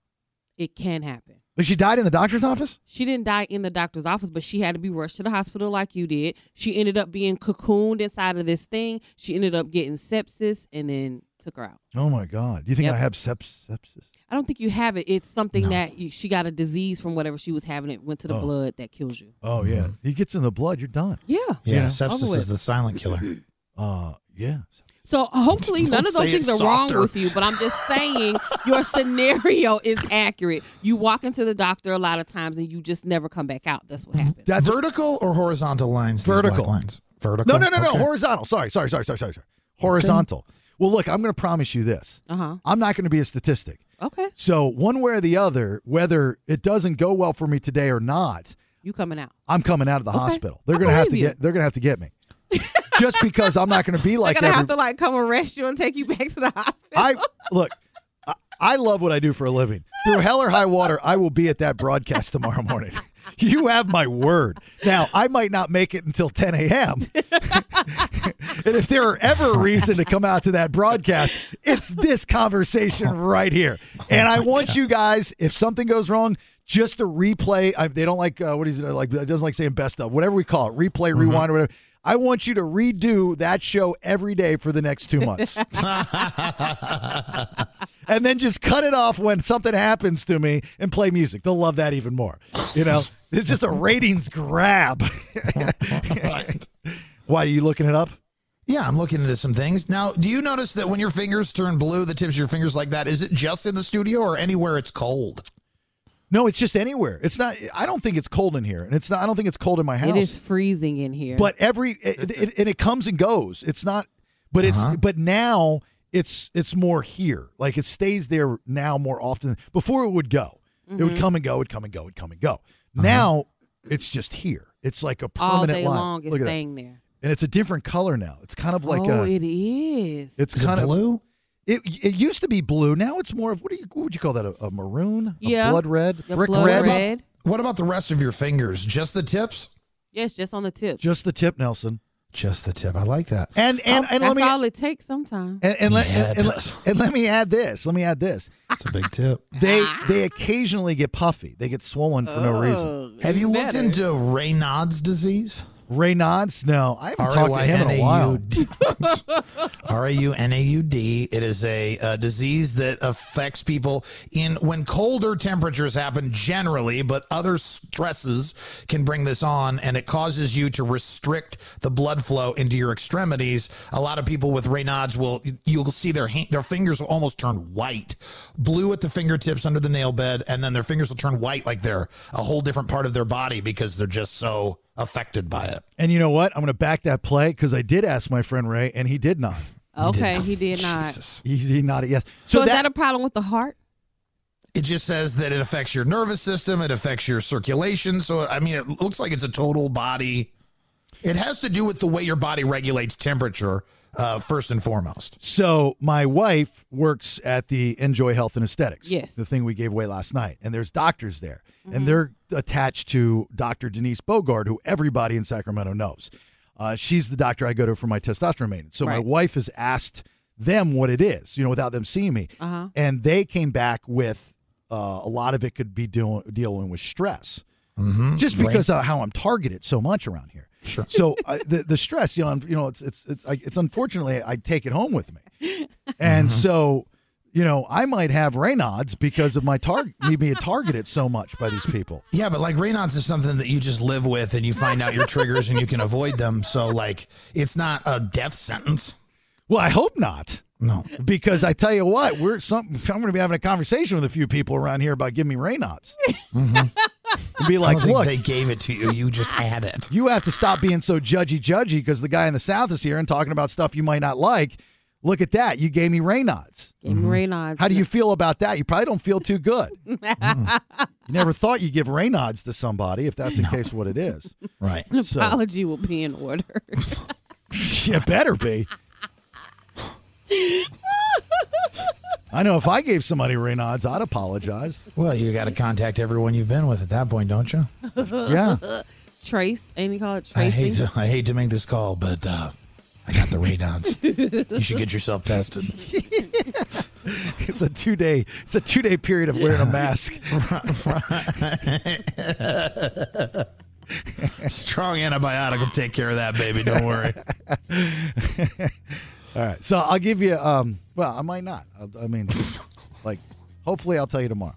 Speaker 9: It can happen.
Speaker 8: But she died in the doctor's office?
Speaker 9: She didn't die in the doctor's office, but she had to be rushed to the hospital like you did. She ended up being cocooned inside of this thing. She ended up getting sepsis and then took her out.
Speaker 8: Oh my God. You think
Speaker 9: Yep.
Speaker 8: I have seps- sepsis?
Speaker 9: I don't think you have it. It's something that you, she got a disease from whatever she was having. It went to the
Speaker 8: Oh.
Speaker 9: blood that kills you.
Speaker 8: Oh, yeah. He gets in the blood, you're done.
Speaker 9: Yeah.
Speaker 8: You
Speaker 10: Yeah,
Speaker 8: know?
Speaker 10: sepsis is the silent killer.
Speaker 8: Uh, yeah.
Speaker 9: So uh, hopefully
Speaker 10: Don't
Speaker 9: none of those
Speaker 10: say it
Speaker 9: things are
Speaker 10: softer.
Speaker 9: wrong with you, but I'm just saying your scenario is accurate. You walk into the doctor a lot of times and you just never come back out. That's what happens.
Speaker 10: That's vertical or horizontal lines. these
Speaker 8: Vertical.
Speaker 10: black lines. Vertical.
Speaker 8: No, no, no, no.
Speaker 10: Okay.
Speaker 8: Horizontal. Sorry, sorry, sorry, sorry, sorry, sorry. Horizontal. Well, look, I'm going to promise you this.
Speaker 9: Uh huh.
Speaker 8: I'm not going to be a statistic.
Speaker 9: Okay.
Speaker 8: So, one way or the other, whether it doesn't go well for me today or not,
Speaker 9: You coming out.
Speaker 8: I'm coming out of the
Speaker 9: Okay.
Speaker 8: hospital. They're
Speaker 9: I
Speaker 8: going to have to
Speaker 9: believe you.
Speaker 8: get. They're going to have to get me, just because I'm not going to be like.
Speaker 9: They're gonna have
Speaker 8: every-
Speaker 9: to like come arrest you and take you back to the hospital.
Speaker 8: I look. I, I love what I do for a living. Through hell or high water, I will be at that broadcast tomorrow morning. You have my word. Now I might not make it until 10 a.m. and if there are ever a reason to come out to that broadcast, it's this conversation right here. And I want you guys, if something goes wrong, just to replay. I, they don't like uh, what is it like? It doesn't like saying best of whatever we call it, replay, rewind, or whatever. I want you to redo that show every day for the next two months. and then just cut it off when something happens to me and play music. They'll love that even more. You know, it's just a ratings grab. Why are you looking it up?
Speaker 10: Yeah, I'm looking into some things. Now, do you notice that when your fingers turn blue, the tips of your fingers like that, is it just in the studio or anywhere it's cold?
Speaker 8: No, it's just anywhere. It's not. I don't think it's cold in here, and it's not. I don't think it's cold in my house.
Speaker 9: It is freezing in here.
Speaker 8: But every it, it, and it comes and goes. It's not. But it's
Speaker 9: Uh-huh.
Speaker 8: but now it's it's more here. Like it stays there now more often. Before it would go, it would
Speaker 9: Mhm.
Speaker 8: come and go. It would come and go. It would come and go. Now it's just here. It's like a
Speaker 9: Uh-huh. all
Speaker 8: permanent
Speaker 9: day
Speaker 8: line.
Speaker 9: long it's
Speaker 8: Look at that.
Speaker 9: staying there.
Speaker 8: And it's a different color now. It's kind of like uh,
Speaker 9: oh,
Speaker 8: a.
Speaker 9: it is.
Speaker 8: It's
Speaker 10: it
Speaker 8: kind of
Speaker 10: blue?
Speaker 8: It it used to be blue. Now it's more of what do you what would you call that? A, a maroon? A
Speaker 9: Yeah.
Speaker 8: blood red?
Speaker 9: Yeah,
Speaker 8: brick
Speaker 9: blood
Speaker 8: red?
Speaker 9: red.
Speaker 10: What about the rest of your fingers? Just the tips?
Speaker 9: Yes, just on the tip.
Speaker 8: Just the tip, Nelson.
Speaker 10: Just the tip. I like that.
Speaker 8: And and and let
Speaker 9: Oh, That's
Speaker 8: me
Speaker 9: all it takes sometimes.
Speaker 8: and, and let
Speaker 10: Yeah,
Speaker 8: and,
Speaker 10: it
Speaker 8: and let,
Speaker 10: does.
Speaker 8: and let me add this. Let me add this.
Speaker 10: It's a big tip.
Speaker 8: They they occasionally get puffy. They get swollen for no
Speaker 9: Oh,
Speaker 8: reason.
Speaker 10: Have you looked into Raynaud's disease?
Speaker 8: Raynaud's? No, I haven't talked to him in a while.
Speaker 10: R A U N A U D. It is a, uh disease that affects people in when colder temperatures happen generally, but other stresses can bring this on, and it causes you to restrict the blood flow into your extremities. A lot of people with Raynaud's will you'll see their hand, their fingers will almost turn white, blue at the fingertips under the nail bed, and then their fingers will turn white like they're a whole different part of their body because they're just so affected by it.
Speaker 8: And you know what? I'm going to back that play because I did ask my friend Ray, and he did not.
Speaker 9: Okay, he did not.
Speaker 8: He, he nodded yes.
Speaker 9: So,
Speaker 8: So,
Speaker 9: is
Speaker 8: that,
Speaker 9: that a problem with the heart?
Speaker 10: It just says that it affects your nervous system, it affects your circulation. So, I mean, it looks like it's a total body. It has to do with the way your body regulates temperature, uh, first and foremost.
Speaker 8: So my wife works at the Enjoy Health and Aesthetics.
Speaker 10: Yes.
Speaker 8: The thing we gave away last night. And there's doctors there.
Speaker 9: Mm-hmm.
Speaker 8: And they're attached to Dr. Denise Bogard, who everybody in Sacramento knows. Uh, she's the doctor I go to for my testosterone maintenance. So my
Speaker 9: Right.
Speaker 8: wife has asked them what it is, you know, without them seeing me.
Speaker 9: Uh-huh.
Speaker 8: And they came back with uh, a lot of it could be dealing dealing with stress.
Speaker 10: Mm-hmm.
Speaker 8: Just because of how I'm targeted so much around here. Sure. So uh, the the stress, you know, I'm, you know, it's it's it's I, it's unfortunately I take it home with me,
Speaker 10: Mm-hmm.
Speaker 8: and so you know I might have Raynaud's because of my target me being targeted so much by these people.
Speaker 10: Yeah, but like Raynaud's is something that you just live with and you find out your triggers and you can avoid them. So, like, it's not a death sentence.
Speaker 8: Well, I hope not.
Speaker 10: No,
Speaker 8: because I tell you what, we're some. I'm going to be having a conversation with a few people around here about giving me Raynaud's. And Be
Speaker 10: I
Speaker 8: like,
Speaker 10: don't think
Speaker 8: look,
Speaker 10: they gave it to you. You just had it.
Speaker 8: you have to stop being so judgy judgy because the guy in the south is here and talking about stuff you might not like. Look at that, you gave me Raynaud's.
Speaker 9: Gave me Raynaud's.
Speaker 8: Mm-hmm. How do you feel about that? You probably don't feel too good. You never thought you'd give Raynaud's to somebody if that's the case what it is.
Speaker 10: Right.
Speaker 9: An
Speaker 8: So-
Speaker 9: apology will be in order.
Speaker 8: It better be. I know if I gave somebody Raynaud's, I'd apologize.
Speaker 10: Well, you got to contact everyone you've been with at that point, don't you?
Speaker 8: Yeah.
Speaker 9: Trace, ain't he called
Speaker 10: I hate
Speaker 9: tracing?
Speaker 10: to, I hate to make this call, but uh, I got the Raynaud's. you should get yourself tested.
Speaker 8: It's a two day it's a two day period of wearing a mask.
Speaker 10: Strong antibiotic will take care of that, baby. Don't worry.
Speaker 8: All right. So I'll give you um well, I might not. I, I mean like hopefully I'll tell you tomorrow.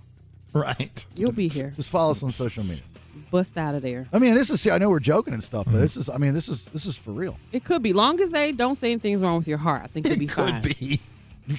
Speaker 10: Right.
Speaker 9: You'll be here.
Speaker 8: Just follow us on social media.
Speaker 9: Bust out of there.
Speaker 8: I mean, this is see, I know we're joking and stuff, but this is I mean, this is this is for real.
Speaker 9: It could be. Long as they don't say anything's wrong with your heart, I think you'll be fine.
Speaker 10: be.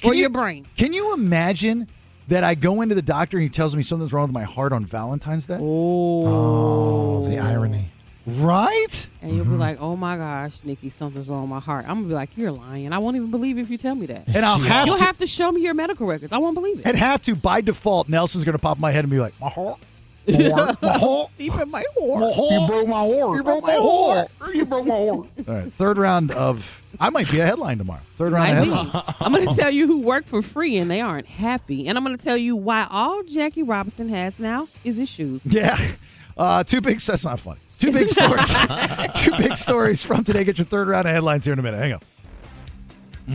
Speaker 9: Or your brain.
Speaker 8: Can you imagine that I go into the doctor and he tells me something's wrong with my heart on Valentine's Day?
Speaker 9: Oh,
Speaker 10: the irony.
Speaker 8: Right?
Speaker 9: And you'll be like, oh my gosh, Nikki, something's wrong with my heart. I'm going to be like, you're lying. I won't even believe it if you tell me that.
Speaker 8: And I'll have
Speaker 9: You'll
Speaker 8: to-
Speaker 9: have to show me your medical records. I won't believe it.
Speaker 8: And have to by default, Nelson's gonna pop in my head and be like, my heart. My heart. My heart.
Speaker 9: Deep in my
Speaker 8: My
Speaker 9: heart.
Speaker 8: heart.
Speaker 10: You broke my heart.
Speaker 8: You broke my heart.
Speaker 10: You broke my heart.
Speaker 8: All right. Third round of I might be a headline tomorrow. Third round
Speaker 9: Might
Speaker 8: of
Speaker 9: be.
Speaker 8: headline.
Speaker 9: I'm going to tell you who worked for free and they aren't happy. And I'm going to tell you why all Jackie Robinson has now is his shoes.
Speaker 8: Yeah. Uh, two big that's not funny. Two big stories. two big stories from today. Get your third round of headlines here in a minute. Hang on.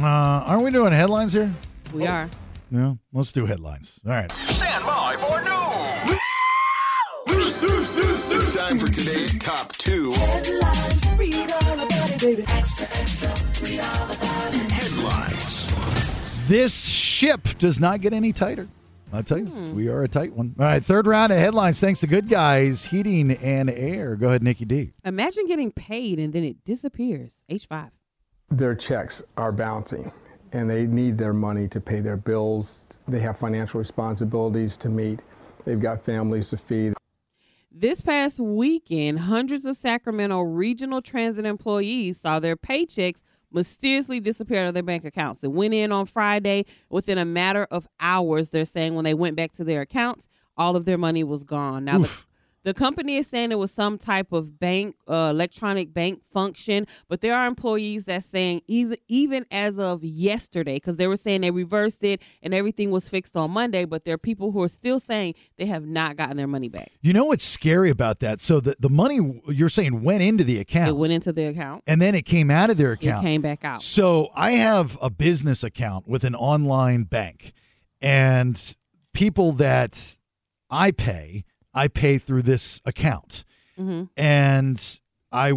Speaker 8: Uh, aren't we doing headlines here?
Speaker 9: We are.
Speaker 8: No. Let's do headlines. All right.
Speaker 3: Stand by for news.
Speaker 4: It's time for today's top two.
Speaker 3: Headlines.
Speaker 8: This ship does not get any tighter. I'll tell you,
Speaker 9: Hmm.
Speaker 8: we are a tight one. All right, third round of headlines. Thanks to Good Guys Heating and Air. Go ahead, Nikki D.
Speaker 9: Imagine getting paid and then it disappears. H5.
Speaker 6: their checks are bouncing and they need their money to pay their bills. They have financial responsibilities to meet. They've got families to feed.
Speaker 9: This past weekend, hundreds of Sacramento regional transit employees saw their paychecks mysteriously disappear out of their bank accounts. It went in on Friday. Within a matter of hours, they're saying when they went back to their accounts, all of their money was gone. Now, the, the company is saying it was some type of bank, uh, electronic bank function, but there are employees that's saying either, even as of yesterday, because they were saying they reversed it and everything was fixed on Monday, but there are people who are still saying they have not gotten their money back.
Speaker 8: You know what's scary about that? So the, the money you're saying went into the
Speaker 9: It
Speaker 8: account
Speaker 9: went into their account.
Speaker 8: and then it came out of their
Speaker 9: It
Speaker 8: account.
Speaker 9: came back out.
Speaker 8: So I have a business account with an online bank, and people that I pay, I pay through this account.
Speaker 9: Mm-hmm.
Speaker 8: And I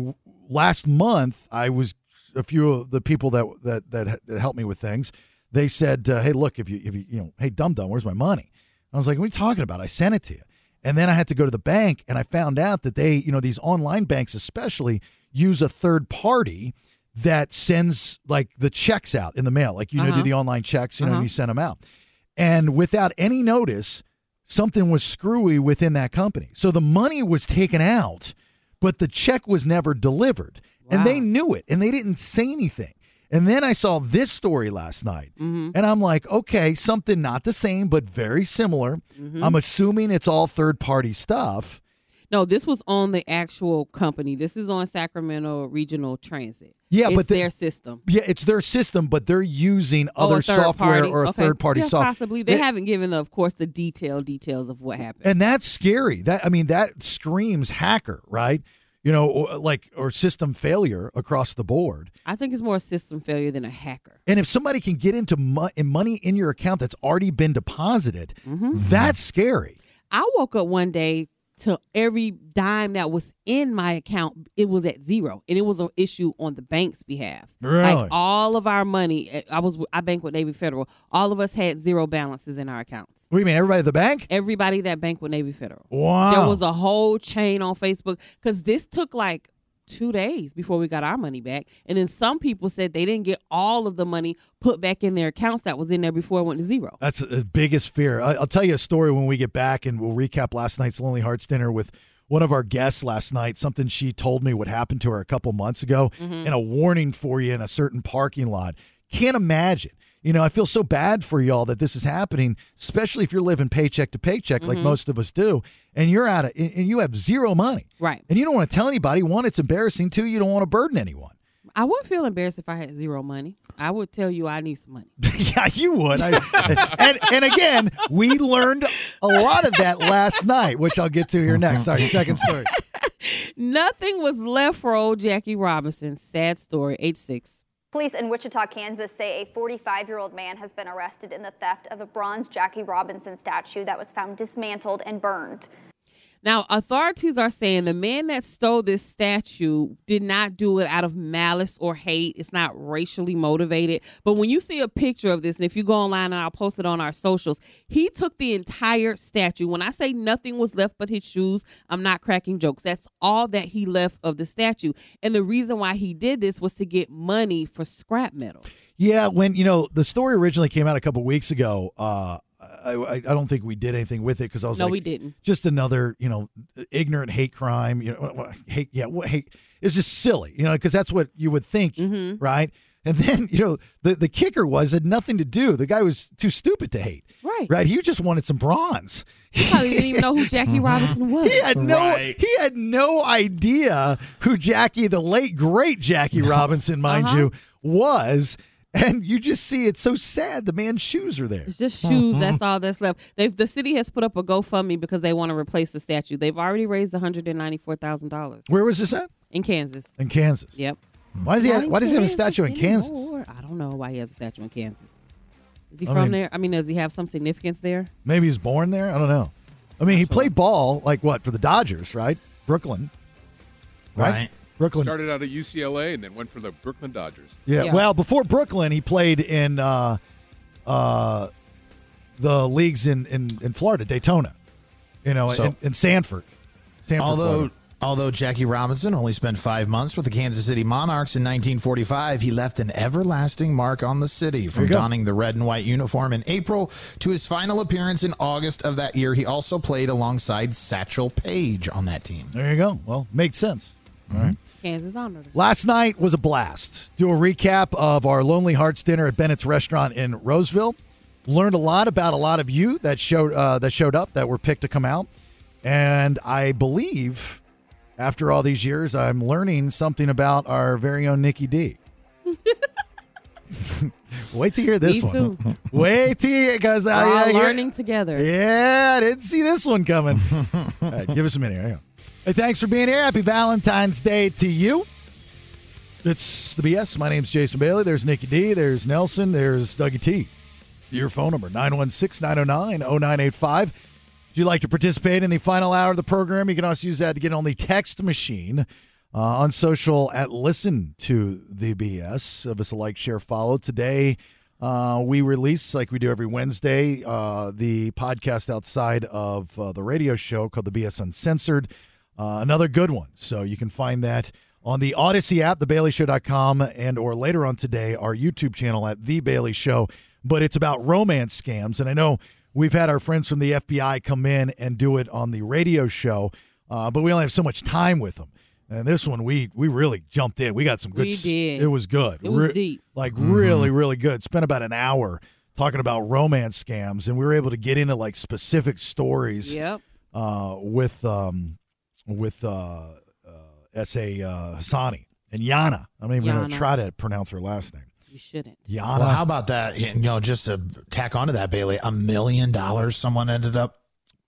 Speaker 8: last month I was a few of the people that that that, that helped me with things. They said, uh, "Hey, look, if you if you you know, hey, dum dum, where's my money?" I was like, "What are you talking about? I sent it to you." And then I had to go to the bank, and I found out that they, you know, these online banks especially use a third party that sends like the checks out in the mail, like you know,
Speaker 7: Uh-huh.
Speaker 8: do the online checks, you know,
Speaker 7: Uh-huh.
Speaker 8: and you send them out. And without any notice, something was screwy within that company. So the money was taken out, but the check was never delivered. And they knew it and they didn't say anything. And then I saw this story last night.
Speaker 9: Mm-hmm.
Speaker 8: And I'm like, okay, something not the same, but very similar.
Speaker 9: Mm-hmm.
Speaker 8: I'm assuming it's all third party stuff.
Speaker 9: No, this was on the actual company. This is on Sacramento Regional Transit.
Speaker 8: Yeah,
Speaker 9: It's
Speaker 8: but the-
Speaker 9: their system.
Speaker 8: Yeah, it's their system, but they're using
Speaker 9: Oh, a
Speaker 8: other
Speaker 9: third
Speaker 8: software
Speaker 9: party.
Speaker 8: or a
Speaker 9: Okay.
Speaker 8: third party
Speaker 9: yeah,
Speaker 8: software.
Speaker 9: Possibly, they haven't given, of course, the detailed details of what happened.
Speaker 8: And that's scary. That I mean, that screams hacker, right? You know, or, like or system failure across the board.
Speaker 9: I think it's more a system failure than a hacker.
Speaker 8: And if somebody can get into mo- in money in your account that's already been deposited, that's scary.
Speaker 9: I woke up one day to every dime that was in my account, it was at zero, and it was an issue on the bank's behalf.
Speaker 8: Really?
Speaker 9: Like all of our money, eh, I was I bank with Navy Federal. All of us had zero balances in our accounts.
Speaker 8: What do you mean? Everybody at the bank?
Speaker 9: everybody that banked with Navy Federal.
Speaker 8: Wow.
Speaker 9: There was a whole chain on Facebook because this took like two days before we got our money back. And then some people said they didn't get all of the money put back in their accounts that was in there before it went to zero.
Speaker 8: That's the biggest fear. I, I'll tell you a story when we get back, and we'll recap last night's Lonely Hearts dinner with one of our guests last night. Something she told me what happened to her a couple months ago,
Speaker 7: Mhm.
Speaker 8: and a warning for you in a certain parking lot. Can't imagine. You know, I feel so bad for y'all that this is happening, especially if you're living paycheck to paycheck like
Speaker 7: Mhm.
Speaker 8: most of us do, and you're out of, and and you have zero money.
Speaker 9: Right.
Speaker 8: And you don't want to tell anybody. One, it's embarrassing. Two, you don't want to burden anyone.
Speaker 9: I wouldn't feel embarrassed if I had zero money. I would tell you I need some money.
Speaker 8: yeah, you would. I, and and again, we learned a lot of that last night, which I'll get to here next. All right, second story.
Speaker 9: Nothing was left for old Jackie Robinson. Sad story, age six.
Speaker 11: Police in Wichita, Kansas say a 45 year old man has been arrested in the theft of a bronze Jackie Robinson statue that was found dismantled and burned.
Speaker 9: Now, authorities are saying the man that stole this statue did not do it out of malice or hate. It's not racially motivated. But when you see a picture of this, and if you go online and I'll post it on our socials, he took the entire statue. When I say nothing was left but his shoes, I'm not cracking jokes. That's all that he left of the statue. And the reason why he did this was to get money for scrap metal.
Speaker 8: Yeah, when you know the story originally came out a couple weeks ago, uh, I, I I don't think we did anything with it because I was
Speaker 9: No,
Speaker 8: like,
Speaker 9: we didn't.
Speaker 8: Just another you know ignorant hate crime. You know, what- what- hate. Yeah, what hate? It's just silly. You know, because that's what you would think,
Speaker 9: Mm-hmm.
Speaker 8: right? And then you know the the kicker was it had nothing to do. The guy was too stupid to hate.
Speaker 9: Right.
Speaker 8: Right. He just wanted some bronze.
Speaker 9: He probably didn't even know who Jackie Robinson was.
Speaker 8: He had no he had no idea who Jackie, the late great Jackie Robinson, mind you, was. And you just see it's so sad. The man's shoes are there.
Speaker 9: It's just shoes. That's all that's left. They've the city has put up a GoFundMe because they want to replace the statue. They've already raised one hundred and ninety four thousand dollars
Speaker 8: Where was this at?
Speaker 9: in Kansas.
Speaker 8: In Kansas.
Speaker 9: Yep.
Speaker 8: Why does he?
Speaker 9: Not
Speaker 8: Have,
Speaker 9: in
Speaker 8: why does he have a
Speaker 9: Kansas
Speaker 8: statue in Kansas?
Speaker 9: anymore. I don't know why he has a statue in Kansas. Is he
Speaker 8: I
Speaker 9: from
Speaker 8: mean-
Speaker 9: there? I mean, does he have some significance there?
Speaker 8: Maybe he's born there. I don't know. I mean, he played ball like what for the Dodgers, right? Brooklyn, right?
Speaker 14: Right.
Speaker 8: Brooklyn.
Speaker 14: Started out at UCLA and then went for the Brooklyn Dodgers.
Speaker 8: Yeah. Well, before Brooklyn, he played in uh, uh, the leagues in, in, in Florida, Daytona, you know,
Speaker 10: So-
Speaker 8: in, in Sanford. Sanford
Speaker 10: Although
Speaker 8: Florida.
Speaker 10: Although Jackie Robinson only spent five months with the Kansas City Monarchs in 1945, he left an everlasting mark on the city from
Speaker 7: you go.
Speaker 10: donning the red and white uniform in April to his final appearance in August of that year. He also played alongside Satchel Paige on that team.
Speaker 8: There you go. Well, makes sense. All right.
Speaker 9: Kansas honored. him.
Speaker 8: Last night was a blast. Do a recap of our Lonely Hearts dinner at Bennett's Restaurant in Roseville. Learned a lot about a lot of you that showed uh, that showed up that were picked to come out, and I believe after all these years, I'm learning something about our very own Nikki D. Wait to hear this
Speaker 9: Me
Speaker 8: one.
Speaker 9: too.
Speaker 8: Wait to hear because
Speaker 9: We're all
Speaker 8: I, I hear-
Speaker 9: learning together.
Speaker 8: Yeah, I didn't see this one coming. all right, give us a minute. Here you go. Hey, thanks for being here. Happy Valentine's Day to you. It's the BS. My name's Jason Bailey. There's Nikki D. There's Nelson. There's Dougie T. Your phone number, 916 909 0985. If you'd like to participate in the final hour of the program, you can also use that to get on the text machine uh, on social at Listen to the BS. Give us a like, share, follow. Today, uh, we release, like we do every Wednesday, uh, the podcast outside of uh, the radio show called The BS Uncensored. Uh, another good one. So you can find that on the Odyssey app, thebaileyshow.com, and or later on today, our YouTube channel at The Bailey Show. But it's about romance scams. And I know we've had our friends from the FBI come in and do it on the radio show, uh, but we only have so much time with them. And this one, we we really jumped in. We got some good.
Speaker 9: We
Speaker 8: s-
Speaker 9: did.
Speaker 8: It was good.
Speaker 9: It was
Speaker 8: Re-
Speaker 9: deep.
Speaker 8: Like really, really good. Spent about an hour talking about romance scams, and we were able to get into like specific stories
Speaker 9: Yep.
Speaker 8: uh, with um, with uh, uh, S A uh, Hassani and Yana. I'm not even going
Speaker 9: Yana.
Speaker 8: to try to pronounce her last name.
Speaker 9: You shouldn't.
Speaker 8: Yana.
Speaker 10: Well, how about that? You know, just to tack onto that, Bailey, a million dollars someone ended up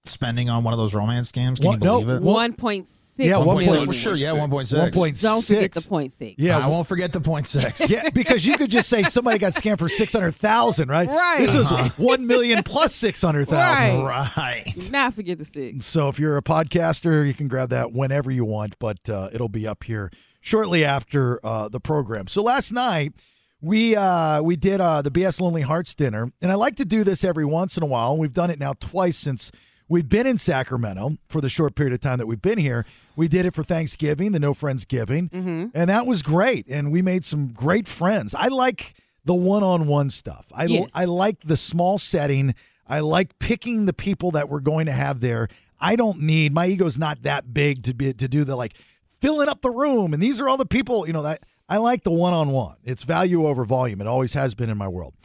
Speaker 10: spending on one of those romance scams. Can
Speaker 8: What?
Speaker 10: you believe
Speaker 8: No,
Speaker 10: it?
Speaker 9: One point six.
Speaker 10: Yeah, one point.
Speaker 9: million.
Speaker 10: Well, sure, yeah, one point six.
Speaker 8: One point
Speaker 9: Don't forget the
Speaker 8: six.
Speaker 9: point six.
Speaker 10: Yeah,
Speaker 8: Yeah,
Speaker 10: I won't forget the point six.
Speaker 8: yeah, because you could just say somebody got scammed for six hundred thousand, right?
Speaker 9: Right.
Speaker 8: This was
Speaker 10: Uh-huh.
Speaker 8: one million plus six hundred thousand.
Speaker 9: Right.
Speaker 10: Right.
Speaker 9: Not forget the six.
Speaker 8: So if you're a podcaster, you can grab that whenever you want, but uh, it'll be up here shortly after uh, the program. So last night we uh, we did uh, the BS Lonely Hearts dinner, and I like to do this every once in a while. We've done it now twice since we've been in Sacramento for the short period of time that we've been here. We did it for Thanksgiving, the No Friends Giving,
Speaker 1: Mm-hmm.
Speaker 9: Mm-hmm.
Speaker 8: and that was great. And we made some great friends. I like the one-on-one stuff. I
Speaker 7: Yes.
Speaker 8: I like the small setting. I like picking the people that we're going to have there. I don't need my ego's not that big to be to do the like filling up the room and these are all the people, you know, that I like the one-on-one. It's value over volume. It always has been in my world.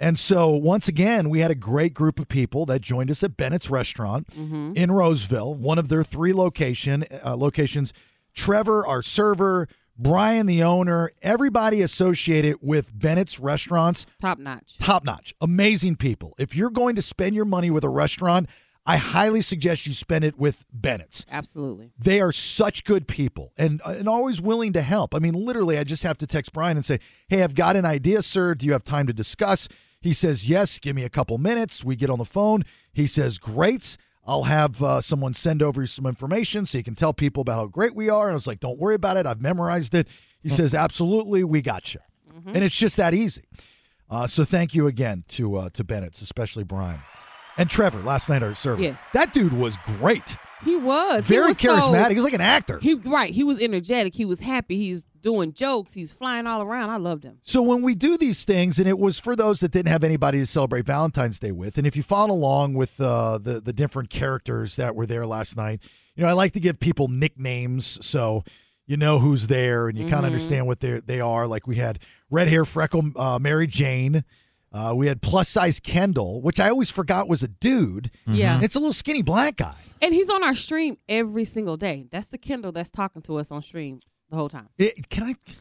Speaker 8: And so once again, we had a great group of people that joined us at Bennett's restaurant
Speaker 7: Mhm.
Speaker 8: in Roseville, one of their three location uh, locations. Trevor, our server, Brian, the owner, everybody associated with Bennett's restaurants
Speaker 9: Top notch.
Speaker 8: top notch, amazing people. If you're going to spend your money with a restaurant, I highly suggest you spend it with Bennett's.
Speaker 9: Absolutely.
Speaker 8: They are such good people and uh, and always willing to help. I mean, literally, I just have to text Brian and say, "Hey, I've got an idea, sir. Do you have time to discuss?" He says, "Yes. Give me a couple minutes." We get on the phone. He says, "Great." I'll have uh, someone send over some information so you can tell people about how great we are. And I was like, "Don't worry about it. I've memorized it." He says, "Absolutely, we got you." And it's just that easy. Uh, so thank you again to uh, to Bennett's, especially Brian and Trevor. Last night our server,
Speaker 9: Yes.
Speaker 8: that dude was great.
Speaker 9: He was He
Speaker 8: Very
Speaker 9: was so-
Speaker 8: charismatic. He was like an actor.
Speaker 9: He right. He was energetic. He was happy. He's doing jokes. He's flying all around. I loved him.
Speaker 8: So when we do these things, and it was for those that didn't have anybody to celebrate Valentine's Day with, and if you followed along with uh, the the different characters that were there last night, you know I like to give people nicknames so you know who's there and you kind of
Speaker 9: Mm-hmm.
Speaker 7: Mhm.
Speaker 8: understand what they they are. Like we had red hair freckle uh, Mary Jane. Uh, we had plus size Kendall, which I always forgot was a dude.
Speaker 9: Mm-hmm. Yeah.
Speaker 8: it's a little skinny black guy.
Speaker 9: And he's on our stream every single day. That's the Kindle that's talking to us on stream the whole time.
Speaker 8: It- can I can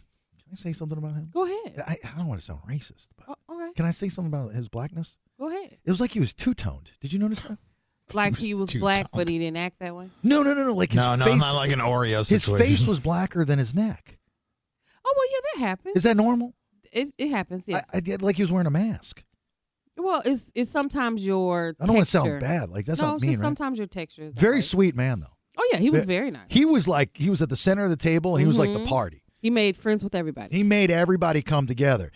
Speaker 8: I say something about him?
Speaker 9: Go ahead.
Speaker 8: I, I don't want to sound racist, but
Speaker 9: all right.
Speaker 8: can I say something about his blackness?
Speaker 9: Go ahead.
Speaker 8: It was like he was two toned. Did you notice that?
Speaker 9: Like he was
Speaker 8: too
Speaker 9: black, but he didn't act that way.
Speaker 8: No, no, no, no. Like his
Speaker 10: No, no,
Speaker 8: face,
Speaker 10: not like an Oreo
Speaker 8: His
Speaker 10: situation.
Speaker 8: face was blacker than his neck.
Speaker 9: Oh well, yeah, that happens.
Speaker 8: Is that normal?
Speaker 9: It, it happens. Yes.
Speaker 8: I, I- like he was wearing a mask.
Speaker 9: well, it's it's sometimes your.
Speaker 8: I don't wanna
Speaker 9: texture.
Speaker 8: sound bad, like, that's
Speaker 9: no,
Speaker 8: not
Speaker 9: it's
Speaker 8: mean,
Speaker 9: just
Speaker 8: right?
Speaker 9: Sometimes your texture is. that
Speaker 8: Very
Speaker 9: way.
Speaker 8: sweet man though.
Speaker 9: Oh yeah, he was
Speaker 8: Ve-
Speaker 9: very nice.
Speaker 8: He was like he was at the center of the table and he was like the
Speaker 9: Mhm.
Speaker 8: party.
Speaker 9: He made friends with everybody.
Speaker 8: He made everybody come together.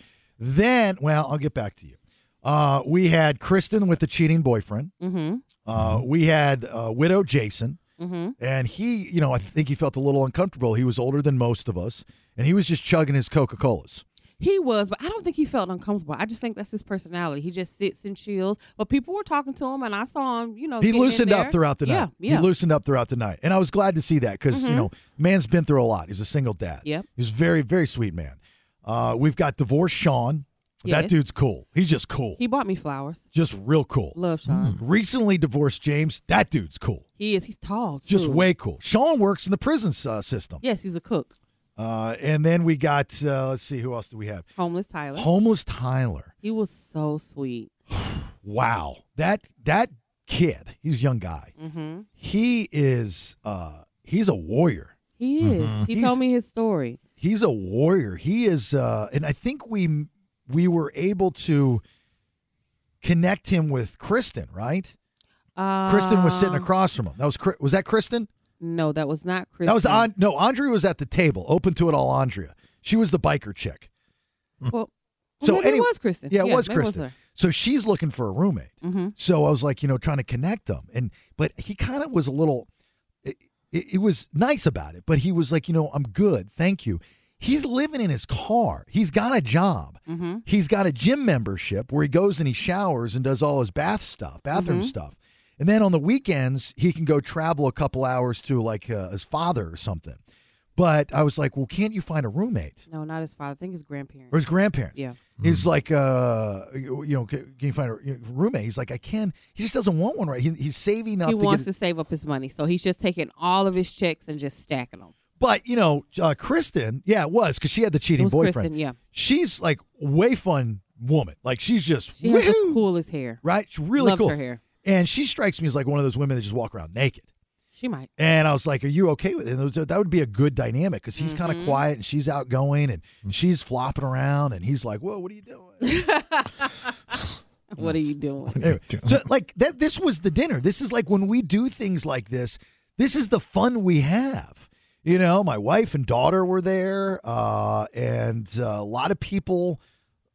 Speaker 8: Then, well, I'll get back to you. Uh, we had Kristen with the cheating boyfriend.
Speaker 9: Mm-hmm.
Speaker 8: Uh, we had uh, widow Jason.
Speaker 9: Mm-hmm.
Speaker 8: And he, you know, I think he felt a little uncomfortable. He was older than most of us, and he was just chugging his Coca Colas.
Speaker 9: He was, but I don't think he felt uncomfortable. I just think that's his personality. He just sits and chills. But people were talking to him, and I saw him. You know,
Speaker 8: He
Speaker 9: Oh, getting in
Speaker 8: loosened
Speaker 9: there.
Speaker 8: up throughout the night.
Speaker 9: Yeah, yeah.
Speaker 8: He loosened up throughout the night, and I was glad to see that because you
Speaker 9: Mhm.
Speaker 8: know, man's been through a lot. He's a single dad.
Speaker 9: Yep.
Speaker 8: He's a very, very sweet man. Uh, we've got divorced Sean. That
Speaker 9: Yes.
Speaker 8: dude's cool. He's just cool.
Speaker 9: He bought me flowers.
Speaker 8: just real cool. Mm.
Speaker 9: Love Sean.
Speaker 8: Recently divorced James. That dude's cool.
Speaker 9: He is. He's tall. Too.
Speaker 8: Just way cool. Sean works in the prison uh, system.
Speaker 9: Yes, he's a cook.
Speaker 8: Uh, and then we got, uh, let's see, who else do we have?
Speaker 9: Homeless Tyler.
Speaker 8: Homeless Tyler.
Speaker 9: He was so sweet.
Speaker 8: Wow. That that kid, he's a young guy.
Speaker 9: Mm-hmm.
Speaker 8: He is uh he's a warrior.
Speaker 9: He is.
Speaker 8: Mhm.
Speaker 9: He
Speaker 8: He's-
Speaker 9: told me his story.
Speaker 8: He's a warrior. He is uh and I think we we were able to connect him with Kristen, right?
Speaker 9: Uh,
Speaker 8: Kristen was sitting across from him. That was Chri- was that Kristen?
Speaker 9: No, that was not Chris.
Speaker 8: That was on no, Andrea was at the table. Open to it all, Andrea. She was the biker chick.
Speaker 9: Well,
Speaker 8: Mm-hmm. So
Speaker 9: maybe
Speaker 8: anyway,
Speaker 9: it was Kristen.
Speaker 8: Yeah, it was
Speaker 9: maybe
Speaker 8: Kristen.
Speaker 9: her.
Speaker 8: so she's looking for a roommate.
Speaker 9: Mhm.
Speaker 8: So I was like, you know, trying to connect them, and but he kind of was a little. It, it, it was nice about it, but he was like, you know, I'm good, thank you. He's living in his car. He's got a job.
Speaker 9: Mhm.
Speaker 8: He's got a gym membership where he goes and he showers and does all his bath stuff, bathroom
Speaker 9: Mhm.
Speaker 8: stuff. And then on the weekends, he can go travel a couple hours to like uh, his father or something. But I was like, well, can't you find a roommate?
Speaker 9: No, not his father. I think his grandparents.
Speaker 8: or his grandparents.
Speaker 9: Yeah.
Speaker 8: He's like, uh, you you know, can can you find a you know, roommate? He's like, I can. He just doesn't want one right. He, he's saving up.
Speaker 9: He
Speaker 8: to
Speaker 9: wants
Speaker 8: get,
Speaker 9: to save up his money, so he's just taking all of his checks and just stacking them.
Speaker 8: But you know, uh, Kristen, yeah, it was because she had the cheating
Speaker 9: was
Speaker 8: boyfriend.
Speaker 9: Kristen, yeah.
Speaker 8: She's like way fun woman. Like she's just
Speaker 9: She has the
Speaker 8: woohoo,
Speaker 9: coolest hair.
Speaker 8: right. She's really
Speaker 9: Loved
Speaker 8: cool.
Speaker 9: her hair.
Speaker 8: And she strikes me as like one of those women that just walk around naked.
Speaker 9: She might.
Speaker 8: And I was like, "Are you okay with it?" And that was- That would be a good dynamic because he's kind of
Speaker 9: Mhm.
Speaker 8: quiet and she's outgoing and she's flopping around and he's like, "Whoa, what are you doing?"
Speaker 9: What are you doing?
Speaker 8: Anyway, so like that this was the dinner. This is like when we do things like this, this is the fun we have. You know, my wife and daughter were there, uh, and uh, a lot of people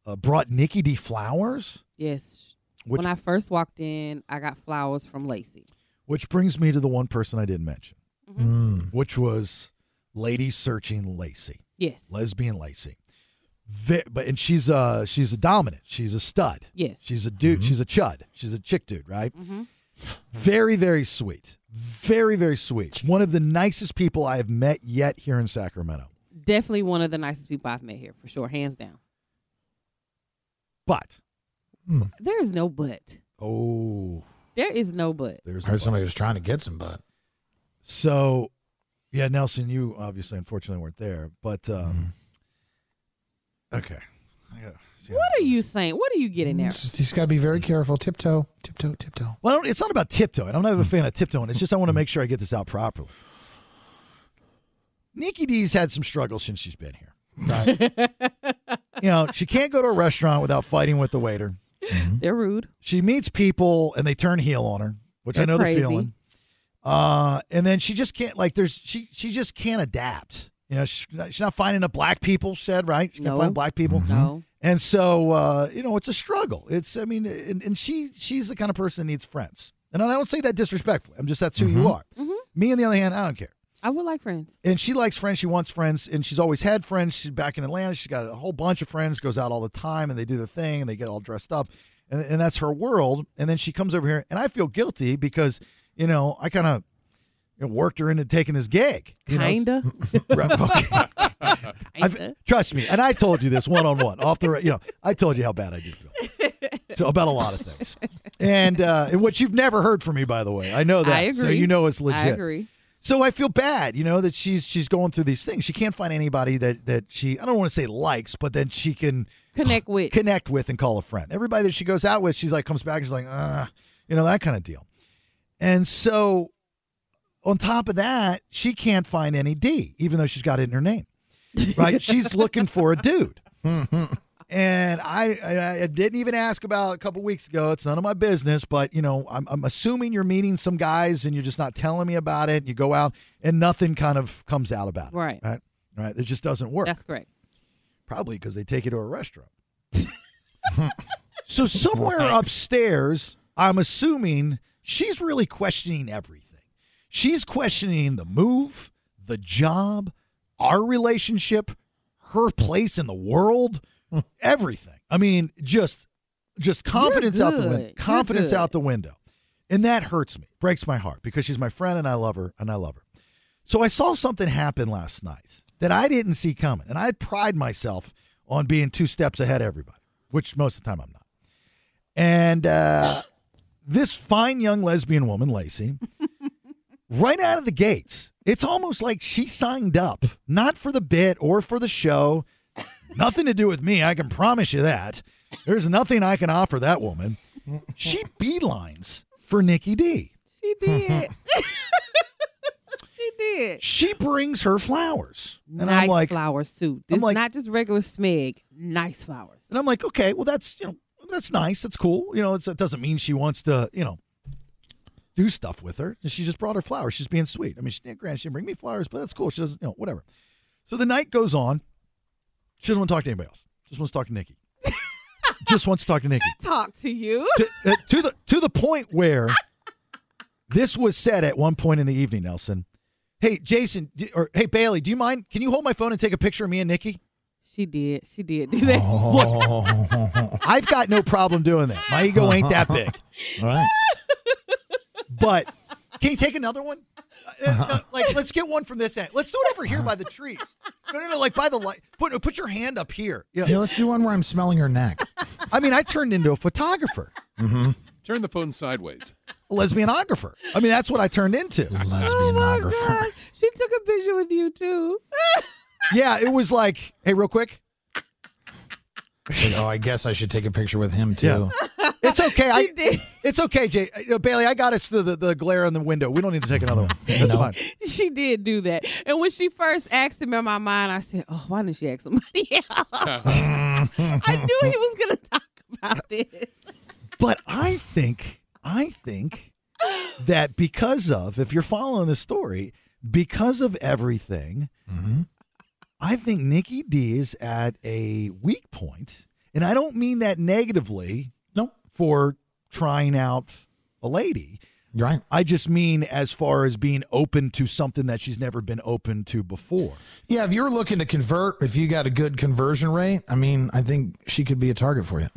Speaker 8: uh, brought Nikki D flowers,
Speaker 9: Yes.
Speaker 8: Which-
Speaker 9: when I first walked in, I got flowers from Lacey.
Speaker 8: which brings me to the one person I didn't mention,
Speaker 9: Mm-hmm.
Speaker 8: which was Lady Searching Lacey.
Speaker 9: Yes.
Speaker 8: lesbian Lacey. Ve- but and she's uh she's a dominant. She's a stud.
Speaker 9: Yes. Mm-hmm.
Speaker 8: She's a dude. She's a chud. She's a chick dude, right? Very very sweet. Very very sweet. One of the nicest people I have met yet here in Sacramento.
Speaker 9: Definitely one of the nicest people I've met here, for sure, hands down.
Speaker 8: But
Speaker 9: There is no but.
Speaker 8: oh,
Speaker 9: There is no but.
Speaker 8: there's
Speaker 10: I heard somebody was trying to get some butt.
Speaker 8: so yeah, Nelson, you obviously unfortunately weren't there, but um
Speaker 10: Mm-hmm.
Speaker 8: okay. I gotta see how-
Speaker 9: What are you saying? What are you getting there?
Speaker 8: Mm.
Speaker 10: It's just- You just got to be very careful. Tiptoe, tiptoe, tiptoe.
Speaker 8: Well, I don't- it's not about tiptoeing. I'm not a fan of tiptoeing. It's just I want
Speaker 10: Mm-hmm.
Speaker 8: to make sure I get this out properly. Nikki D's had some struggles since she's been here. you know, she can't go to a restaurant without fighting with the waiter.
Speaker 9: They're rude.
Speaker 8: She meets people and they turn heel on her, which I know
Speaker 9: They're crazy.
Speaker 8: the feeling. Uh, and then she just can't like there's she she just can't adapt. You know, she's not, she's not finding enough black people. She said right, she can't
Speaker 9: No.
Speaker 8: find black people.
Speaker 9: No.
Speaker 8: And so uh, you know, it's a struggle. It's I mean, and, and she she's the kind of person that needs friends. And I don't say that disrespectfully. I'm just that's who you are. Me on the other hand, I don't care.
Speaker 9: Mm-hmm. I would like friends.
Speaker 8: And she likes friends. She wants friends, and she's always had friends. She's back in Atlanta. She's got a whole bunch of friends. Goes out all the time, and they do the thing, and they get all dressed up, and, and that's her world. And then she comes over here, and I feel guilty because you know I kind of you know, worked her into taking this gig. you know?
Speaker 9: Kinda.
Speaker 8: Right, okay. I've- trust me, and I told you this one on one, off the re- you know, I told you how bad I do feel. So about a lot of things, and uh, and what you've never heard from me, by the way, I know that,
Speaker 9: I agree.
Speaker 8: so you know it's legit.
Speaker 9: I agree.
Speaker 8: So I feel bad, you know, that she's she's going through these things. She can't find anybody that that she I don't want to say likes, but then she can
Speaker 9: Connect with.
Speaker 8: connect with and call a friend. Everybody that she goes out with, she's like comes back and she's like, ah, you know, that kind of deal. And so on top of that, she can't find any D, even though she's got it in her name. Right? she's looking for a dude. And I, I I didn't even ask about a couple weeks ago. It's none of my business, but you know, I'm, I'm assuming you're meeting some guys and you're just not telling me about it. You go out and nothing kind of comes out about it.
Speaker 9: Right.
Speaker 8: Right. Right. It just doesn't work.
Speaker 9: That's correct.
Speaker 8: Probably because they take you to a restaurant. so somewhere upstairs, I'm assuming she's really questioning everything. She's questioning the move, the job, our relationship, her place in the world, everything. I mean, just just confidence out the
Speaker 7: good.
Speaker 8: window.
Speaker 7: You're
Speaker 8: Confidence
Speaker 7: good.
Speaker 8: out the window. And that hurts me. Breaks my heart because she's my friend and I love her and I love her. So I saw something happen last night that I didn't see coming. And I pride myself on being two steps ahead of everybody, which most of the time I'm not. And uh, this fine young lesbian woman, Lacey, right out of the gates, it's almost like she signed up, not for the bit or for the show. Nothing to do with me. I can promise you that. There's nothing I can offer that woman. She beelines for Nikki D.
Speaker 9: She did. she did.
Speaker 8: She brings her flowers. And I'm
Speaker 9: Nice
Speaker 8: like,
Speaker 9: flowers too.
Speaker 8: I'm
Speaker 9: This
Speaker 8: like-
Speaker 9: not just regular smeg. Nice flowers.
Speaker 8: And I'm like, okay, well, that's you know, that's nice. That's cool. You know, it's, it doesn't mean she wants to, you know, do stuff with her. She just brought her flowers. She's being sweet. I mean, she didn't grant she didn't bring me flowers, but that's cool. She doesn't, you know, whatever. So the night goes on. She doesn't want to talk to anybody else. Just wants to talk to Nikki. just wants to talk to Nikki.
Speaker 9: Talk to you.
Speaker 8: to, uh, to the to the point where this was said at one point in the evening, Nelson. Hey, Jason, d- or hey Bailey, do you mind? Can you hold my phone and take a picture of me and Nikki?
Speaker 9: She did. She did do that.
Speaker 8: Look, Oh. I've got no problem doing that. My ego ain't that big.
Speaker 10: All right.
Speaker 8: But can you take another one? Uh, uh, no, like, let's get one from this end. Let's do it over here by the trees. No, no, no. Like by the light. Put put your hand up here. You know,
Speaker 10: Yeah, let's do one where I'm smelling her neck. Mm-hmm.
Speaker 8: I mean, I turned into a photographer,
Speaker 14: Turn the phone sideways.
Speaker 8: a lesbianographer. I mean, that's what I turned into. Oh lesbianographer.
Speaker 9: She took a picture with you too.
Speaker 8: yeah, it was like, hey, real quick.
Speaker 10: Like, oh, I guess I should take a picture with him too.
Speaker 8: It's okay. I, It's okay, Jay. Uh, Bailey, I got us through the, the glare in the window. We don't need to take another one. That's fine.
Speaker 9: she did do that. And when she first asked him in my mind, I said, Oh, why didn't she ask somebody else? I knew he was gonna talk about this.
Speaker 8: But I think, I think that because of, if you're following the story, because of everything, I think Nikki D is at a weak point, and I don't mean that negatively. No, for trying out a lady.
Speaker 10: Right.
Speaker 8: I just mean as far as being open to something that she's never been open to before.
Speaker 10: Yeah, if you're looking to convert, if you got a good conversion rate, I mean, I think she could be a target for you.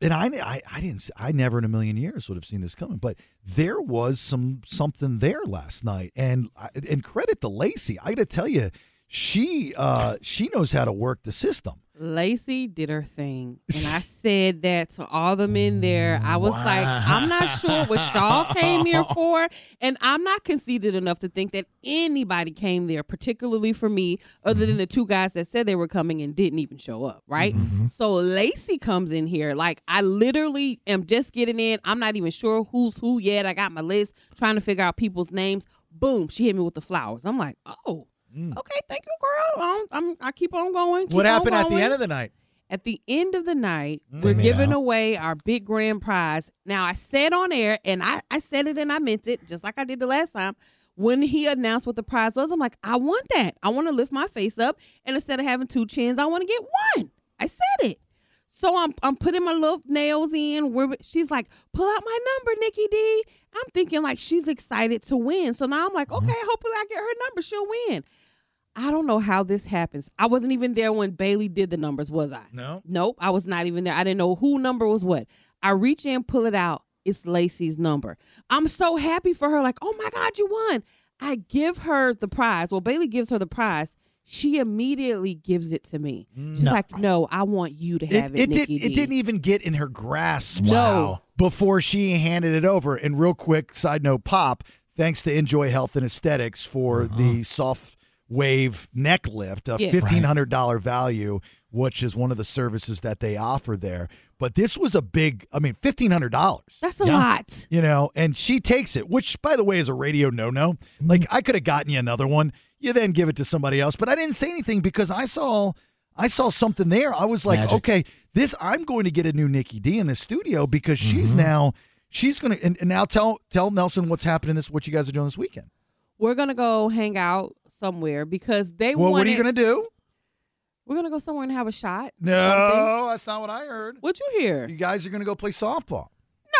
Speaker 8: and I, I, I didn't, I never in a million years would have seen this coming. But there was some something there last night, and I- and credit to Lacey. I got to tell you, she, uh, she knows how to work the system.
Speaker 9: Lacey did her thing. And I said that to all the men there. I was like, I'm not sure what y'all came here for. And I'm not conceited enough to think that anybody came there, particularly for me, other than the two guys that said they were coming and didn't even show up, right? So Lacey comes in here. Like, I literally am just getting in. I'm not even sure who's who yet. I got my list trying to figure out people's names. Boom, she hit me with the flowers. I'm like, oh. Okay, thank you, girl. I'm, I'm, I keep on going. keep
Speaker 8: Mm. what
Speaker 9: on
Speaker 8: happened at the
Speaker 9: going.
Speaker 8: end of the night? Mm-hmm.
Speaker 9: At the end of the night,
Speaker 8: They
Speaker 9: we're
Speaker 8: made
Speaker 9: giving
Speaker 8: out.
Speaker 9: away our big grand prize. Now, I said on air, and I, I said it and I meant it, just like I did the last time. When he announced what the prize was, I'm like, I want that. I want to lift my face up, and instead of having two chins, I want to get one. I said it. So I'm I'm putting my little nails in. We're, she's like, pull out my number, Nikki D. I'm thinking like she's excited to win. So now I'm like, okay, hopefully I get her number. She'll win. I don't know how this happens. I wasn't even there when Bailey did the numbers, was I?
Speaker 8: No.
Speaker 9: Nope, I was not even there. I didn't know who number was what. I reach in, pull it out. It's Lacey's number. I'm so happy for her. Like, oh my God, you won. I give her the prize. Well, Bailey gives her the prize. She immediately gives it to me. She's
Speaker 8: No.
Speaker 9: like, no, I want you to have it.
Speaker 8: it,
Speaker 9: Nikki
Speaker 8: did, it
Speaker 9: D."
Speaker 8: didn't even get in her grasp
Speaker 9: No.
Speaker 8: before she handed it over. And real quick, side note, Pop, thanks to Enjoy Health and Aesthetics for the soft wave neck lift, a
Speaker 7: Yeah.
Speaker 8: $1,500 value, which is one of the services that they offer there. But this was a big, I mean, $1,500.
Speaker 9: That's a lot.
Speaker 8: You know, and she takes it, which, by the way, is a radio no no. Like, I could have gotten you another one. You then give it to somebody else, but I didn't say anything because I saw. I saw something there. I was like, okay, this I'm going to get a new Nikki D in the studio because she's now she's going to and, and now tell tell Nelson what's happening this what you guys are doing this weekend.
Speaker 9: We're going to go hang out somewhere because they
Speaker 8: e-" well,
Speaker 9: wanted.
Speaker 8: what are you going to do?
Speaker 9: We're going to go somewhere and have a shot.
Speaker 8: No, that's not what I heard.
Speaker 9: What'd you hear?
Speaker 8: You guys are going to go play softball.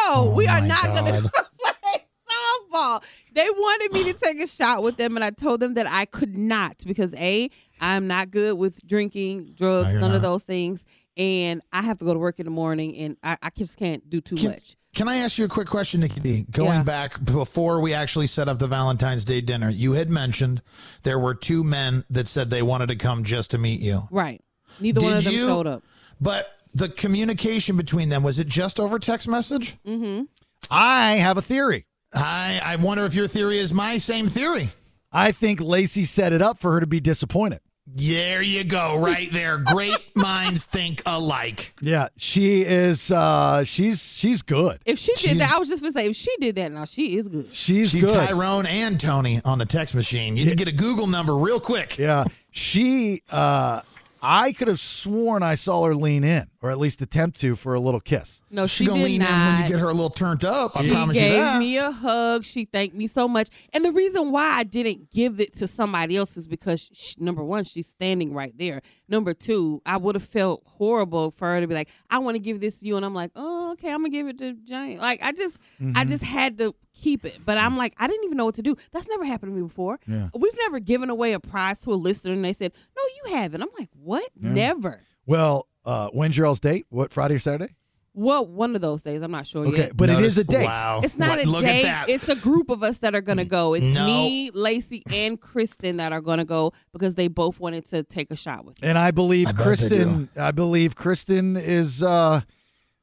Speaker 10: Oh
Speaker 9: No, we are
Speaker 8: Oh my
Speaker 9: not going to
Speaker 8: God.
Speaker 9: play softball. all, they wanted me to take a shot with them, and I told them that I could not because A, I'm not good with drinking, drugs,
Speaker 7: you're
Speaker 9: none of
Speaker 7: not.
Speaker 9: those things. And I have to go to work in the morning, and I, I just can't do too much.
Speaker 10: Can I ask you a quick question, Nikki D? Going back before we actually set up the Valentine's Day dinner, you had mentioned there were two men that said they wanted to come just to meet you.
Speaker 9: Right. Neither one
Speaker 10: Did
Speaker 9: of them
Speaker 10: you-
Speaker 9: showed up.
Speaker 10: But the communication between them was it just over text message?
Speaker 9: Mm-hmm.
Speaker 8: I have a theory.
Speaker 10: I I wonder if your theory is my same theory.
Speaker 8: I think Lacey set it up for her to be disappointed.
Speaker 10: There you go, right there. Great minds think alike.
Speaker 8: Yeah, she is. uh She's she's good.
Speaker 9: If she did that, I was just gonna say if she did that, now she is good.
Speaker 8: She's
Speaker 10: See
Speaker 8: good.
Speaker 10: Tyrone and Tony on the text machine. You can get a Google number real quick.
Speaker 8: Yeah, she. uh I could have sworn I saw her lean in, or at least attempt to, for a little kiss.
Speaker 9: No,
Speaker 10: She
Speaker 9: she,
Speaker 10: gonna
Speaker 9: did
Speaker 10: lean in
Speaker 9: not.
Speaker 10: when you get her a little turned up. I
Speaker 9: she
Speaker 10: promise you
Speaker 9: gave
Speaker 10: that.
Speaker 9: me a hug. She thanked me so much. And the reason why I didn't give it to somebody else is because she, number one, she's standing right there. Number two, I would have felt horrible for her to be like, "I want to give this to you," and I'm like, "Oh, okay, I'm gonna give it to Jane." Like, I just, I
Speaker 10: Mm-hmm.
Speaker 7: Mhm.
Speaker 9: just had to keep it. But I'm like, I didn't even know what to do. That's never happened to me before.
Speaker 8: Yeah.
Speaker 9: We've never given away a prize to a listener, and they said, "No, you haven't." I'm like, "What?
Speaker 8: Yeah.
Speaker 9: Never."
Speaker 8: Well, uh when's your all's date? What Friday or Saturday?
Speaker 9: Well, one of those days, I'm not sure
Speaker 8: Okay,
Speaker 9: yet.
Speaker 8: but it Notice- is a date.
Speaker 10: Wow.
Speaker 9: It's not
Speaker 10: Right,
Speaker 9: a
Speaker 10: look at
Speaker 9: date.
Speaker 10: that.
Speaker 9: It's a group of us that are going to go. It's
Speaker 10: No.
Speaker 9: me, Lacey, and Kristen that are going to go because they both wanted to take a shot with. Me.
Speaker 8: And I believe
Speaker 10: bet they
Speaker 8: Kristen. I believe Kristen is uh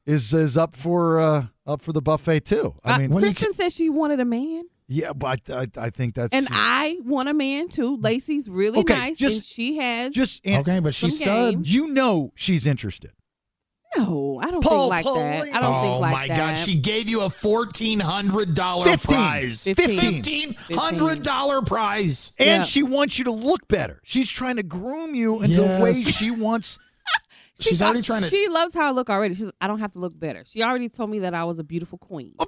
Speaker 8: is is up for uh up for the buffet too.
Speaker 9: Uh,
Speaker 8: I mean,
Speaker 9: Kristen said she wanted a man,
Speaker 8: yeah, but I, I, I think that's
Speaker 9: and I want a man too. Lacey's really
Speaker 8: Okay,
Speaker 9: nice,
Speaker 8: just-
Speaker 9: and she has
Speaker 8: just and-
Speaker 10: Okay, but she's
Speaker 9: Some stud. game.
Speaker 8: You know she's interested.
Speaker 9: no. I don't
Speaker 8: Paul,
Speaker 9: think like
Speaker 8: Paul,
Speaker 9: that. I don't
Speaker 10: oh
Speaker 9: think like
Speaker 10: my
Speaker 9: that.
Speaker 10: God! She gave you a fourteen hundred dollar
Speaker 8: Fifteen.
Speaker 10: prize.
Speaker 8: Fifteen.
Speaker 10: Fifteen hundred dollar prize.
Speaker 8: And
Speaker 10: Yeah.
Speaker 8: she wants you to look better. She's trying to groom you in
Speaker 10: Yes.
Speaker 8: the way she wants.
Speaker 9: She thought- She loves how I look already. She's. I don't have to look better. She already told me that I was a beautiful queen.
Speaker 10: Oh,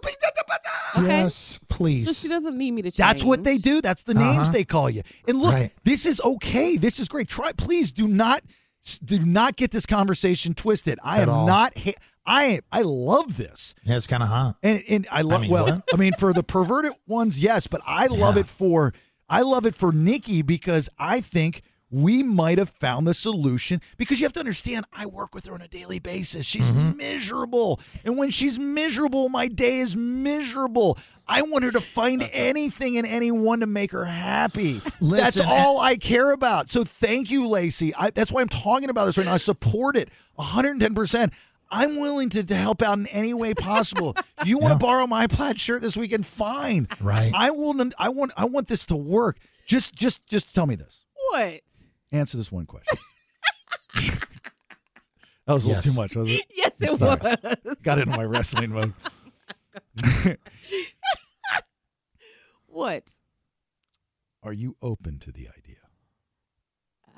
Speaker 10: Yes, please.
Speaker 9: So she doesn't need me to. Change.
Speaker 8: That's what they do. That's the names
Speaker 10: Uh-huh.
Speaker 8: they call you. And look,
Speaker 10: Right.
Speaker 8: this is okay. This is great. Try, please do not do not get this conversation twisted. I am
Speaker 10: At all.
Speaker 8: not. Ha- I am. I love this.
Speaker 10: Yeah, it's kind of hot.
Speaker 8: Uh, And and I love
Speaker 10: mean,
Speaker 8: well,
Speaker 10: what?
Speaker 8: I mean for the perverted ones, yes, but I love it for I love it for Nikki because I think we might have found the solution because you have to understand I work with her on a daily basis. She's
Speaker 10: Mm-hmm.
Speaker 8: miserable. And when she's miserable, my day is miserable. I want her to
Speaker 10: Uh,
Speaker 8: find anything and anyone to make her happy. that's
Speaker 10: Listen,
Speaker 8: all I care about. So thank you, Lacey. I, that's why I'm talking about this right now. I support it 110%. I'm willing to, to help out in any way possible. you want to borrow my plaid shirt this weekend? Fine.
Speaker 10: Right.
Speaker 8: I will. I want. I want this to work. Just, just, just tell me this.
Speaker 9: What?
Speaker 8: Answer this one question. that was a
Speaker 10: Yes.
Speaker 8: little too much, was it?
Speaker 9: Yes, it
Speaker 8: Sorry.
Speaker 9: was.
Speaker 8: Got into my wrestling mode.
Speaker 9: What?
Speaker 8: Are you open to the idea?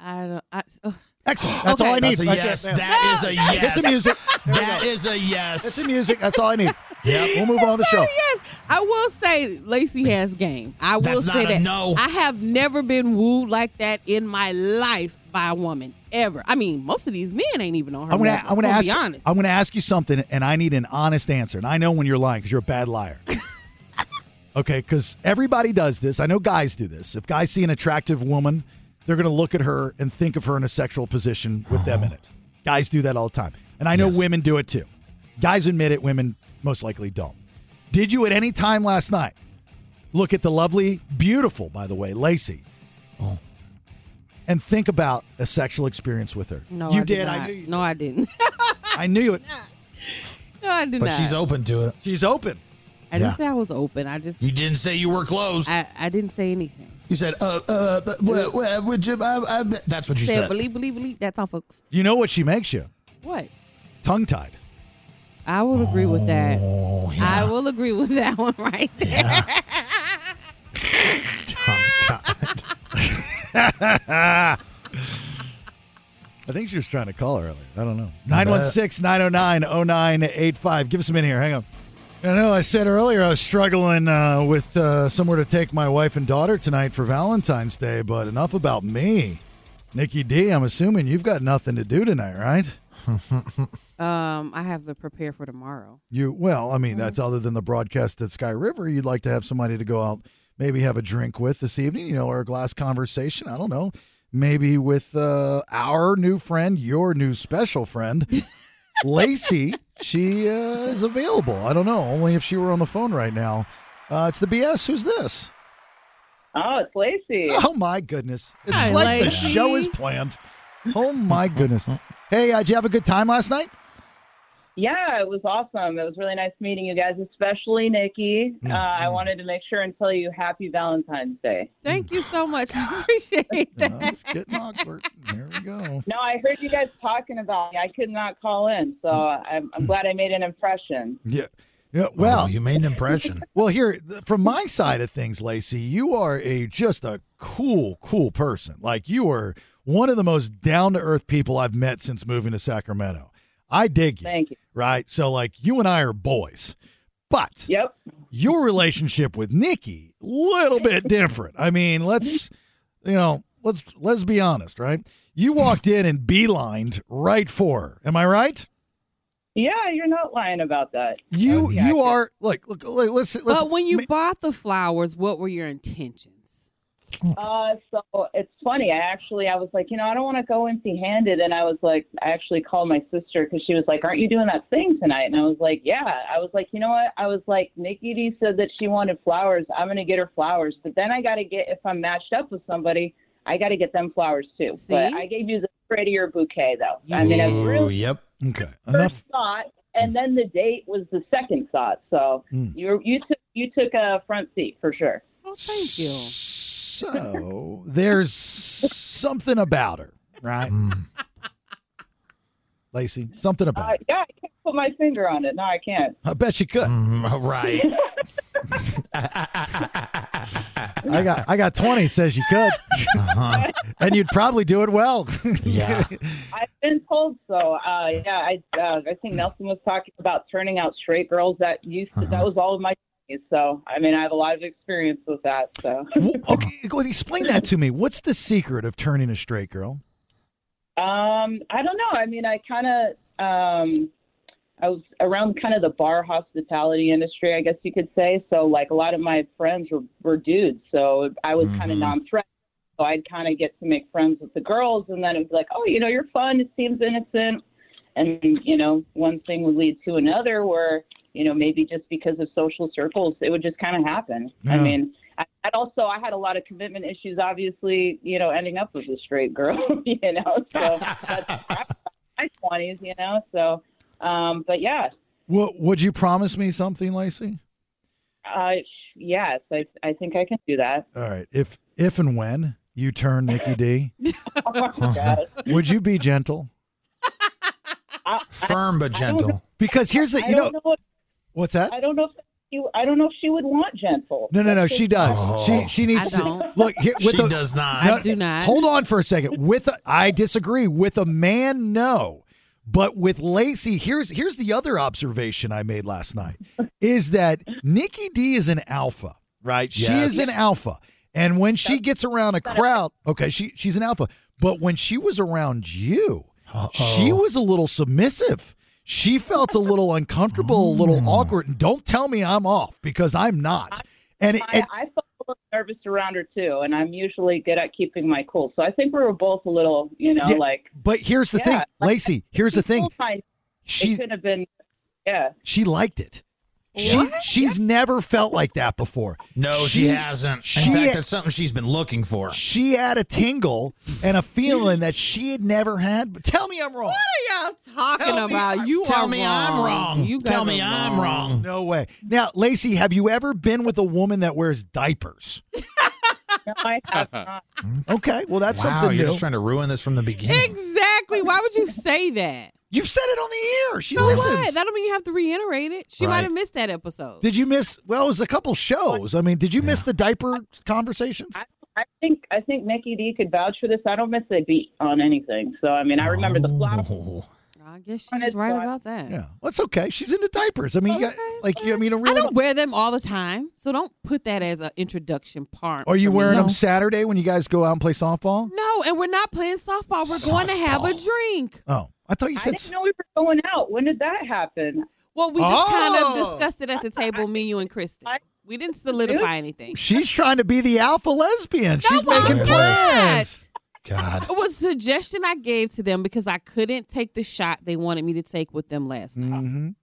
Speaker 9: I don't. I, ugh.
Speaker 8: Excellent. That's
Speaker 9: Okay.
Speaker 8: all I need.
Speaker 10: That's a
Speaker 8: right there,
Speaker 10: yes.
Speaker 8: ma'am.
Speaker 10: That is a yes.
Speaker 8: Hit the music. There we
Speaker 10: That
Speaker 8: go.
Speaker 10: is a yes.
Speaker 8: Hit the music. That's all I need. Yeah. We'll move on to the show.
Speaker 9: yes, I will say Lacey has game. I will
Speaker 8: That's not
Speaker 9: say
Speaker 8: a
Speaker 9: that.
Speaker 8: no.
Speaker 9: I have never been wooed like that in my life by a woman ever. I mean, most of these men ain't even on her.
Speaker 8: I'm gonna,
Speaker 9: level.
Speaker 8: I'm gonna
Speaker 9: I'm
Speaker 8: ask.
Speaker 9: Be honest.
Speaker 8: I'm gonna ask you something, and I need an honest answer. And I know when you're lying because you're a bad liar. okay, because everybody does this. I know guys do this. If guys see an attractive woman, they're gonna look at her and think of her in a sexual position with them in it. Guys do that all the time, and I know women do it too. Guys admit it. Women most likely don't. Did you at any time last night look at the lovely, beautiful, by the way, Lacey? And think about a sexual experience with her.
Speaker 9: No,
Speaker 8: you
Speaker 9: I
Speaker 8: did.
Speaker 9: Did
Speaker 8: I
Speaker 9: not.
Speaker 8: knew you
Speaker 9: No, I didn't.
Speaker 8: I knew it.
Speaker 9: no, I did
Speaker 10: But
Speaker 9: not.
Speaker 10: she's open to it.
Speaker 8: She's open.
Speaker 9: I didn't
Speaker 10: Yeah.
Speaker 9: say I was open. I just.
Speaker 10: You didn't say you were closed.
Speaker 9: I, I didn't say anything.
Speaker 10: you said, uh, uh, but, well, well, would you, I, I, that's what you
Speaker 9: said,
Speaker 10: said.
Speaker 9: believe, believe, believe. That's all, folks.
Speaker 8: You know what she makes you?
Speaker 9: What?
Speaker 8: Tongue tied.
Speaker 9: I will agree with that.
Speaker 8: Oh,
Speaker 9: I will agree with that one right there.
Speaker 8: I think she was trying to call earlier. I don't know. 916 909 0985. Give us a minute here. Hang on. I know I said earlier I was struggling uh, with uh, somewhere to take my wife and daughter tonight for Valentine's Day, but enough about me. Nikki D, I'm assuming you've got nothing to do tonight, right?
Speaker 9: Um, I have the prepare for tomorrow.
Speaker 8: You well, I mean,
Speaker 7: Mm.
Speaker 8: that's other than the broadcast at Sky River. You'd like to have somebody to go out, maybe have a drink with this evening, you know, or a glass conversation. I don't know, maybe with uh, our new friend, your new special friend, Lacey. She uh, is available. I don't know, only if she were on the phone right now. Uh, it's the BS. Who's this?
Speaker 7: Oh, it's Lacey.
Speaker 8: Oh my goodness! It's
Speaker 7: Hi,
Speaker 8: like the
Speaker 7: Lacey.
Speaker 8: show is planned. Oh my goodness! Hey, uh, did you have a good time last night?
Speaker 7: Yeah, it was awesome. It was really nice meeting you guys, especially Nikki.
Speaker 8: Mm.
Speaker 7: Uh, I wanted to make sure and tell you happy Valentine's Day.
Speaker 9: Thank you so much. I appreciate that.
Speaker 8: There we go.
Speaker 7: No, I heard you guys talking about me. I could not call in, so
Speaker 8: Mm.
Speaker 7: I'm, I'm glad I made an impression.
Speaker 8: Yeah. Yeah, well,
Speaker 10: Oh, you made an impression.
Speaker 8: well, here th- from my side of things, Lacey, you are a just a cool, cool person. Like you are one of the most down to earth people I've met since moving to Sacramento. I dig you. Thank you. Right, so like you and I are boys, but
Speaker 7: yep,
Speaker 8: your relationship with Nikki little bit different. I mean, let's you know, let's let's be honest, right? You walked in and beelined right for her. Am I right?
Speaker 7: Yeah, you're not lying about that.
Speaker 8: You you are look look, look let's, let's
Speaker 9: but when you bought the flowers, what were your intentions?
Speaker 7: Uh, so it's funny. I actually, I was like, you know, I don't want to go empty-handed, and I was like, I actually called my sister because she was like, "Aren't you doing that thing tonight?" And I was like, "Yeah." I was like, you know what? I was like, Nikki D said that she wanted flowers. I'm gonna get her flowers, but then I gotta get if I'm matched up with somebody, I gotta get them flowers too. But
Speaker 8: See?
Speaker 7: I gave you the prettier bouquet though. I mean, I was really
Speaker 10: yep.
Speaker 8: Okay.
Speaker 7: first thought, and then the date was the second thought. So
Speaker 8: Mm.
Speaker 7: you you took you took a front seat for sure.
Speaker 9: Well, Oh, thank you.
Speaker 8: So there's something about her, right?
Speaker 10: Mm.
Speaker 8: Lacey, something about.
Speaker 7: Uh, yeah, I can't put my finger on it. No, I can't.
Speaker 8: her. I bet you could.
Speaker 10: Mm, right.
Speaker 8: I got I got 20 says you could. and you'd probably do it well.
Speaker 10: Uh-huh. yeah.
Speaker 7: I've been told so. Uh, yeah, I uh, I think Nelson was talking about turning out straight girls that used to,
Speaker 8: Uh-huh.
Speaker 7: that was all of my. 20s. So I mean, I have a lot of experience with that. So
Speaker 8: okay, go- explain that to me. What's the secret of turning a straight girl?
Speaker 7: um, I don't know. I mean, I kind of um, I was around kind of the bar hospitality industry, I guess you could say. So like a lot of my friends were were dudes, so I was kind of non-threatening. So I'd kind of get to make friends with the girls, and then it'd be like, oh, you know, you're fun. It seems innocent. and you know one thing would lead to another where you know maybe just because of social circles it would just kind of happen i
Speaker 12: Yeah.
Speaker 7: mean I- and also i had a lot of commitment issues obviously you know ending up with a straight girl you know so that's my 20s you know so um but yeah
Speaker 8: What would you promise me something, Lacey?
Speaker 7: uh yes i i think i can do that
Speaker 8: All right. If if and when you turn Nikki D,
Speaker 7: oh my God.
Speaker 8: would you be gentle?
Speaker 10: Firm but gentle.
Speaker 8: Because here's the
Speaker 7: I
Speaker 8: you know,
Speaker 7: don't know
Speaker 8: what's that?
Speaker 7: if, i don't know if you i don't know if she would want gentle
Speaker 8: No, no, no. She does.
Speaker 10: Oh.
Speaker 8: She she needs
Speaker 7: I
Speaker 8: to
Speaker 7: don't.
Speaker 8: look here. With
Speaker 10: She
Speaker 8: a,
Speaker 10: does not.
Speaker 8: No,
Speaker 10: I do not.
Speaker 8: Hold on for a second. With a, I disagree. With a man, no. But with Lacey, here's here's the other observation I made last night is that Nikki D is an alpha, right? She
Speaker 10: Yes.
Speaker 8: is an alpha, and when she gets around a crowd, okay, she she's an alpha. But when she was around you, she was a little submissive. She felt a little uncomfortable, a
Speaker 10: Mm.
Speaker 8: little awkward. And don't tell me I'm off because I'm not. And, it,
Speaker 7: I, I felt a little nervous around her too, and I'm usually good at keeping my cool. So I think we were both a little, you know,
Speaker 8: Yeah,
Speaker 7: like
Speaker 8: But here's the thing,
Speaker 7: Yeah.
Speaker 8: Lacey. Here's the thing.
Speaker 7: cool kind.
Speaker 8: She
Speaker 7: it could have been, yeah.
Speaker 8: she liked it. She she's never felt like that before.
Speaker 10: No, she, hasn't. In
Speaker 8: She
Speaker 10: fact,
Speaker 8: had,
Speaker 10: that's something she's been looking for.
Speaker 8: she had a tingle and a feeling that she had never had. But tell me I'm wrong.
Speaker 9: What are y'all talking
Speaker 10: Tell me
Speaker 9: about?
Speaker 10: I-
Speaker 9: you
Speaker 10: tell
Speaker 9: are
Speaker 10: me
Speaker 9: wrong.
Speaker 10: I'm wrong.
Speaker 9: You
Speaker 10: Tell
Speaker 9: guys
Speaker 10: me
Speaker 9: are
Speaker 10: I'm wrong.
Speaker 8: No way. Now, Lacey, have you ever been with a woman that wears diapers?
Speaker 7: No, I have not.
Speaker 8: Okay, well that's
Speaker 10: wow,
Speaker 8: something
Speaker 10: you're
Speaker 8: new.
Speaker 10: just trying to ruin this from the beginning.
Speaker 9: Exactly. Why would you say that?
Speaker 8: You've said it on the air. She
Speaker 9: So
Speaker 8: listens.
Speaker 9: what? That don't mean you have to reiterate it. She might
Speaker 8: Right.
Speaker 9: have missed that episode.
Speaker 8: Did you miss? Well, it was a couple shows. I mean, did you miss the diaper conversations?
Speaker 7: I think I think Nikki D could vouch for this. I don't miss a beat on anything. So I mean, I remember the flowers.
Speaker 8: Oh.
Speaker 9: I guess she's right about that.
Speaker 8: Yeah, that's okay. She's into diapers. I mean, you got, like you, I mean, a
Speaker 9: I
Speaker 8: real.
Speaker 9: don't wear them all the time, so don't put that as an introduction part.
Speaker 8: Are you
Speaker 9: for me.
Speaker 8: wearing
Speaker 9: no.
Speaker 8: them Saturday when you guys go out and play softball?
Speaker 9: No, and we're not playing softball. We're going to have a drink.
Speaker 8: Oh, I thought you
Speaker 7: I
Speaker 8: said.
Speaker 7: didn't know we were going out. When did that happen?
Speaker 9: Well, we just kind of
Speaker 8: Oh.
Speaker 9: discussed it at the table, me, you, and Kristen. We didn't solidify anything.
Speaker 8: She's trying to be the alpha lesbian. She's
Speaker 9: No, I'm
Speaker 8: making plans.
Speaker 10: God.
Speaker 9: It was a suggestion I gave to them because I couldn't take the shot they wanted me to take with them last night.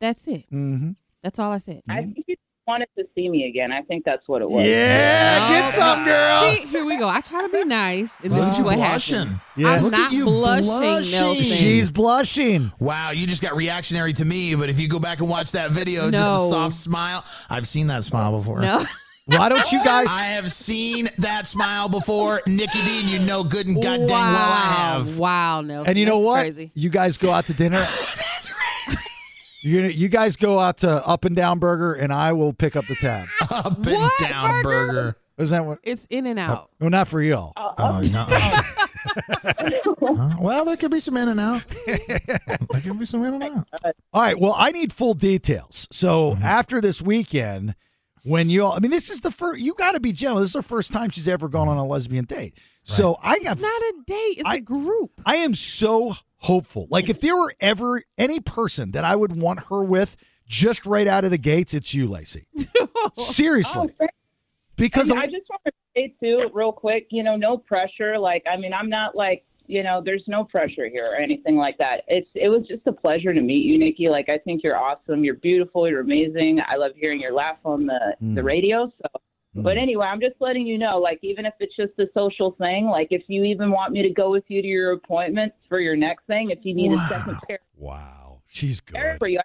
Speaker 9: That's it.
Speaker 8: Mm-hmm.
Speaker 9: That's all I said.
Speaker 7: I think you wanted to see me again. I think that's what it was.
Speaker 9: No, Oh, no. See, here we go. I try to be nice, and this
Speaker 10: Look
Speaker 9: is
Speaker 10: at you
Speaker 9: what
Speaker 10: blushing.
Speaker 9: happened. I'm not blushing, Nelson.
Speaker 8: blushing.
Speaker 10: Wow, you just got reactionary to me, but if you go back and watch that video, just
Speaker 9: No.
Speaker 10: a soft smile. I've seen that smile before.
Speaker 9: No.
Speaker 8: Why don't you guys?
Speaker 10: I have seen that smile before. Nikki Dean, you know good and goddamn well I
Speaker 9: wow,
Speaker 10: have.
Speaker 9: wow, Nelson.
Speaker 8: And you know
Speaker 9: That's
Speaker 8: what?
Speaker 9: Crazy.
Speaker 8: You guys go out to dinner. You're gonna, you guys go out to Up and Down Burger, and I will pick up the tab.
Speaker 10: Up and
Speaker 9: What
Speaker 10: down burger.
Speaker 8: Is that what?
Speaker 9: It's in and out.
Speaker 8: No, not for y'all.
Speaker 10: Oh, no. Huh? Well, there could be some in and out. there could be some in and out.
Speaker 8: All right. Well, I need full details. So
Speaker 10: Mm-hmm.
Speaker 8: after this weekend, when you all, I mean, this is the first, you got to be gentle. This is the first time she's ever gone on a lesbian date. So I have,
Speaker 9: It's not a date. It's a group.
Speaker 8: I am so hopeful. Like, if there were ever any person that I would want her with just right out of the gates, it's you, Lacey. Seriously.
Speaker 9: Oh,
Speaker 8: Because
Speaker 7: I, mean, I just want to say too, real quick, you know, no pressure. Like, I mean, I'm not like, you know, there's no pressure here or anything like that. It's it was just a pleasure to meet you, Nikki. Like, I think you're awesome. You're beautiful. You're amazing. I love hearing your laugh on the the
Speaker 8: Mm.
Speaker 7: radio. So, but anyway, I'm just letting you know, like, even if it's just a social thing, like, if you even want me to go with you to your appointments for your next thing, if you need a second pair
Speaker 8: wow, she's good.
Speaker 7: for you,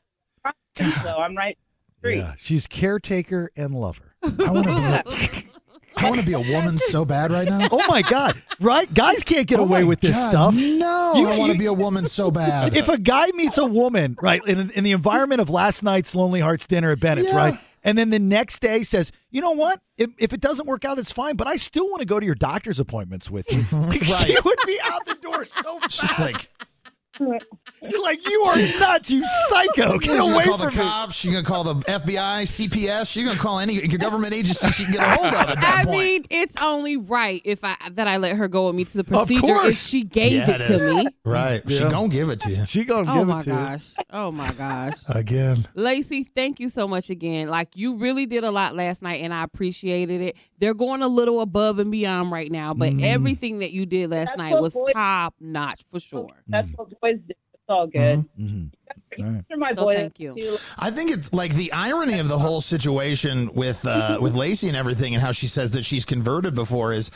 Speaker 7: I'm- so I'm right.
Speaker 8: Yeah, she's caretaker and lover.
Speaker 10: I want to be. I want to be a woman so bad right now.
Speaker 8: Oh my God! Right? Guys can't get
Speaker 10: Oh
Speaker 8: away
Speaker 10: my
Speaker 8: with this
Speaker 10: God,
Speaker 8: stuff.
Speaker 10: No,
Speaker 8: You-
Speaker 10: I want
Speaker 8: you-
Speaker 10: to be a woman so bad.
Speaker 8: if a guy meets a woman, right, in, in the environment of last night's Lonely Hearts dinner at Bennett's, right, and then the next day says, you know what? If, if it doesn't work out, it's fine, but I still want to go to your doctor's appointments with you. Like, She
Speaker 10: Right.
Speaker 8: would be out the door so fast.
Speaker 10: She's like,
Speaker 8: You're like, you are nuts, you psycho.
Speaker 10: she's
Speaker 8: Get
Speaker 10: gonna
Speaker 8: away
Speaker 10: call
Speaker 8: from
Speaker 10: the
Speaker 8: me.
Speaker 10: cops. She's gonna call the FBI, CPS. She's gonna call any government agency she can get a hold of at that
Speaker 9: I
Speaker 10: point.
Speaker 9: mean, it's only right if I that I let her go with me to the procedure if
Speaker 10: course.
Speaker 9: she gave
Speaker 10: Yeah,
Speaker 9: it
Speaker 10: it
Speaker 9: to
Speaker 10: is.
Speaker 9: me.
Speaker 10: Right. She
Speaker 8: Yeah.
Speaker 10: gonna give it to you.
Speaker 8: She gonna
Speaker 9: Oh my gosh. Oh my gosh.
Speaker 10: Again.
Speaker 9: Lacey, thank you so much again. Like you really did a lot last night and I appreciated it. They're going a little above and beyond right now, but
Speaker 10: Mm-hmm.
Speaker 7: Mm.
Speaker 9: everything that you did last
Speaker 7: That's
Speaker 9: night
Speaker 7: what
Speaker 9: was
Speaker 7: boys-
Speaker 9: top notch for sure.
Speaker 7: That's
Speaker 8: Mm.
Speaker 7: what boys do. It's all good.
Speaker 10: Mm-hmm.
Speaker 7: These are my
Speaker 9: So
Speaker 7: boys,
Speaker 9: thank you.
Speaker 7: too.
Speaker 10: I think it's like the irony of the whole situation with uh, with Lacey and everything, and how she says that she's converted before is.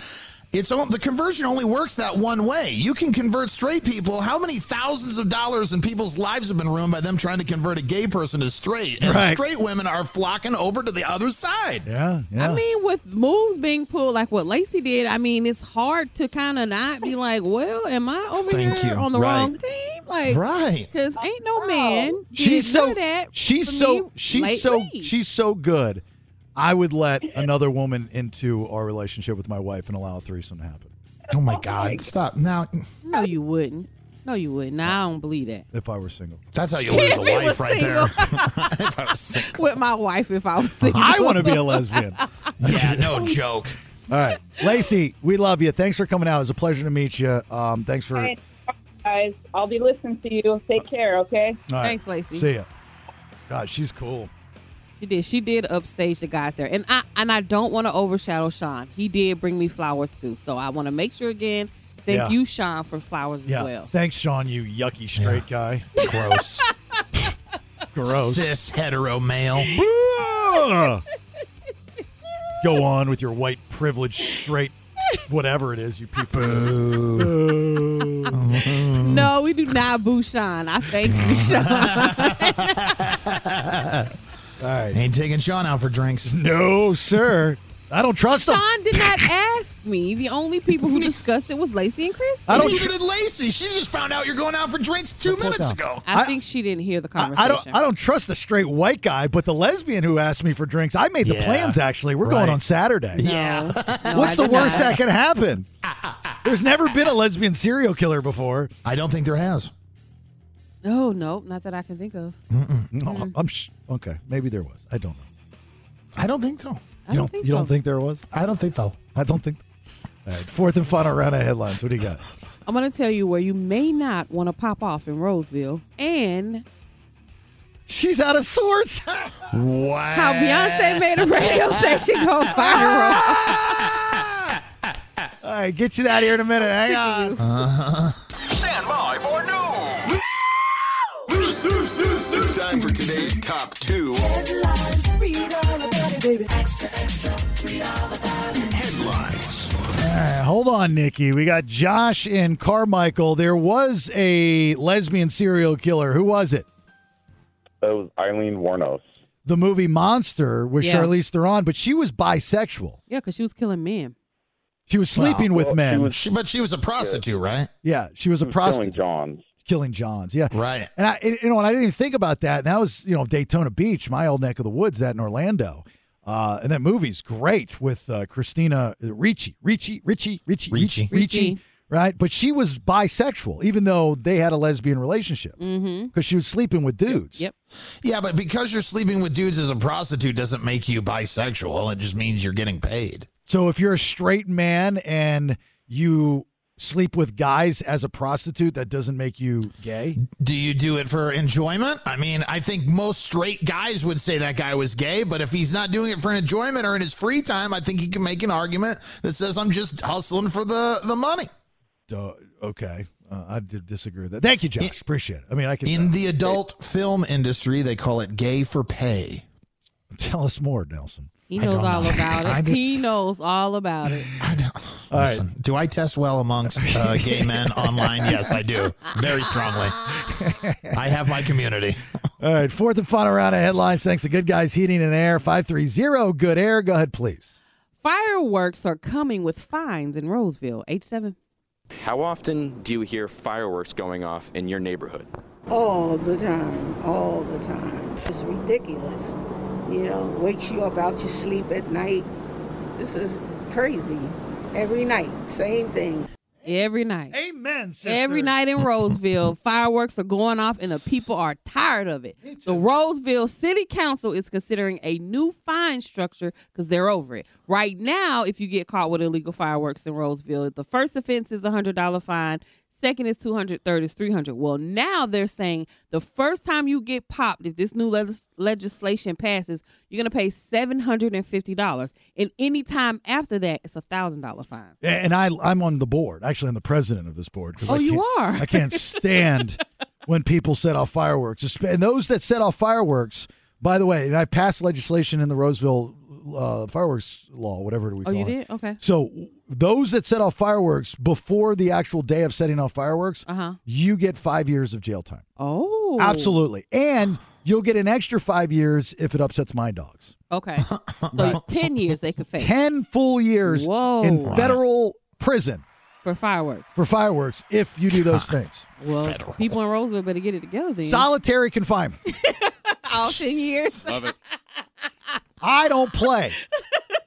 Speaker 10: It's on, the conversion only works that one way. You can convert straight people. How many thousands of dollars in people's lives have been ruined by them trying to convert a gay person to straight? And
Speaker 8: Right.
Speaker 10: straight women are flocking over to the other side.
Speaker 8: Yeah,
Speaker 9: I mean, with moves being pulled like what Lacey did, I mean, it's hard to kind of not be like, well, am I over
Speaker 10: Thank
Speaker 9: here
Speaker 10: you.
Speaker 9: on the
Speaker 10: Right.
Speaker 9: wrong team? Like,
Speaker 10: Right.
Speaker 9: Because ain't no man. did
Speaker 8: She's
Speaker 9: none
Speaker 8: so
Speaker 9: of that for
Speaker 8: she's
Speaker 9: me
Speaker 8: so she's so
Speaker 9: lately.
Speaker 8: she's so good. I would let another woman into our relationship with my wife and allow a threesome to happen
Speaker 10: Oh my God! Stop now. mm.
Speaker 9: No, you wouldn't. No, you wouldn't. Nah, I don't believe that.
Speaker 8: if I were single.
Speaker 10: That's how you
Speaker 9: If
Speaker 10: lose a
Speaker 9: he was
Speaker 10: wife right
Speaker 9: single.
Speaker 10: there. If I was single.
Speaker 9: With my wife, if I was single.
Speaker 8: I want to be a lesbian.
Speaker 10: yeah, no joke.
Speaker 8: All right, Lacey, we love you. Thanks for coming out. It was a pleasure to meet you. Um, thanks for.
Speaker 7: All right, guys. I'll be listening to you. Take care, okay?
Speaker 8: All right.
Speaker 9: Thanks, Lacey.
Speaker 8: See ya. God, she's cool.
Speaker 9: She did. She did upstage the guys there, and I and I don't want to overshadow Sean. He did bring me flowers too, so I want to make sure again. Thank
Speaker 8: Yeah.
Speaker 9: you, Sean, for flowers as
Speaker 8: Yeah.
Speaker 9: well.
Speaker 8: Thanks, Sean. You yucky straight guy.
Speaker 10: Gross.
Speaker 8: Gross.
Speaker 10: Cis hetero male.
Speaker 8: Ugh. Go on with your white privilege straight, whatever it is you people. Boo.
Speaker 9: No, we do not boo Sean. I thank you, Sean.
Speaker 8: All right.
Speaker 10: Ain't taking Sean out for drinks.
Speaker 8: No, sir. I don't trust him.
Speaker 9: Sean did not ask me. The only people who discussed it was Lacey and Chris.
Speaker 8: I don't
Speaker 10: Even
Speaker 8: tr-
Speaker 10: at Lacey, she just found out you're going out for drinks two minutes ago.
Speaker 9: I, think she didn't hear the conversation.
Speaker 8: I don't. I don't trust the straight white guy, but the lesbian who asked me for drinks. I made the
Speaker 10: Yeah.
Speaker 8: plans. Actually, we're going
Speaker 10: Right.
Speaker 8: on Saturday.
Speaker 10: Yeah.
Speaker 9: No,
Speaker 8: What's
Speaker 9: I
Speaker 8: the
Speaker 9: did
Speaker 8: worst
Speaker 9: not.
Speaker 8: that can happen? There's never been a lesbian serial killer before.
Speaker 10: I don't think there has.
Speaker 9: No, no, Oh, not that I can think of.
Speaker 8: No, I'm sh- okay. Maybe there was. I don't know.
Speaker 10: I don't think so.
Speaker 9: I
Speaker 8: You
Speaker 9: don't
Speaker 8: don't.
Speaker 9: think
Speaker 8: you
Speaker 9: so.
Speaker 8: don't think there was?
Speaker 10: I don't think so.
Speaker 8: I don't think. All right. Fourth and final round of headlines. What do you got?
Speaker 9: I'm going to tell you where you may not want to pop off in Roseville. And
Speaker 8: she's out of sorts.
Speaker 9: wow. How Beyonce made a radio station go viral.
Speaker 8: All right, get you out of here in a minute. Hang on.
Speaker 3: Stand by for news.
Speaker 4: News, news, news, news. It's time for today's top two.
Speaker 3: Headlines.
Speaker 8: Uh, hold on, Nikki. We got Josh and Carmichael. There was a lesbian serial killer. Who was it?
Speaker 12: That was Eileen Warnos.
Speaker 8: The movie Monster with
Speaker 9: Yeah.
Speaker 8: Charlize Theron, but she was bisexual.
Speaker 9: yeah, because she was killing men.
Speaker 8: She was sleeping with men.
Speaker 10: She- but she was a prostitute, right?
Speaker 8: yeah, she was a prostitute.
Speaker 12: Johns.
Speaker 8: Killing Johns, yeah,
Speaker 10: Right.
Speaker 8: And I, and, you know, and I didn't even think about that. And that was, you know, Daytona Beach, my old neck of the woods, that in Orlando. Uh, and that movie's great with uh, Christina Ricci, Ricci, Ricci, Ricci, Ricci, Ricci,
Speaker 9: Ricci.
Speaker 8: right? But she was bisexual, even though they had a lesbian relationship because she was sleeping with dudes.
Speaker 9: Yep.
Speaker 10: Yeah, but because you're sleeping with dudes as a prostitute doesn't make you bisexual. It just means you're getting paid.
Speaker 8: So if you're a straight man and you sleep with guys as a prostitute, that doesn't make you gay.
Speaker 10: Do you do it for enjoyment? I mean, I think most straight guys would say that guy was gay, but if he's not doing it for enjoyment or in his free time, I think he can make an argument that says I'm just hustling for the the money.
Speaker 8: Duh, okay, uh, I did disagree with that. Thank you, Josh. Appreciate it. I mean, I can
Speaker 10: In the adult film industry, they call it gay for pay.
Speaker 8: tell us more, Nelson.
Speaker 9: He
Speaker 10: I
Speaker 9: knows
Speaker 10: don't
Speaker 9: all
Speaker 10: know.
Speaker 9: about
Speaker 10: I
Speaker 9: it.
Speaker 10: did-
Speaker 9: He knows all about it.
Speaker 8: All right.
Speaker 10: Listen, do I test well amongst uh, gay men online? Yes, I do. Very strongly. I have my community.
Speaker 8: All right, fourth and final round of headlines. Thanks to Good Guys Heating and Air, 530 Good Air. Go ahead, please.
Speaker 9: Fireworks are coming with fines in Roseville. H7.
Speaker 15: How often do you hear fireworks going off in your neighborhood?
Speaker 16: all the time, all the time. It's ridiculous. You know, wakes you up out your sleep at night. This is it's crazy. Every night, same thing.
Speaker 9: Every night.
Speaker 8: Amen.
Speaker 9: Every night in Roseville, fireworks are going off and the people are tired of it. The Roseville City Council is considering a new fine structure because they're over it. Right now, if you get caught with illegal fireworks in Roseville, the first offense is a $100 fine. Second is 200, third is 300. Well, now they're saying the first time you get popped, if this new legis- legislation passes, you're going to pay $750. And any time after that, it's a $1,000 fine.
Speaker 8: And I, I'm on the board. Actually, I'm the president of this board. 'cause
Speaker 9: Oh,
Speaker 8: I
Speaker 9: you
Speaker 8: can't-
Speaker 9: are.
Speaker 8: I can't stand when people set off fireworks. Espe- And those that set off fireworks, by the way, and I passed legislation in the Roseville uh, fireworks law, whatever we
Speaker 9: Oh,
Speaker 8: call
Speaker 9: you
Speaker 8: it.
Speaker 9: did? Okay.
Speaker 8: So those that set off fireworks before the actual day of setting off fireworks,
Speaker 9: Uh-huh.
Speaker 8: you get five years of jail time.
Speaker 9: Oh.
Speaker 8: Absolutely. And you'll get an extra five years if it upsets my dogs.
Speaker 9: Okay. So 10 years they could face.
Speaker 8: 10 full years
Speaker 9: Whoa.
Speaker 8: in federal prison
Speaker 9: For fireworks.
Speaker 8: for fireworks if you do those things.
Speaker 9: Well, people in Roseville better get it together then.
Speaker 8: Solitary confinement.
Speaker 9: All 10 years.
Speaker 8: Love it. I don't play.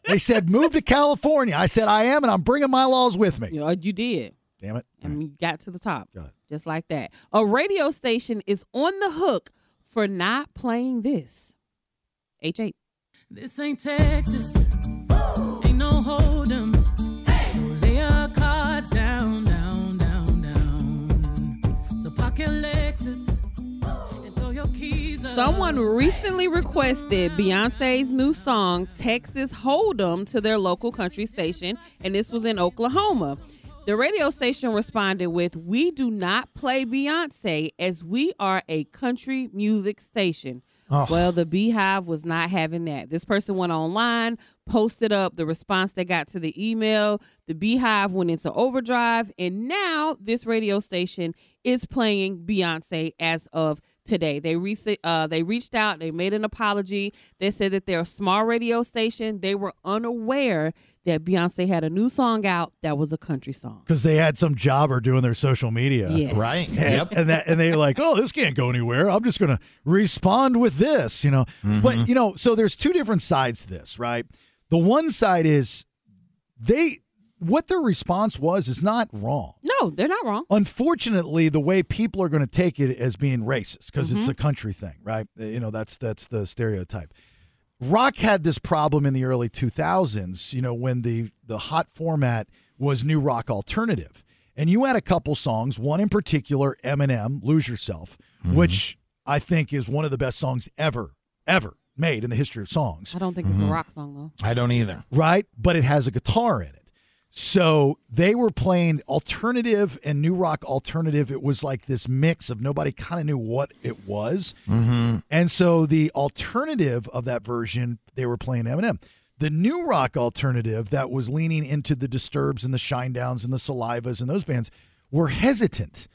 Speaker 8: They said move to California. I said I am, and I'm bringing my laws with me.
Speaker 9: You, know, you did.
Speaker 8: Damn it.
Speaker 9: And you got to the top. Just like that. A radio station is on the hook for not playing this. H8.
Speaker 24: This ain't Texas. Ain't no hold 'em. So lay your cards down, down, down, down. So park your Lexus and throw your keys up.
Speaker 9: Someone recently requested Beyonce's new song, Texas Hold'em, to their local country station, and this was in Oklahoma. The radio station responded with, We do not play Beyonce as we are a country music station.
Speaker 25: Oh.
Speaker 9: Well, the Beehive was not having that. This person went online, posted up the response they got to the email. The Beehive went into overdrive, and now this radio station is playing Beyonce as of today. They re- uh, they reached out, they made an apology. They said that they're a small radio station. They were unaware that Beyonce had a new song out that was a country song.
Speaker 8: Because they had some jobber doing their social media.
Speaker 9: Yes. Right.
Speaker 8: And, and that and they like, oh, this can't go anywhere. I'm just gonna respond with this, you know. But you know, so there's two different sides to this, right? The one side is they what their response was is not wrong.
Speaker 9: No, they're not wrong.
Speaker 8: Unfortunately, the way people are going to take it as being racist because
Speaker 9: Mm-hmm.
Speaker 8: it's a country thing, right? You know, that's that's the stereotype. Rock had this problem in the early 2000s, you know, when the the hot format was new rock alternative. And you had a couple songs, one in particular, Eminem, Lose Yourself,
Speaker 10: Mm-hmm.
Speaker 8: which I think is one of the best songs ever, ever made in the history of songs.
Speaker 9: I don't think
Speaker 8: Mm-hmm.
Speaker 9: it's a rock song though.
Speaker 10: Mm-hmm. I don't either.
Speaker 8: Right? But it has a guitar in it. So they were playing alternative and new rock alternative. It was like this mix of nobody kind of knew what it was.
Speaker 10: Mm-hmm.
Speaker 8: And so the alternative of that version, they were playing Eminem. The new rock alternative that was leaning into the Disturbs and the Shinedowns and the Salivas and those bands were hesitant.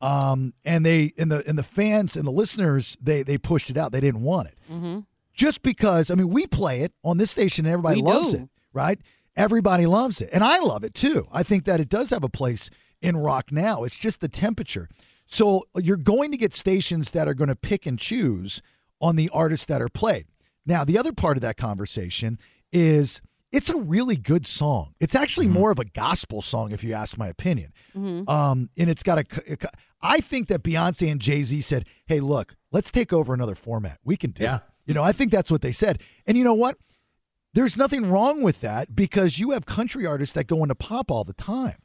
Speaker 8: Um, and they and the and the fans and the listeners they they pushed it out. They didn't want it
Speaker 9: Mm-hmm.
Speaker 8: just because I mean we play it on this station and everybody
Speaker 9: We
Speaker 8: loves
Speaker 9: do.
Speaker 8: it, right? Everybody loves it. And I love it too. I think that it does have a place in rock now. It's just the temperature. So you're going to get stations that are going to pick and choose on the artists that are played. Now, the other part of that conversation is it's a really good song. It's actually
Speaker 9: Mm-hmm.
Speaker 8: more of a gospel song if you ask my opinion.
Speaker 5: Mhm.
Speaker 14: Mm-hmm.
Speaker 8: Um, and it's got a. c- a c- I think that Beyonce and Jay Z said, "Hey, look, let's take over another format. We can do." Yeah. You know, I think that's what they said. And you know what? There's nothing wrong with that because you have country artists that go into pop all the time.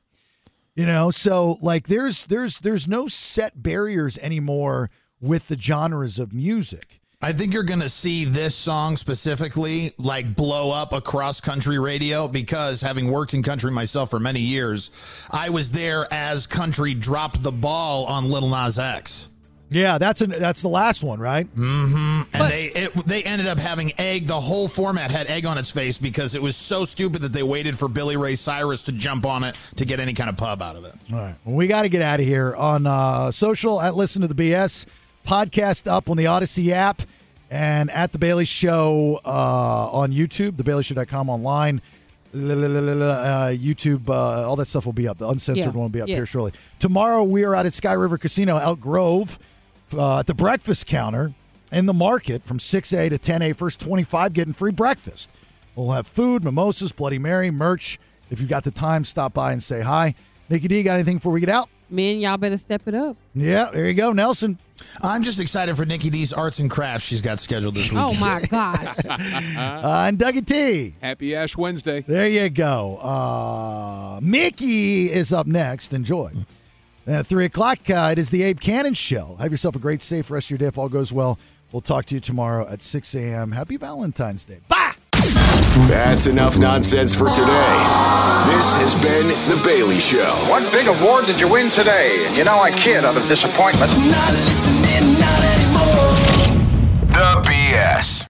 Speaker 8: You know, so like there's there's there's no set barriers anymore with the genres of music.
Speaker 10: I think you're going to see this song specifically like blow up across country radio because having worked in country myself for many years, I was there as country dropped the ball on Little Nas X.
Speaker 8: Yeah, that's an that's the last one, right?
Speaker 10: Mm-hmm. And they it, they ended up having egg. The whole format had egg on its face because it was so stupid that they waited for Billy Ray Cyrus to jump on it to get any kind of pub out of it.
Speaker 8: All right. Well, we got to get out of here on uh, social at Listen to the BS podcast up on the Odyssey app and at the Bailey Show uh, on YouTube, thebaileyshow.com online. La- la- la- la- la, Uh, YouTube, uh, all that stuff will be up. The uncensored
Speaker 5: Yeah.
Speaker 8: one will be up
Speaker 5: Yeah.
Speaker 8: here shortly. Tomorrow, we are out at Sky River Casino, Elk Grove, uh, at the breakfast counter in the market from 6A to 10A. First 25 getting free breakfast. We'll have food, mimosas, Bloody Mary, merch. If you've got the time, stop by and say hi. Nikki D, got anything before we get out?
Speaker 9: Men, y'all better step it up.
Speaker 8: Yeah, there you go, Nelson.
Speaker 10: I'm just excited for Nikki D's arts and crafts she's got scheduled this week.
Speaker 9: Oh my gosh.
Speaker 8: Uh, and Dougie T.
Speaker 14: Happy Ash Wednesday.
Speaker 8: There you go. Uh, Mickey is up next. Enjoy. And at 3 o'clock, uh, it is the Abe Cannon Show. Have yourself a great, safe rest of your day if all goes well. We'll talk to you tomorrow at 6 a.m. Happy Valentine's Day. Bye.
Speaker 4: That's enough nonsense for today. This has been The Bailey Show.
Speaker 13: What big award did you win today? You know, I kid out of disappointment.
Speaker 5: Not listening, not anymore.
Speaker 13: The BS.